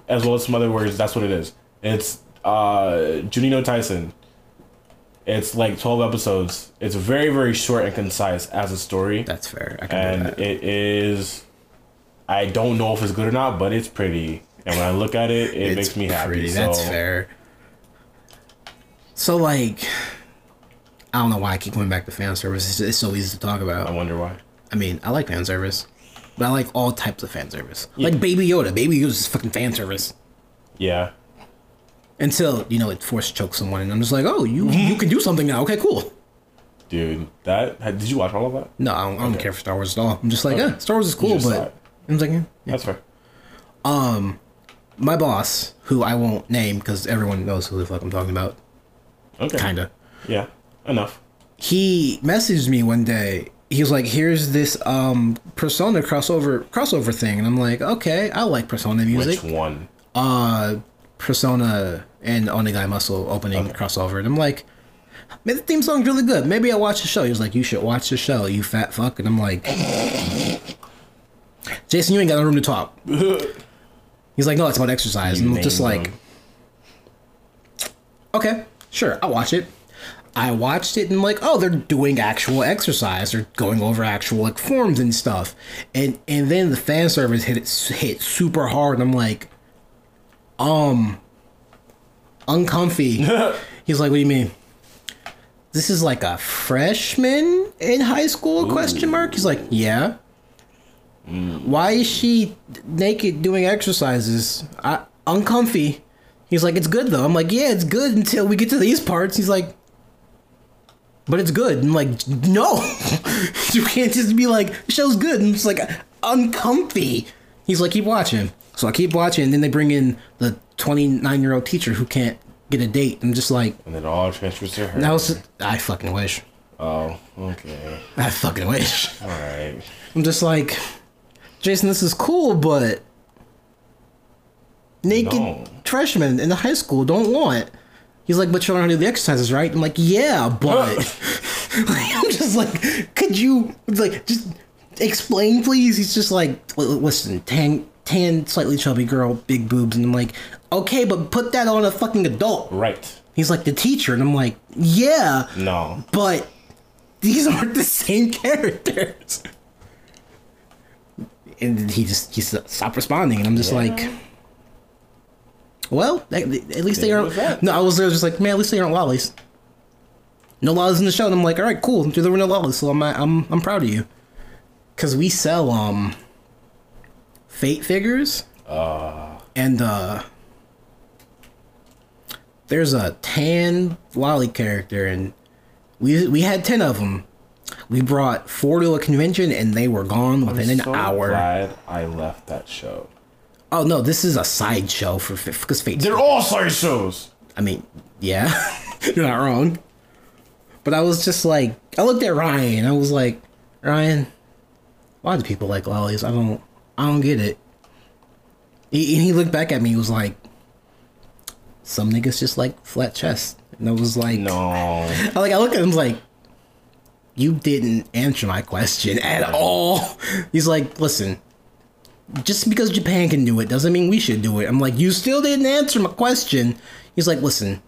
Speaker 2: as well as some other words. That's what it is. It's uh, Junino Tyson. It's like twelve episodes. It's very very short and concise as a story,
Speaker 1: That's fair. I can do
Speaker 2: and
Speaker 1: that.
Speaker 2: it is. I don't know if it's good or not, but it's pretty. And when I look at it, it makes me happy.
Speaker 1: pretty,
Speaker 2: so
Speaker 1: That's fair. So like, I don't know why I keep going back to fan service. It's, it's so easy to talk
Speaker 2: I
Speaker 1: about.
Speaker 2: wonder why.
Speaker 1: I mean, I like fan service, but I like all types of fan service. Like Baby Yoda. Baby Yoda's just fucking fan service.
Speaker 2: Yeah.
Speaker 1: Until you know it force chokes someone, and I'm just like, oh, you you can do something now. Okay, cool.
Speaker 2: Dude, that did you watch all of that?
Speaker 1: No, I don't, I don't care for Star Wars at all. I'm just like, yeah, Star Wars is cool,
Speaker 2: Just
Speaker 1: but
Speaker 2: that.
Speaker 1: It was like, eh, yeah.
Speaker 2: That's fair.
Speaker 1: my boss, who I won't name because everyone knows who the fuck I'm talking about,
Speaker 2: Okay.
Speaker 1: kinda.
Speaker 2: Yeah. Enough.
Speaker 1: He messaged me one day. He was like, "Here's this um Persona crossover crossover thing," and I'm like, "Okay, I like Persona music."
Speaker 2: Which one?
Speaker 1: uh Persona and Onegai Muscle opening crossover, and I'm like, man, the theme song's really good. Maybe I'll watch the show. He was like, you should watch the show, you fat fuck. And I'm like, Jason, you ain't got no room to talk. He's like, no, it's about exercise.
Speaker 2: You
Speaker 1: and I'm just
Speaker 2: named
Speaker 1: like,
Speaker 2: them.
Speaker 1: okay, sure, I'll watch it. I watched it and I'm like, oh, they're doing actual exercise. They're going over actual like forms and stuff. And and then the fan service hit it, hit super hard. And I'm like, um, uncomfy. He's like, what do you mean? This is like a freshman in high school? Question mark. He's like, yeah. Why is she naked doing exercises? I, uncomfy. He's like, it's good though. I'm like, yeah, it's good until we get to these parts. He's like, but it's good. I'm like, no, you can't just be like, the show's good. And it's like, uncomfy. He's like, keep watching. So I keep watching. And then they bring in the 29 year old teacher who can't get a date. I'm just like,
Speaker 2: And it all transfers to her.
Speaker 1: that was, I fucking wish.
Speaker 2: Oh, okay.
Speaker 1: I fucking wish.
Speaker 2: All right.
Speaker 1: I'm just like, Jason, this is cool, but naked
Speaker 2: No.
Speaker 1: freshmen in the high school don't want. He's like, but you don't know how to do the exercises, right? I'm like, yeah, but Like, I'm just like, could you like just explain, please? He's just like, "L- l- listen, tan, tan, slightly chubby girl, big boobs, and I'm like, okay, but put that on a fucking adult.
Speaker 2: Right.
Speaker 1: He's like the teacher, and I'm like, yeah,
Speaker 2: No.
Speaker 1: but these aren't the same characters. And then he just he s- stopped responding, and I'm just like, well, at at least they
Speaker 2: There
Speaker 1: aren't.
Speaker 2: was that.
Speaker 1: No, I was there just like, man, at least they aren't lollies. No lollies in the show, and I'm like, all right, cool. There were no lollies, so I'm I'm I'm proud of you, because we sell um, fate figures, and uh, there's a tan lolly character, and we we had ten of them. We brought four to a convention, and they were gone within an
Speaker 2: so
Speaker 1: hour.
Speaker 2: Glad I left that show.
Speaker 1: Oh no, this is a sideshow for because Fate.
Speaker 2: They're all side shows.
Speaker 1: I mean, yeah, you're not wrong. But I was just like, I looked at Ryan. I was like, Ryan, why do people like lollies? I don't, I don't get it. He, and he looked back at me. He was like, some niggas just like flat chest. And I was like,
Speaker 2: No.
Speaker 1: I like I look at him like you didn't answer my question at all. He's like, listen, just because Japan can do it doesn't mean we should do it. I'm like, you still didn't answer my question. He's like, listen,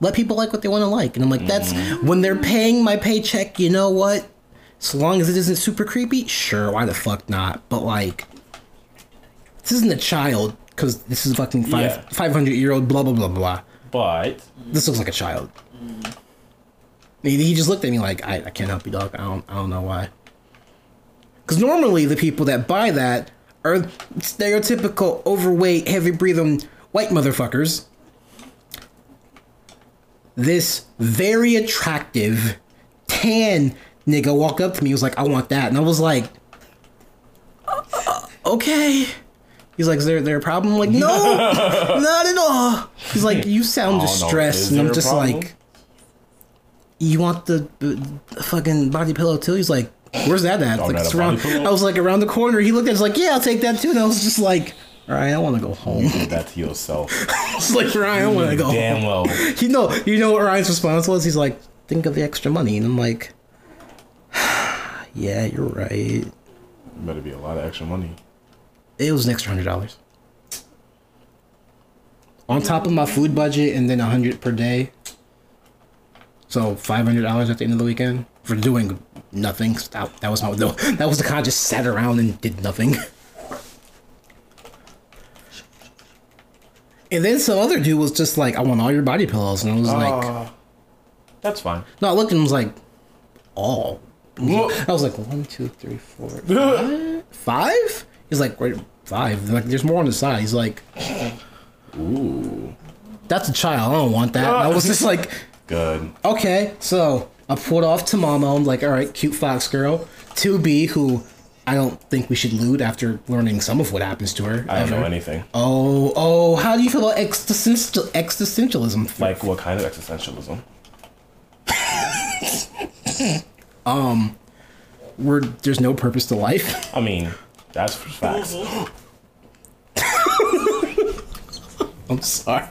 Speaker 1: let people like what they want to like. And I'm like, that's when they're paying my paycheck, you know what? So long as it isn't super creepy, sure, why the fuck not? But like, this isn't a child because this is fucking five
Speaker 2: Yeah.
Speaker 1: 500 year old blah blah blah blah
Speaker 2: But
Speaker 1: this looks like a child. He, he just looked at me like, I, I can't help you, dog. I don't, I don't know why. Because normally the people that buy that are stereotypical, overweight, heavy breathing white motherfuckers. This very attractive, tan nigga walked up to me. He was like, I want that. And I was like, "Uh, okay. He's like, is there, there a problem? I'm like, no, not at all. He's like, you sound
Speaker 2: Oh, no.
Speaker 1: distressed.
Speaker 2: Is
Speaker 1: And
Speaker 2: there
Speaker 1: I'm
Speaker 2: a
Speaker 1: just
Speaker 2: problem?
Speaker 1: like, you want the b- fucking body pillow too? He's like, where's that at? It's like,
Speaker 2: got
Speaker 1: it's
Speaker 2: a body
Speaker 1: around,
Speaker 2: pillow?
Speaker 1: I was like, around the corner. He looked at it, he's like, yeah, I'll take that too. And I was just like, all right, I want to go home.
Speaker 2: do that to yourself.
Speaker 1: It's like oh. Ryan, I want to go.
Speaker 2: Damn
Speaker 1: home.
Speaker 2: well.
Speaker 1: You know, you know what Ryan's response was? He's like, "Think of the extra money," and I'm like, "Yeah, you're right.
Speaker 2: Better be a lot of extra money.
Speaker 1: It was an extra hundred dollars on top of my food budget, and then a hundred per day. So five hundred dollars at the end of the weekend for doing nothing. 'Cause That, that was my that was the kind I just sat around and did nothing." And then some other dude was just like, "I want all your body pillows," and I was like,
Speaker 2: Uh, that's fine.
Speaker 1: No, I looked and was like, all.
Speaker 2: Well-
Speaker 1: I was like, one, two, three, four, five? five? He's like, wait, five. Like, there's more on the side. He's like,
Speaker 2: Ooh.
Speaker 1: that's a child. I don't want that. And I was just like,
Speaker 2: Good.
Speaker 1: okay. So I pulled off Tamamo. I'm like, all right, cute fox girl. 2B, who I don't think we should loot after learning some of what happens to her.
Speaker 2: I don't know
Speaker 1: ever.
Speaker 2: anything.
Speaker 1: Oh, oh, how do you feel about existential, existentialism?
Speaker 2: Like what kind of existentialism?
Speaker 1: Where there's no purpose to life?
Speaker 2: I mean, that's for facts.
Speaker 1: I'm sorry.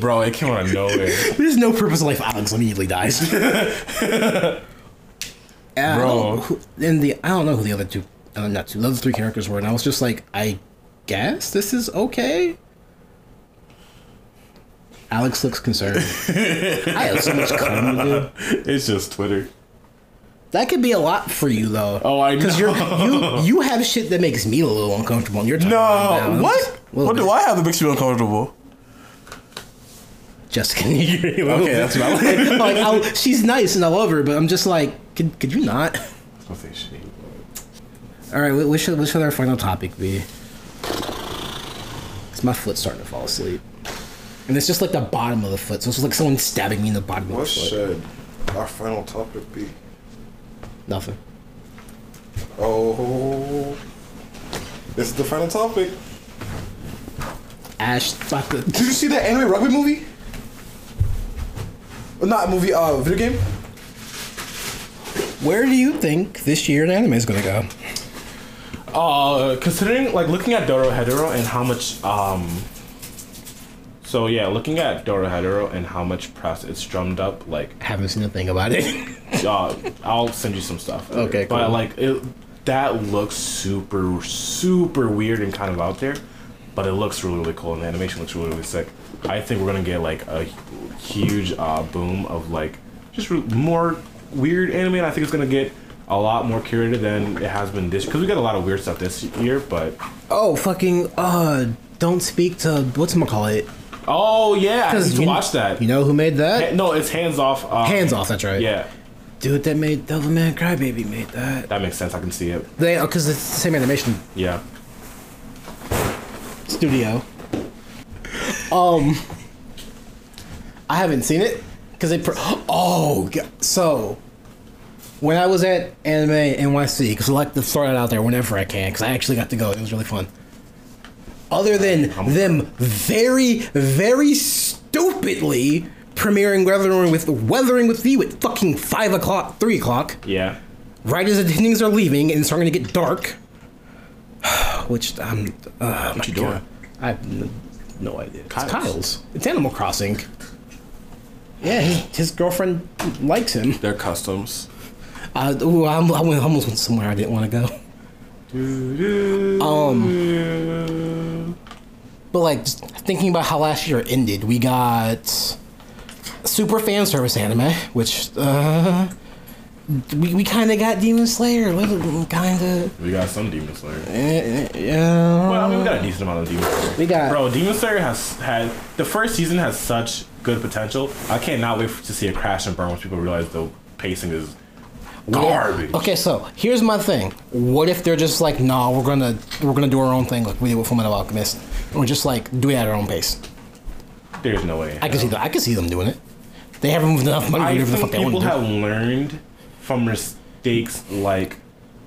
Speaker 2: Bro, it came out of nowhere.
Speaker 1: There's no purpose to life. Alex immediately dies. And I don't-
Speaker 2: Bro.
Speaker 1: who- and the I don't know who the other two, uh, not two, the other three characters were, and I was just like, I guess this is okay. Alex looks concerned. I have so much cum to do.
Speaker 2: It's just Twitter.
Speaker 1: That could be a lot for you though.
Speaker 3: Oh, I know.
Speaker 1: you're you you have shit that makes me a little uncomfortable. And you're talking about balance. A little
Speaker 3: What do
Speaker 1: bit.
Speaker 3: I have that makes you uncomfortable?
Speaker 1: Jessica, you're a little
Speaker 3: Okay,
Speaker 1: bit.
Speaker 3: that's what I
Speaker 1: like I'll, she's nice and I love her, but I'm just like, could could you not?
Speaker 2: Don't say shit.
Speaker 1: All right, what what should what should our final topic be? Cause my foot's starting to fall asleep, and it's just like the bottom of the foot, so it's like someone stabbing me in the bottom
Speaker 2: Oh,
Speaker 4: What
Speaker 1: of the foot.
Speaker 4: should our final topic be?
Speaker 1: Nothing.
Speaker 4: Oh, this is the final topic.
Speaker 1: Ash, about
Speaker 4: Did
Speaker 1: to-
Speaker 4: you see that anime rugby movie? Uh, Not movie, uh, video game.
Speaker 1: where do you think this year in anime is gonna go?
Speaker 2: Uh, considering like looking at Doro Hedoro and how much um. So yeah, looking at Doro Hedoro and how much press it's drummed up, like
Speaker 1: Haven't seen a thing about it.
Speaker 2: uh, I'll send you some stuff.
Speaker 1: Okay,
Speaker 2: But
Speaker 1: cool.
Speaker 2: like it, that looks super, super weird and kind of out there, but it looks really, really cool, and the animation looks really, really sick. I think we're gonna get like a huge uh, boom of like just re- more weird anime, and I think it's gonna get a lot more curated than it has been this because we got a lot of weird stuff this year. But
Speaker 1: oh, fucking uh, don't speak to what's gonna call it?
Speaker 2: oh yeah, I need to
Speaker 1: you,
Speaker 2: watch that.
Speaker 1: You know who made that?
Speaker 2: Ha- no, it's hands off. Uh,
Speaker 1: Hands off. That's right.
Speaker 2: Yeah,
Speaker 1: Dude, that made Devilman Crybaby made that.
Speaker 2: that makes sense. I can see it.
Speaker 1: They because it's the same animation
Speaker 2: Yeah.
Speaker 1: studio. Um, I haven't seen it because they. Pro- oh, g- so when I was at Anime NYC, because I like to throw that out there whenever I can, because I actually got to go. It was really fun. Other than them very, very stupidly premiering Weathering with Weathering with Thee with fucking five o'clock, three o'clock
Speaker 2: Yeah.
Speaker 1: right as attendings are leaving, and it's starting to get dark. Which I'm. Uh, what
Speaker 2: you doing?
Speaker 1: I have n- no idea. It's
Speaker 2: Kyle's.
Speaker 1: Kyle's. It's Animal Crossing. Yeah, his, his girlfriend likes him.
Speaker 3: Their customs.
Speaker 1: Uh, ooh, I'm, I went, almost went somewhere I didn't want to go. Um, but like just thinking about how last year ended, we got super fan service anime, which uh, we, we kind of got Demon Slayer, kind of.
Speaker 2: We got some Demon Slayer.
Speaker 1: eh, Yeah.
Speaker 2: Well, I mean, we got a decent amount of Demon Slayer.
Speaker 1: We got-
Speaker 2: Bro, Demon Slayer has had. The first season has such good potential. I cannot wait to see it crash and burn once people realize the pacing is garbage.
Speaker 1: Okay, so here's my thing. What if they're just like, nah, we're gonna we're gonna do our own thing, like we did with Fullmetal Alchemist, and we're just like do it at our own pace.
Speaker 2: There's no way.
Speaker 1: I can see them. I can see them doing it. They haven't enough money
Speaker 2: I
Speaker 1: to do what the
Speaker 2: think
Speaker 1: fuck they
Speaker 2: people
Speaker 1: want to do.
Speaker 2: have learned from mistakes like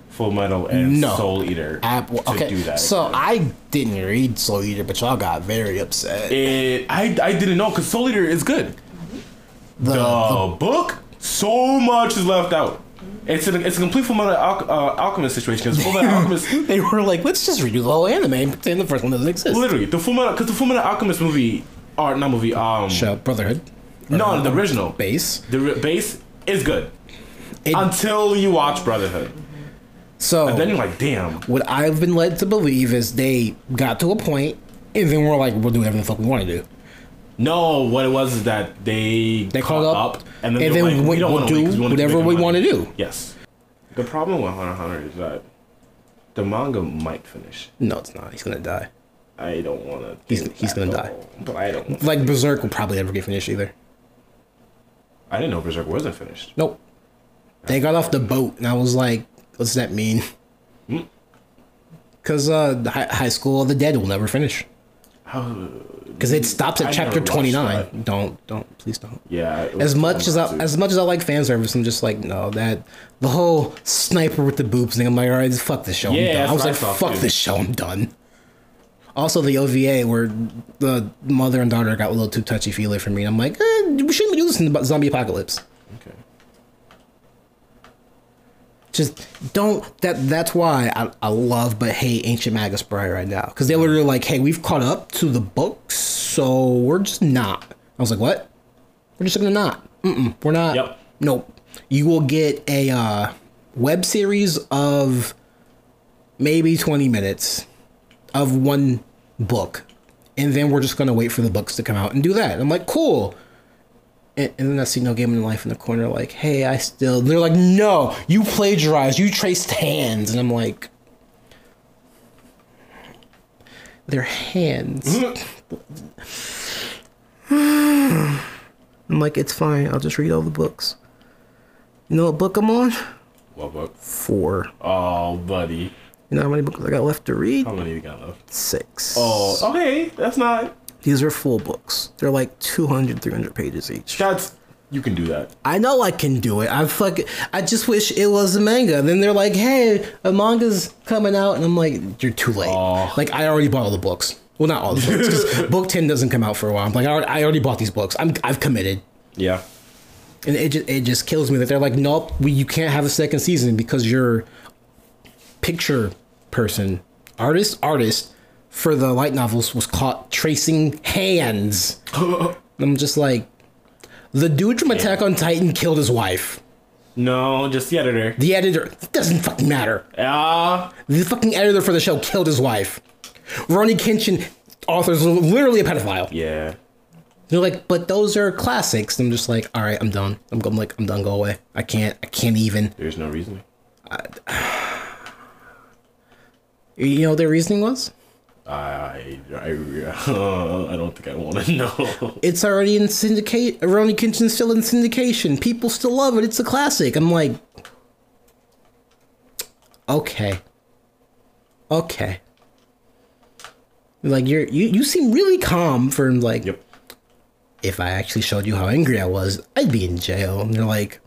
Speaker 2: Full Metal and
Speaker 1: No.
Speaker 2: Soul Eater
Speaker 1: Apple.
Speaker 2: to
Speaker 1: okay,
Speaker 2: do that.
Speaker 1: so I didn't read Soul Eater, but y'all got very upset.
Speaker 2: It- I, I didn't know because Soul Eater is good.
Speaker 1: The-
Speaker 2: the, book, so much is left out. It's a, it's a complete Full Metal Al- uh, Alchemist situation. 'cause Full Metal Alchemist
Speaker 1: they were like, let's just redo the whole anime and pretend the first one doesn't exist.
Speaker 2: Literally, the Fullmetal, because the Fullmetal Alchemist movie, or not movie, um,
Speaker 1: Show Brotherhood
Speaker 2: no, the original
Speaker 1: base.
Speaker 2: the re- base is good
Speaker 1: It- Oh.
Speaker 2: until you watch Brotherhood,
Speaker 1: So
Speaker 2: and then you're like, damn,
Speaker 1: what I've been led to believe is they got to a point, and then we're like, we'll do whatever the fuck we want to do.
Speaker 2: no. What it was is that they
Speaker 1: They called up,
Speaker 2: and then,
Speaker 1: and
Speaker 2: they were
Speaker 1: then
Speaker 2: like,
Speaker 1: we-
Speaker 2: we don't
Speaker 1: we'll
Speaker 2: want to
Speaker 1: do whatever we wanna do.
Speaker 2: Yes, the problem with Hunter x Hunter is that the manga might finish.
Speaker 1: No, it's not. He's gonna die.
Speaker 2: I don't want to.
Speaker 1: He's- he's gonna die.
Speaker 2: But I don't.
Speaker 1: Like Berserk will probably never get finished either.
Speaker 2: I didn't know Berserk wasn't finished.
Speaker 1: Nope. They got off the boat, and I was like, "What's that mean?" Because uh, the hi- high school of the dead will never finish.
Speaker 2: How
Speaker 1: because it stops at
Speaker 2: I
Speaker 1: chapter
Speaker 2: never watched
Speaker 1: twenty nine. Don't don't please don't.
Speaker 2: Yeah. it was
Speaker 1: As much as I,
Speaker 2: fun, too.
Speaker 1: as much as I like fan service, I'm just like no that the whole sniper with the boobs thing. I'm like all right, fuck this show. I'm
Speaker 2: Yeah,
Speaker 1: done.
Speaker 2: that's
Speaker 1: I was
Speaker 2: what I
Speaker 1: like
Speaker 2: thought,
Speaker 1: fuck
Speaker 2: dude.
Speaker 1: this show. I'm done. Also, the OVA where the mother and daughter got a little too touchy feely for me. And I'm like, eh, we shouldn't be doing this in the zombie apocalypse.
Speaker 2: Okay.
Speaker 1: just don't that that's why I, I love but hate ancient magus bride right now because they were really like hey we've caught up to the books so we're just not i was like what we're just gonna not Mm-mm, we're not
Speaker 2: Yep.
Speaker 1: nope you will get a uh, web series of maybe 20 minutes of one book and then we're just gonna wait for the books to come out and do that i'm like cool and, and then I see No Game in Life in the corner, like, hey, I still. They're like, no, you plagiarized, you traced hands. And I'm like, they're hands. I'm like, it's fine, I'll just read all the books. You know what book I'm on?
Speaker 2: What book?
Speaker 1: Four.
Speaker 2: Oh, buddy.
Speaker 1: You know how many books I got left to read?
Speaker 2: How many you got left?
Speaker 1: Six.
Speaker 2: Oh, okay. That's not.
Speaker 1: These are full books. They're like 200, 300 pages each.
Speaker 2: That's. You can do that.
Speaker 1: I know I can do it. I fuck. I just wish it was a manga. Then they're like, "Hey, a manga's coming out," and I'm like, "You're too late."
Speaker 2: Aw.
Speaker 1: Like I already bought all the books. Well, not all the books. 'cause book ten doesn't come out for a while. I'm like, I already, I already bought these books. I'm I've committed,
Speaker 2: Yeah.
Speaker 1: and it just, it just kills me that they're like, "Nope, we, you can't have a second season because you're picture person, artist, artist for the light novels was caught tracing hands." I'm just like, the dude from Attack on Titan killed his wife.
Speaker 2: No, just the editor.
Speaker 1: The editor it doesn't fucking matter.
Speaker 2: Ah,
Speaker 1: The fucking editor for the show killed his wife. Ronnie Kenshin, author's literally a pedophile.
Speaker 2: yeah.
Speaker 1: They're like, but those are classics. I'm just like, all right, I'm done. I'm, go- I'm like, I'm done. Go away. I can't. I can't even.
Speaker 2: There's no reasoning.
Speaker 1: You know what their reasoning was?
Speaker 2: I I I don't think I want to know.
Speaker 1: It's already in syndicate. Ronnie Kenshin's still in syndication. People still love it. It's a classic. I'm like, okay, okay. Like you're you you seem really calm for like
Speaker 2: Yep.
Speaker 1: if I actually showed you how angry I was, I'd be in jail. And they're like,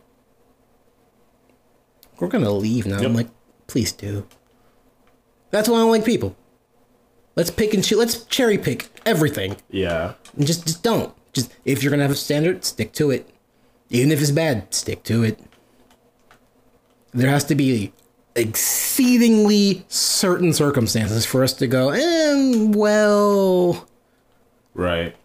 Speaker 1: we're gonna leave now.
Speaker 2: Yep.
Speaker 1: I'm like, please do. That's why I don't like people. Let's pick and choose. Let's cherry pick everything.
Speaker 2: Yeah.
Speaker 1: And just, just don't. Just if you're gonna have a standard, stick to it. Even if it's bad, stick to it. There has to be exceedingly certain circumstances for us to go. Eh, well,
Speaker 2: Right.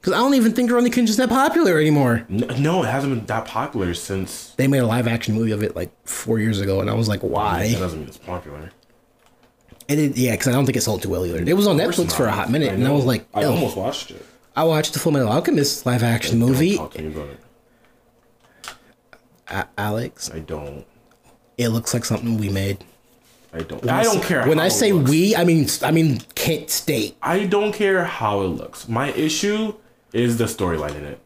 Speaker 1: because I don't even think Ronnie Kinchin's that popular anymore.
Speaker 2: No, no, it hasn't been that popular since.
Speaker 1: they made a live action movie of it like four years ago, and I was like,
Speaker 2: That
Speaker 1: why?
Speaker 2: doesn't mean it's popular.
Speaker 1: And it, yeah, because I don't think it sold too well either. It was on Netflix for a hot minute, and I was like,
Speaker 2: I
Speaker 1: "Ew."
Speaker 2: almost watched it.
Speaker 1: I watched the Full Metal Alchemist live action movie.
Speaker 2: Don't talk to me about it.
Speaker 1: A- Alex,
Speaker 2: I don't.
Speaker 1: it looks like something we made.
Speaker 2: I don't. I don't care.
Speaker 1: When
Speaker 2: how
Speaker 1: I
Speaker 2: it
Speaker 1: say
Speaker 2: looks.
Speaker 1: we, I mean I mean Kent State.
Speaker 2: I don't care how it looks. My issue is the storyline in it.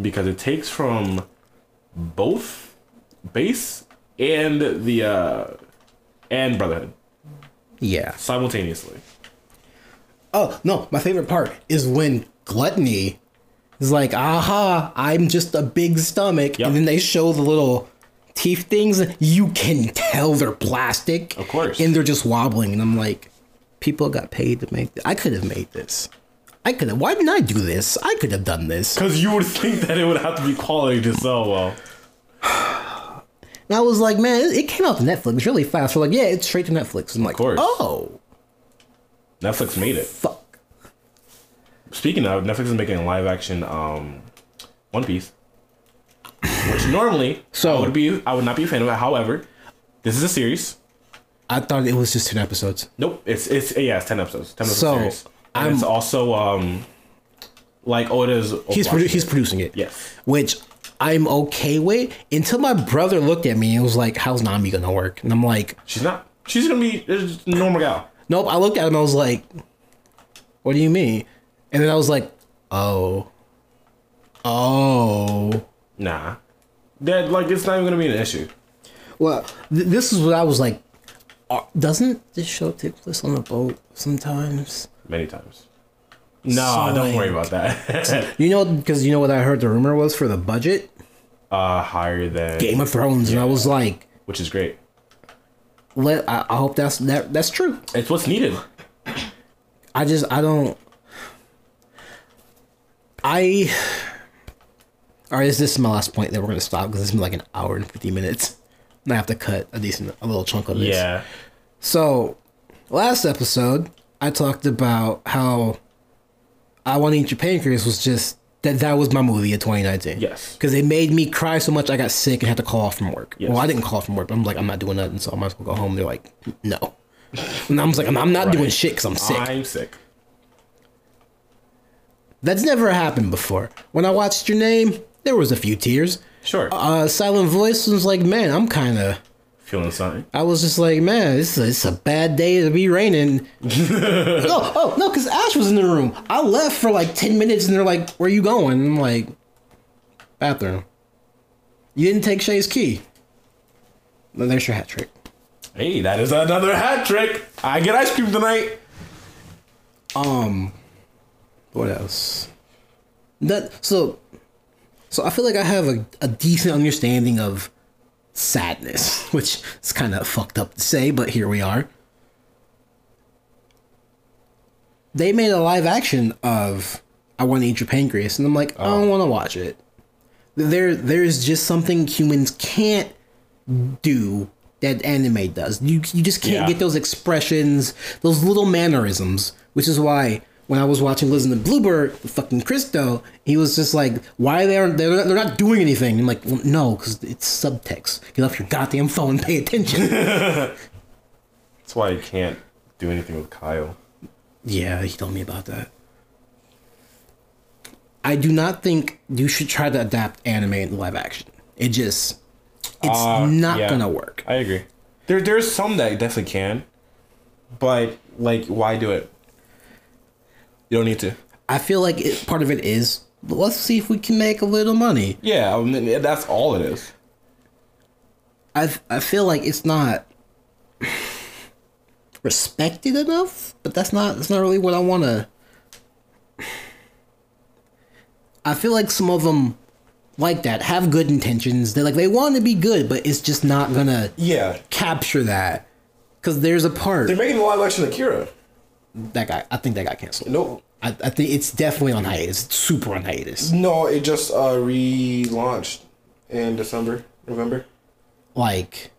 Speaker 2: Because it takes from both base and the uh and brotherhood
Speaker 1: Yeah.
Speaker 2: simultaneously.
Speaker 1: Oh no, my favorite part is when Gluttony is like, "Aha, I'm just a big stomach,"
Speaker 2: Yep.
Speaker 1: and then they show the little teeth things. You can tell they're plastic,
Speaker 2: Of course.
Speaker 1: and they're just wobbling. And I'm like, people got paid to make. This. I could have made this. I could have. Why didn't I do this? I could have done this.
Speaker 2: Cause you would think that it would have to be quality to sell well.
Speaker 1: And I was like, man, it, it came out to Netflix really fast. We're like, yeah, it's straight to Netflix. I'm like,
Speaker 2: course.
Speaker 1: oh
Speaker 2: Netflix made it.
Speaker 1: fuck,
Speaker 2: Speaking of, Netflix is making a live action um One Piece. Which normally
Speaker 1: So-
Speaker 2: I would be I would not be a fan of it. However, this is a series.
Speaker 1: I thought it was just ten episodes.
Speaker 2: Nope. It's it's yeah, it's ten episodes. Ten episodes.
Speaker 1: So,
Speaker 2: series. And
Speaker 1: I'm-
Speaker 2: it's also um like Oda's
Speaker 1: He's
Speaker 2: Oblashi.
Speaker 1: produ- he's producing it.
Speaker 2: Yes.
Speaker 1: which I'm okay with until my brother looked at me and was like, "How's Nami gonna work?" And I'm like,
Speaker 2: She's not she's gonna be a normal gal.
Speaker 1: "Nope." I looked at him and I was like, "What do you mean?" And then I was like, "Oh, oh."
Speaker 2: Nah. That like it's not even gonna be an issue.
Speaker 1: Well, th- this is what I was like. "Uh, Doesn't this show take place on a boat sometimes?
Speaker 2: Many times. No, don't
Speaker 1: Sonic.
Speaker 2: worry about that.
Speaker 1: You know, because you know what I heard the rumor was for the budget?
Speaker 2: uh, higher than
Speaker 1: Game of Thrones. And I was like,
Speaker 2: which is great.
Speaker 1: let, I, I hope that's that, that's true.
Speaker 2: It's what's needed.
Speaker 1: I just I don't I all right. Is this is my last point that we're gonna stop because it's been like an hour and fifty minutes, and I have to cut a decent a little chunk of this.
Speaker 2: Yeah.
Speaker 1: So last episode I talked about how I want to eat your pancreas was just that that was my movie of 2019.
Speaker 2: Yes.
Speaker 1: Because it made me cry so much I got sick and had to call off from work.
Speaker 2: Yes.
Speaker 1: Well, I didn't call off from work, but I'm like I'm not doing nothing, so I might as well go home. They're like, no. And I was like, I'm, I'm not doing
Speaker 2: Right.
Speaker 1: shit because I'm sick.
Speaker 2: I'm sick.
Speaker 1: That's never happened before. When I watched your name, there was a few tears.
Speaker 2: Sure.
Speaker 1: Uh, Silent Voice was like, man, I'm kind of.
Speaker 2: Feeling something.
Speaker 1: I was just like, man, this is, this is a bad day to be raining. no, oh no, because Ash was in the room. I left for like ten minutes, and they're like, "Where you going?" I'm like, "Bathroom." You didn't take Shay's key. Well, there's your hat trick.
Speaker 2: Hey, that is another hat trick. I get ice cream tonight.
Speaker 1: Um, what else? That so, so I feel like I have a, a decent understanding of sadness, which is kind of fucked up to say, but here we are. They made a live action of "I Want to Eat Your Pancreas," and I'm like, I don't want to watch it. There, there is just something humans can't do that anime does. You you just can't
Speaker 2: Yeah.
Speaker 1: get those expressions, those little mannerisms, which is why when I was watching Liz and the Bluebird, with fucking Christo, he was just like, "Why they aren't they're not, they're not doing anything?" I'm like, well, "No, because it's subtext. Get off your goddamn phone, and pay attention."
Speaker 2: That's why you can't do anything with Kyle.
Speaker 1: yeah, he told me about that. I do not think you should try to adapt anime into live action. It just it's
Speaker 2: Uh,
Speaker 1: not
Speaker 2: yeah.
Speaker 1: gonna work.
Speaker 2: I agree. There, there's some that definitely can, but like, why do it? You don't need to.
Speaker 1: I feel like it, part of it is but let's see if we can make a little money.
Speaker 2: Yeah, I mean, that's all it is.
Speaker 1: I I feel like it's not respected enough, but that's not that's not really what I want to. I feel like some of them like that have good intentions. They like they want to be good, but it's just not gonna
Speaker 4: Yeah.
Speaker 1: capture that because there's a part
Speaker 4: They're making a live action Akira.
Speaker 1: that got I think that got canceled.
Speaker 4: Nope.
Speaker 1: I, I think it's definitely on hiatus. It's super on hiatus.
Speaker 4: No, it just uh, relaunched in December, November.
Speaker 1: Like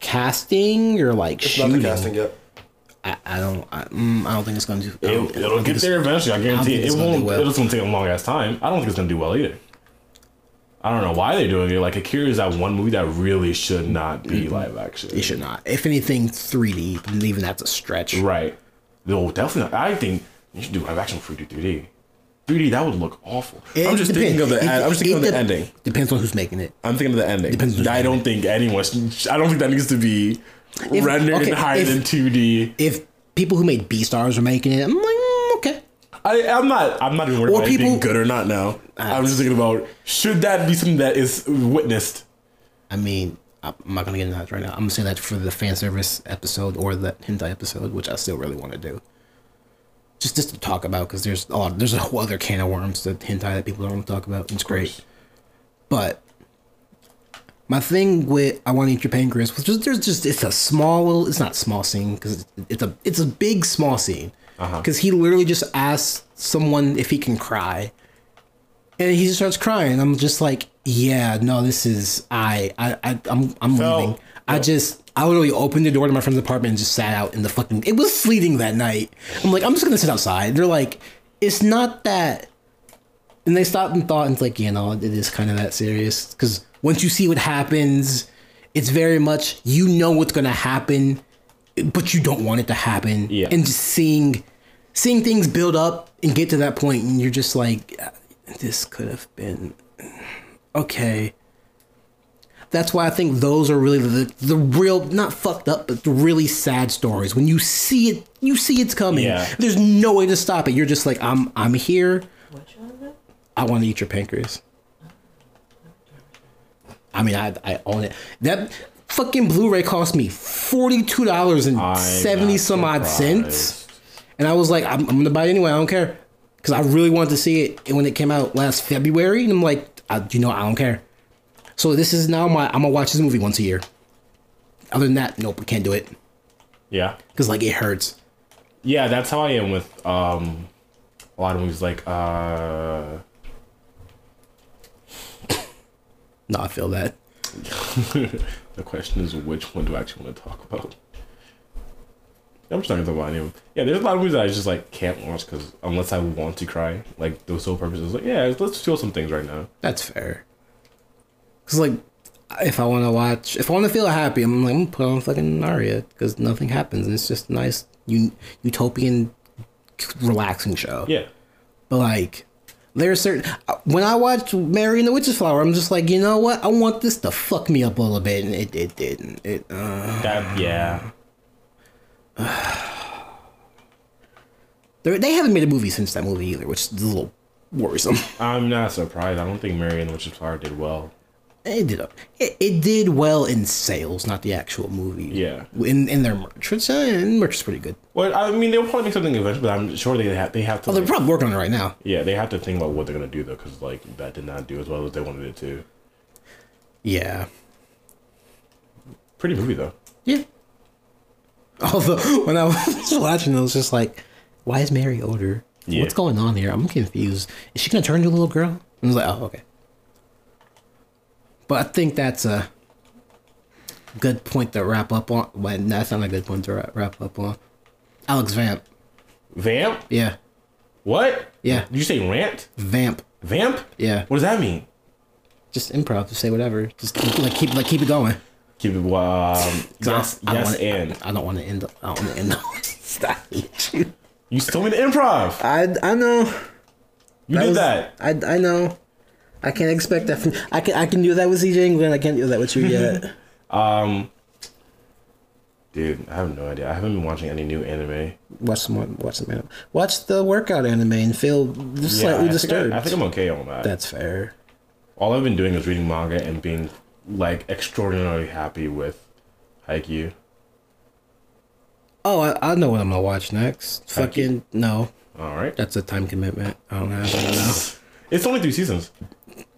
Speaker 1: casting or like
Speaker 4: It's
Speaker 1: shooting.
Speaker 4: not the casting yet.
Speaker 1: I, I don't. I, mm, I don't think it's gonna do. I don't- I
Speaker 2: It'll,
Speaker 1: don't
Speaker 2: it'll
Speaker 1: think
Speaker 2: get
Speaker 1: it's-
Speaker 2: there eventually. I guarantee
Speaker 1: think
Speaker 2: it.
Speaker 1: it's
Speaker 2: It
Speaker 1: gonna do
Speaker 2: won't.
Speaker 1: well.
Speaker 2: It's gonna take a long ass time. I don't think it's gonna do well either. I don't know why they're doing it. Like Akira is that one movie that really should not be live action.
Speaker 1: It should not. If anything, 3D. And even that's a stretch.
Speaker 2: Right. No, definitely. I think you should do live action for 3D. 3D that would look awful.
Speaker 3: I'm just thinking of the end- I'm just thinking of the ending.
Speaker 1: Depends on who's making it.
Speaker 3: I'm thinking of the ending.
Speaker 1: Depends on-
Speaker 3: I don't think anyone. should- I don't think that needs to be
Speaker 1: If-
Speaker 3: rendered
Speaker 1: okay,
Speaker 3: higher
Speaker 1: if-
Speaker 3: than 2D.
Speaker 1: If people who made B stars are making it, I'm like, mm, okay.
Speaker 3: I, I'm not. I'm not even worried
Speaker 1: Or
Speaker 3: about it being
Speaker 1: people- Ah,
Speaker 3: good or not now. I'm just thinking about should that be something that is witnessed.
Speaker 1: I mean, I'm not gonna get into that right now. I'm gonna say that for the fan service episode or the hentai episode, which I still really want to do. Just just to talk about because there's a lot, there's a whole other can of worms that hentai that people don't want to talk about. and It's great, but my thing with I want to eat your pancreas was just there's just it's a small little it's not small scene because it's a it's a big small scene because he literally just asks someone if he can cry and he just starts crying. I'm just like, yeah, no, this is I I, I I'm I'm
Speaker 3: Felt.
Speaker 1: leaving. I just I literally opened the door to my friend's apartment and just sat out in the fucking. It was sleeting that night. I'm like, I'm just gonna sit outside. They're like, it's not that. And they stopped and thought and it's like, you know, it is kind of that serious because once you see what happens, it's very much you know what's gonna happen, but you don't want it to happen.
Speaker 2: Yeah.
Speaker 1: And just seeing seeing things build up and get to that point and you're just like "Uh, this could have been okay that's why i think those are really the, the real not fucked up but the really sad stories when you see it you see it's coming
Speaker 2: Yeah.
Speaker 1: there's no way to stop it you're just like i'm i'm here i want to eat your pancreas i mean i i own it that fucking blu-ray cost me $42 and
Speaker 2: I'm
Speaker 1: 70
Speaker 2: not
Speaker 1: some odd
Speaker 2: surprised.
Speaker 1: cents and I was like, I'm, I'm gonna buy it anyway. I don't care. because I really wanted to see it when it came out last February, and I'm like, I, you know, I don't care. So this is now my I'm gonna watch this movie once a year. Other than that, nope, I can't do it
Speaker 2: Yeah.
Speaker 1: because like it hurts.
Speaker 2: Yeah, that's how I am with um a lot of movies like uh
Speaker 1: No, I feel that.
Speaker 2: the question is which one do I actually want to talk about? I'm just not gonna talk about any of them. Yeah, there's a lot of movies that I just like can't watch because unless I want to cry, like the sole purpose is like, yeah, let's feel some things right now.
Speaker 1: That's fair. Cause like, if I want to watch, if I want to feel happy, I'm like, I'm gonna put on fucking Aria because nothing happens and it's just a nice u- utopian, relaxing show.
Speaker 2: Yeah,
Speaker 1: But like, there are certain uh, when I watched Mary and the Witch's Flower, I'm just like, you know what? I want this to fuck me up a little bit, and it it didn't. It uh,
Speaker 2: that yeah.
Speaker 1: they're- they haven't made a movie since that movie either, which is a little worrisome.
Speaker 2: I'm not surprised. I don't think Marion the Witch's Flower did well.
Speaker 1: It did. uh, It, it did well in sales, not the actual movie.
Speaker 2: Yeah.
Speaker 1: In in their merch, which uh, and merch is pretty good.
Speaker 2: Well, I mean, they'll probably make something eventually, but I'm sure they have they have to.
Speaker 1: Oh, they're
Speaker 2: like-
Speaker 1: probably working on it right now.
Speaker 2: yeah, they have to think about what they're gonna do though, because like that did not do as well as they wanted it to.
Speaker 1: Yeah.
Speaker 2: Pretty movie though.
Speaker 1: Yeah. Although when I was watching, I was just like, "Why is Mary older?
Speaker 2: Yeah.
Speaker 1: What's going on here? I'm confused. Is she gonna turn into a little girl?" And I was like, "Oh, okay." But I think that's a good point to wrap up on. Well, that's not a good point to wrap- wrap up on. Alex Vamp.
Speaker 2: Vamp?
Speaker 1: Yeah.
Speaker 2: What?
Speaker 1: Yeah.
Speaker 2: Did you say rant?
Speaker 1: Vamp.
Speaker 2: Vamp?
Speaker 1: Yeah.
Speaker 2: What does that mean?
Speaker 1: Just improv. Just say whatever. Just keep, like keep like keep it going.
Speaker 2: Keep it um, yes,
Speaker 1: I don't
Speaker 2: yes,
Speaker 1: wanna-
Speaker 2: and
Speaker 1: I don't want to end. I don't want to end. on- Stop.
Speaker 2: you still mean improv.
Speaker 1: I I know.
Speaker 2: You did that.
Speaker 1: that. I, I know. I can't expect that from. I can I can do that with CJ England. I can't do that with you yet.
Speaker 2: Um, dude, I have no idea. I haven't been watching any new anime.
Speaker 1: watch someone. Watch some anime. Watch the workout anime and feel
Speaker 2: Yeah,
Speaker 1: slightly
Speaker 2: I think I-
Speaker 1: disturbed.
Speaker 2: I, think I'm okay on that.
Speaker 1: That's fair.
Speaker 2: All I've been doing is reading manga and being like extraordinarily happy with Haikyuu.
Speaker 1: Oh, I, I know what I'm gonna watch next.
Speaker 2: Thank you.
Speaker 1: Fucking no.
Speaker 2: All right,
Speaker 1: That's a time commitment. I don't have. I don't know.
Speaker 2: it's only three seasons,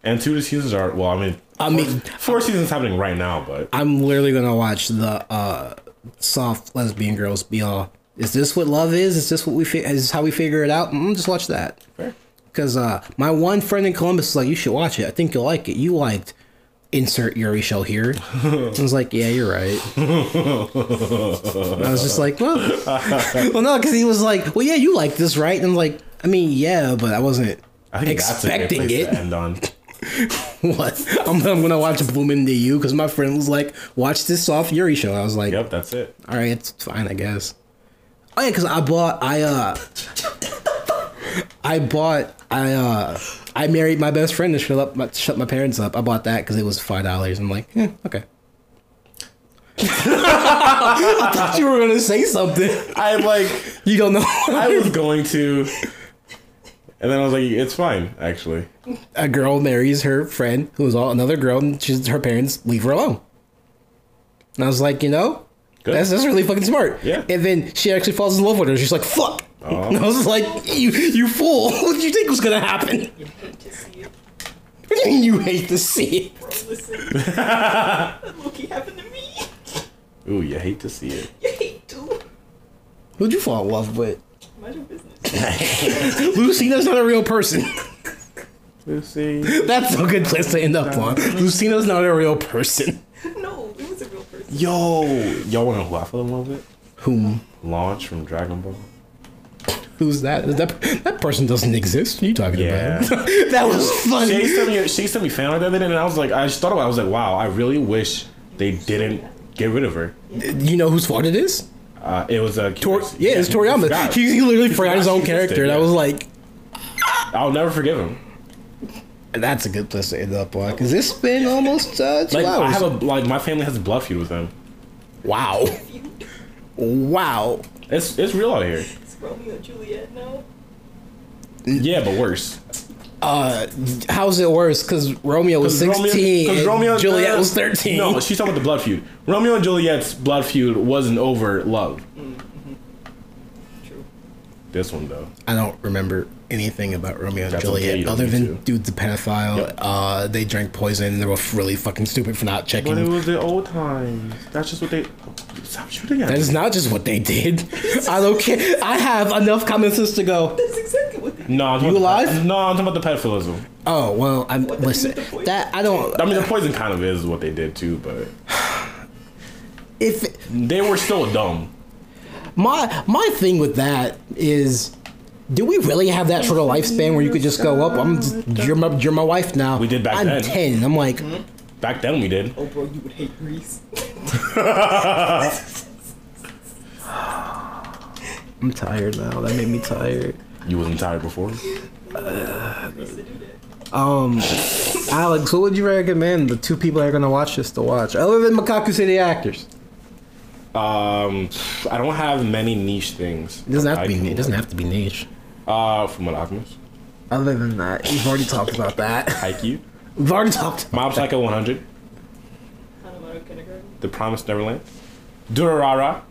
Speaker 2: and two of the seasons are well. I mean,
Speaker 1: I mean-
Speaker 2: four seasons happening right now, but
Speaker 1: I'm literally gonna watch the uh, soft lesbian girls be all. Is this what love is? Is this what we? Fi- is how we figure it out? Mm, just watch that.
Speaker 2: fair.
Speaker 1: Because uh, my one friend in Columbus was like, you should watch it. I think you'll like it. You liked insert Yuri Shell here. I was like, yeah, you're right. I was just like, well, well, no, because he was like, well, yeah, you like this, right? And I'm like, I mean, yeah, but I wasn't
Speaker 2: I think that's a
Speaker 1: expecting
Speaker 2: good place
Speaker 1: it.
Speaker 2: to end on.
Speaker 1: what? I'm, I'm going to watch Bloom Into You because my friend was like, watch this soft Yuri show. I was like,
Speaker 2: Yep, that's it.
Speaker 1: all right, it's fine, I guess. Oh yeah, because I bought I uh I bought I uh I married my best friend to shut up my, shut my parents up. I bought that because it was five dollars. I'm like, eh, okay. I thought you were gonna say something.
Speaker 2: I like.
Speaker 1: You don't know.
Speaker 2: I was going to, and then I was like, "It's fine, actually."
Speaker 1: A girl marries her friend who is all another girl, and she's her parents leave her alone. And I was like, you know,
Speaker 2: Good.
Speaker 1: that's that's really fucking smart.
Speaker 2: Yeah. Uh-huh.
Speaker 1: And then she actually falls in love with her. She's like, fuck. And I was like, you you fool. What did you think was gonna happen?
Speaker 5: Just you.
Speaker 1: What do you mean you hate to see it?
Speaker 5: Listen. that Loki happened to me.
Speaker 2: Ooh, you hate to see it.
Speaker 5: You hate to.
Speaker 1: Who'd you fall in love with?
Speaker 5: Mind your business.
Speaker 1: Lucina's not a real person.
Speaker 2: Lucy.
Speaker 1: That's a good place to end up on. Lucina's not a real person.
Speaker 5: no, it was a real person.
Speaker 2: Yo, y'all want to who I fell in love with?
Speaker 1: Whom?
Speaker 2: Launch from Dragon Ball.
Speaker 1: Who's that? Is that that person doesn't exist. What are you talking
Speaker 2: Yeah.
Speaker 1: about? that was
Speaker 2: Shay
Speaker 1: funny.
Speaker 2: sent me. Shay sent me fan art the other day, and I was like, I just thought about. it. I was like, wow, I really wish they didn't get rid of her.
Speaker 1: You know whose fault it is?
Speaker 2: Uh, it was a
Speaker 1: Tor- yeah, it's Toriyama. He, he literally forgot his own character, and I was like,
Speaker 2: I'll never forgive him.
Speaker 1: that's a good place to end up on. Because it's been almost uh, two
Speaker 2: Like I
Speaker 1: hours.
Speaker 2: have a like my family has a blood feud with him.
Speaker 1: wow. Wow.
Speaker 2: It's it's real out here.
Speaker 5: It's Romeo and Juliet now.
Speaker 2: Yeah, but worse.
Speaker 1: Uh, how's it worse? Because Romeo was 16
Speaker 2: because
Speaker 1: and Juliet was 13.
Speaker 2: uh, No, she's talking about the blood feud. Romeo and Juliet's blood feud wasn't over love.
Speaker 5: True.
Speaker 2: This one though.
Speaker 1: I don't remember anything about Romeo and
Speaker 2: That's okay, you
Speaker 1: Juliet
Speaker 2: don't
Speaker 1: other
Speaker 2: need
Speaker 1: than
Speaker 2: to.
Speaker 1: dude's a pedophile. Uh, they drank poison. They were really fucking stupid for not checking.
Speaker 2: But it was the old times. That's just what they. Stop shooting at
Speaker 1: that
Speaker 2: me.
Speaker 1: is not just what they did. I don't care. I have enough common sense to go.
Speaker 5: That's exactly what they
Speaker 2: No, I'm
Speaker 1: You
Speaker 2: talking about the
Speaker 1: alive?
Speaker 2: ped- No, I'm talking about the pedophilism.
Speaker 1: Oh well, I'm
Speaker 5: What the-
Speaker 1: listen.
Speaker 5: the poison?
Speaker 1: That I don't.
Speaker 2: I mean, the poison kind of is what they did too, but
Speaker 1: If
Speaker 2: they were still dumb.
Speaker 1: my my thing with that is, do we really have that sort of lifespan where you could just go up? I'm just, you're my you're my wife now.
Speaker 2: We did back
Speaker 1: I'm
Speaker 2: then.
Speaker 1: ten. and I'm like,
Speaker 2: Back then we did.
Speaker 5: Oh, bro, you would hate Greece.
Speaker 1: I'm tired now. That made me tired.
Speaker 2: You wasn't tired before.
Speaker 5: Greece to do that.
Speaker 1: Um, Alex, what would you recommend the two people that are gonna watch this to watch, other than Makaku City actors?
Speaker 2: Um, I don't have many niche things.
Speaker 1: It doesn't have to be.
Speaker 2: I-
Speaker 1: It doesn't have to be niche.
Speaker 2: Uh, from an alchemist,
Speaker 1: Other than that, we've already talked about that.
Speaker 2: Haikyuu,
Speaker 1: We've already talked.
Speaker 2: Mob Psycho 100,
Speaker 5: Hanamaru Kindergarten.
Speaker 2: The Promised Neverland, Durarara.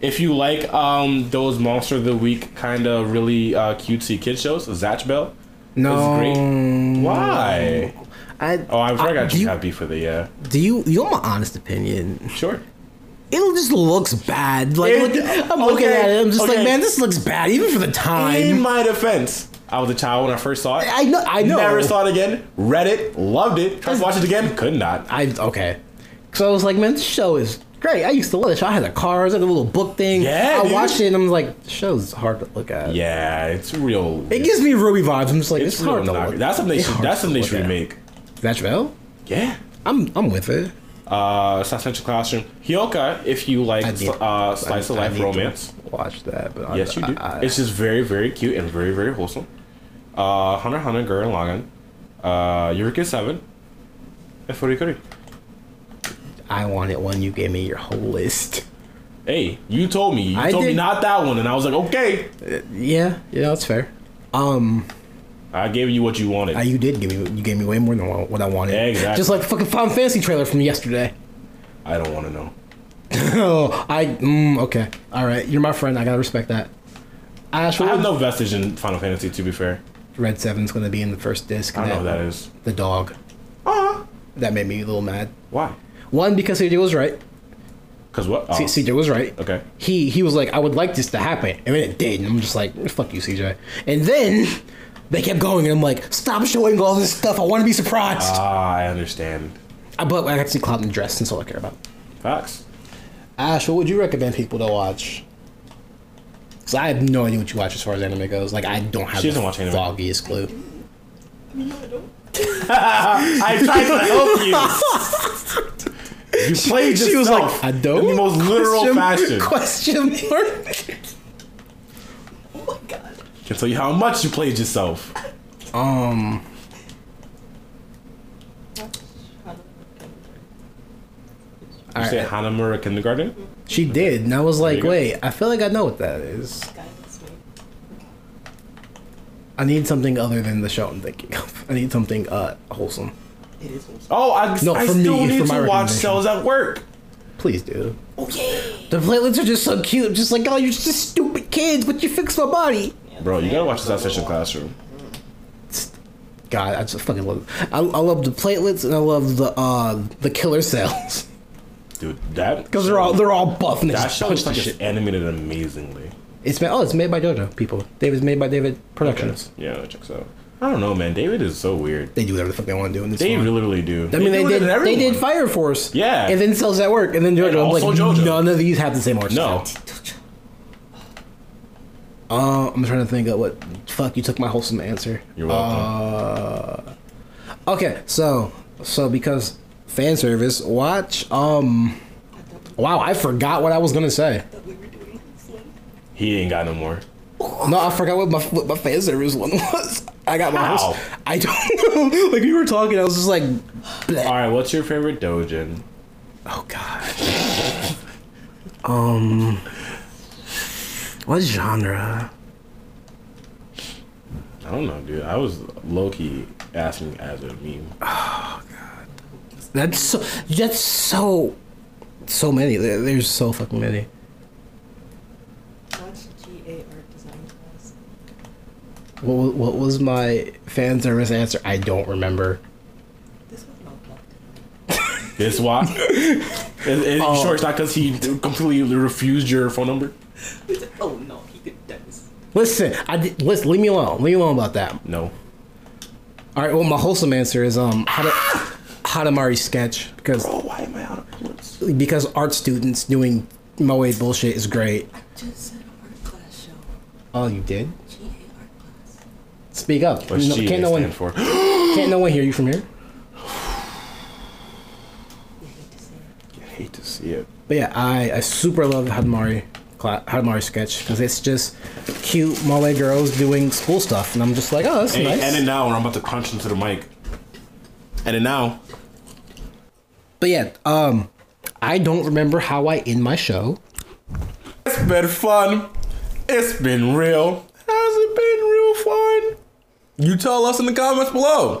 Speaker 2: If you like um those monster of the week kind of really uh, cutesy kid shows, Zatch Bell.
Speaker 1: No.
Speaker 2: great. Why?
Speaker 1: I,
Speaker 2: Oh, I forgot
Speaker 1: do
Speaker 2: you
Speaker 1: you,
Speaker 2: have beef with it. Yeah,
Speaker 1: Do you? You want my honest opinion?
Speaker 2: sure.
Speaker 1: It just looks bad. Like
Speaker 2: It-
Speaker 1: look- I'm looking
Speaker 2: okay,
Speaker 1: at it, I'm just
Speaker 2: okay.
Speaker 1: like, man, this looks bad, even for the
Speaker 2: In
Speaker 1: time.
Speaker 2: my defense, I was a child when I first saw it.
Speaker 1: I know. I know.
Speaker 2: Never saw it again. Read it, loved it. Tried to watch it again, could not.
Speaker 1: I okay. So I was like, man, this show is great. I used to love this show. I had the cars, I had a little book thing.
Speaker 2: Yeah,
Speaker 1: I
Speaker 2: dude.
Speaker 1: watched it and I'm like, the show's hard to look at.
Speaker 2: Yeah, it's real.
Speaker 1: It gives me Ruby vibes. I'm just like,
Speaker 2: it's
Speaker 1: it's,
Speaker 2: real
Speaker 1: hard to
Speaker 2: knock-
Speaker 1: look.
Speaker 2: That's something they
Speaker 1: it's
Speaker 2: should.
Speaker 1: hard
Speaker 2: That's
Speaker 1: to
Speaker 2: something they
Speaker 1: look
Speaker 2: should
Speaker 1: at.
Speaker 2: remake.
Speaker 1: That's Bell.
Speaker 2: Yeah.
Speaker 1: I'm I'm with it.
Speaker 2: Uh, Central Classroom. Hyoka, if you like
Speaker 1: I need-
Speaker 2: uh, slice of
Speaker 1: I- I
Speaker 2: life
Speaker 1: need to
Speaker 2: romance.
Speaker 1: Watch that, but
Speaker 2: Yes,
Speaker 1: I,
Speaker 2: you do.
Speaker 1: I,
Speaker 2: it's just very, very cute and very, very wholesome. Uh, Hunter x Hunter, Gurren Lagann, uh, Yurika Seven, and Furikuri.
Speaker 1: I wanted one. You gave me your whole list.
Speaker 2: Hey, you told me. You
Speaker 1: I
Speaker 2: told me
Speaker 1: did-
Speaker 2: not that one, and I was like, okay.
Speaker 1: Yeah, yeah, that's fair. Um,
Speaker 2: I gave you what you wanted.
Speaker 1: uh, you did give me you gave me way more than what I wanted.
Speaker 2: Yeah, exactly.
Speaker 1: Just like the fucking Final Fantasy trailer from yesterday.
Speaker 2: I don't want to know.
Speaker 1: Oh, I mm, okay. All right, you're my friend. I gotta respect that. I
Speaker 2: I
Speaker 1: actually
Speaker 2: have no vestige in Final Fantasy. To be fair,
Speaker 1: Red Seven's gonna be in the first disc.
Speaker 2: I don't know who
Speaker 1: and
Speaker 2: that is.
Speaker 1: The dog.
Speaker 2: Ah,
Speaker 1: That made me a little mad.
Speaker 2: why?
Speaker 1: One because CJ was right.
Speaker 2: Cause what? Oh,
Speaker 1: C- CJ was right.
Speaker 2: Okay.
Speaker 1: He he was like, I would like this to happen, and then it did, and I'm just like, fuck you, CJ. And then they kept going, and I'm like, stop showing all this stuff. I want to be surprised.
Speaker 2: Ah, I understand.
Speaker 1: I but I got to see Cloud in the dress. That's all I care about.
Speaker 2: Facts.
Speaker 1: Ash, what would you recommend people to watch? Because I have no idea what you watch as far as anime goes. Like, I don't have
Speaker 2: She doesn't
Speaker 1: the
Speaker 2: watch anime.
Speaker 1: foggiest clue.
Speaker 5: I mean, no, I don't.
Speaker 2: I tried to help you. You played yourself.
Speaker 1: She was like, I don't.
Speaker 2: In the most literal
Speaker 1: Question-
Speaker 2: fashion.
Speaker 1: Question mark.
Speaker 5: Oh my god.
Speaker 2: Can tell you how much you played yourself.
Speaker 1: um,
Speaker 5: Watch Hanamaru Kindergarten.
Speaker 1: all
Speaker 2: You
Speaker 1: right.
Speaker 2: said Hanamura Kindergarten.
Speaker 1: she did, and I was like,
Speaker 2: There you
Speaker 1: wait, I feel like I know what that is.
Speaker 5: Guidance me.
Speaker 1: I need something other than the show I'm thinking of. I need something uh wholesome.
Speaker 5: It is awesome.
Speaker 2: Oh, I,
Speaker 1: No,
Speaker 2: I
Speaker 1: for
Speaker 2: still
Speaker 1: me,
Speaker 2: need
Speaker 1: for my
Speaker 2: to watch
Speaker 1: recommendation.
Speaker 2: Cells at Work.
Speaker 1: Please do.
Speaker 5: Oh, yeah.
Speaker 1: The platelets are just so cute. I'm just like, oh, you're just stupid kids, but you fix my body.
Speaker 5: Yeah,
Speaker 2: Bro, you
Speaker 5: man,
Speaker 2: gotta watch this
Speaker 5: blah, blah,
Speaker 2: Session
Speaker 5: blah.
Speaker 2: Classroom.
Speaker 1: God, I just fucking love. I, I love the platelets and I love the uh the killer cells
Speaker 2: Dude, that.
Speaker 1: because they're all they're all buff and they
Speaker 2: That
Speaker 1: just
Speaker 2: show
Speaker 1: punch
Speaker 2: looks
Speaker 1: the
Speaker 2: like
Speaker 1: shit.
Speaker 2: it's animated amazingly.
Speaker 1: It's made, oh, it's made by JoJo people. David's made by David Productions.
Speaker 2: Yeah, that checks out. I don't know, man. David is so weird.
Speaker 1: They do whatever the fuck they want to do. And it's
Speaker 2: They
Speaker 1: fine.
Speaker 2: really, really do.
Speaker 1: I mean, they,
Speaker 2: do it
Speaker 1: did.
Speaker 2: in
Speaker 1: They
Speaker 2: everyone.
Speaker 1: did Fire Force.
Speaker 2: Yeah.
Speaker 1: And then Cells at Work, and then JoJo.
Speaker 2: And
Speaker 1: I'm like,
Speaker 2: also JoJo.
Speaker 1: none of these have the same art.
Speaker 2: No.
Speaker 1: style. Uh, I'm trying to think of what. Fuck, you took my wholesome answer.
Speaker 2: You're welcome.
Speaker 1: Uh, okay, so so because fan service, watch. Um,
Speaker 5: I thought we-
Speaker 1: wow, I forgot what I was gonna say.
Speaker 5: I thought we were doing Slim.
Speaker 2: he ain't got no more.
Speaker 1: No, I forgot what my what my fan service one was. I got my.
Speaker 2: How?
Speaker 1: Host, I don't know. Like we were talking, I was just like, bleh.
Speaker 2: All right, what's your favorite Dojin?
Speaker 1: oh god. um, what genre?
Speaker 2: I don't know, dude. I was low key asking as a meme.
Speaker 1: That's so. That's so. So many. There- There's so fucking many.
Speaker 5: Watch GA Art Design Class.
Speaker 1: What, wa- what was my fan service answer? I don't remember.
Speaker 5: This was not blocked.
Speaker 2: This why? is is you sure it's not because he completely refused your phone number?
Speaker 5: It's like, oh no, he could done this.
Speaker 1: Listen, I did, listen. Leave me alone. Leave me alone about that.
Speaker 2: No.
Speaker 1: All right. Well, my wholesome answer is um, how to Hadamari sketch because
Speaker 3: Oh, why am I out of bullets?
Speaker 1: because art students doing moe bullshit is great.
Speaker 5: I just said art class show.
Speaker 1: Oh, you did?
Speaker 5: GA art class.
Speaker 1: Speak up.
Speaker 2: What's
Speaker 1: No-
Speaker 2: G
Speaker 1: can't no one
Speaker 2: stand for?
Speaker 1: can't no one hear you from here.
Speaker 5: You hate to say it.
Speaker 3: I hate to see it.
Speaker 1: But yeah, I, I super love Hadamari cla- Hadamari sketch because it's just cute moe girls doing school stuff, and I'm just like, oh, that's
Speaker 2: Hey,
Speaker 1: nice.
Speaker 2: And then now, and I'm about to crunch into the mic. And then now,
Speaker 1: but yeah, um, I don't remember how I end my show.
Speaker 3: It's been fun. It's been real. Has it been real fun? You tell us in the comments below.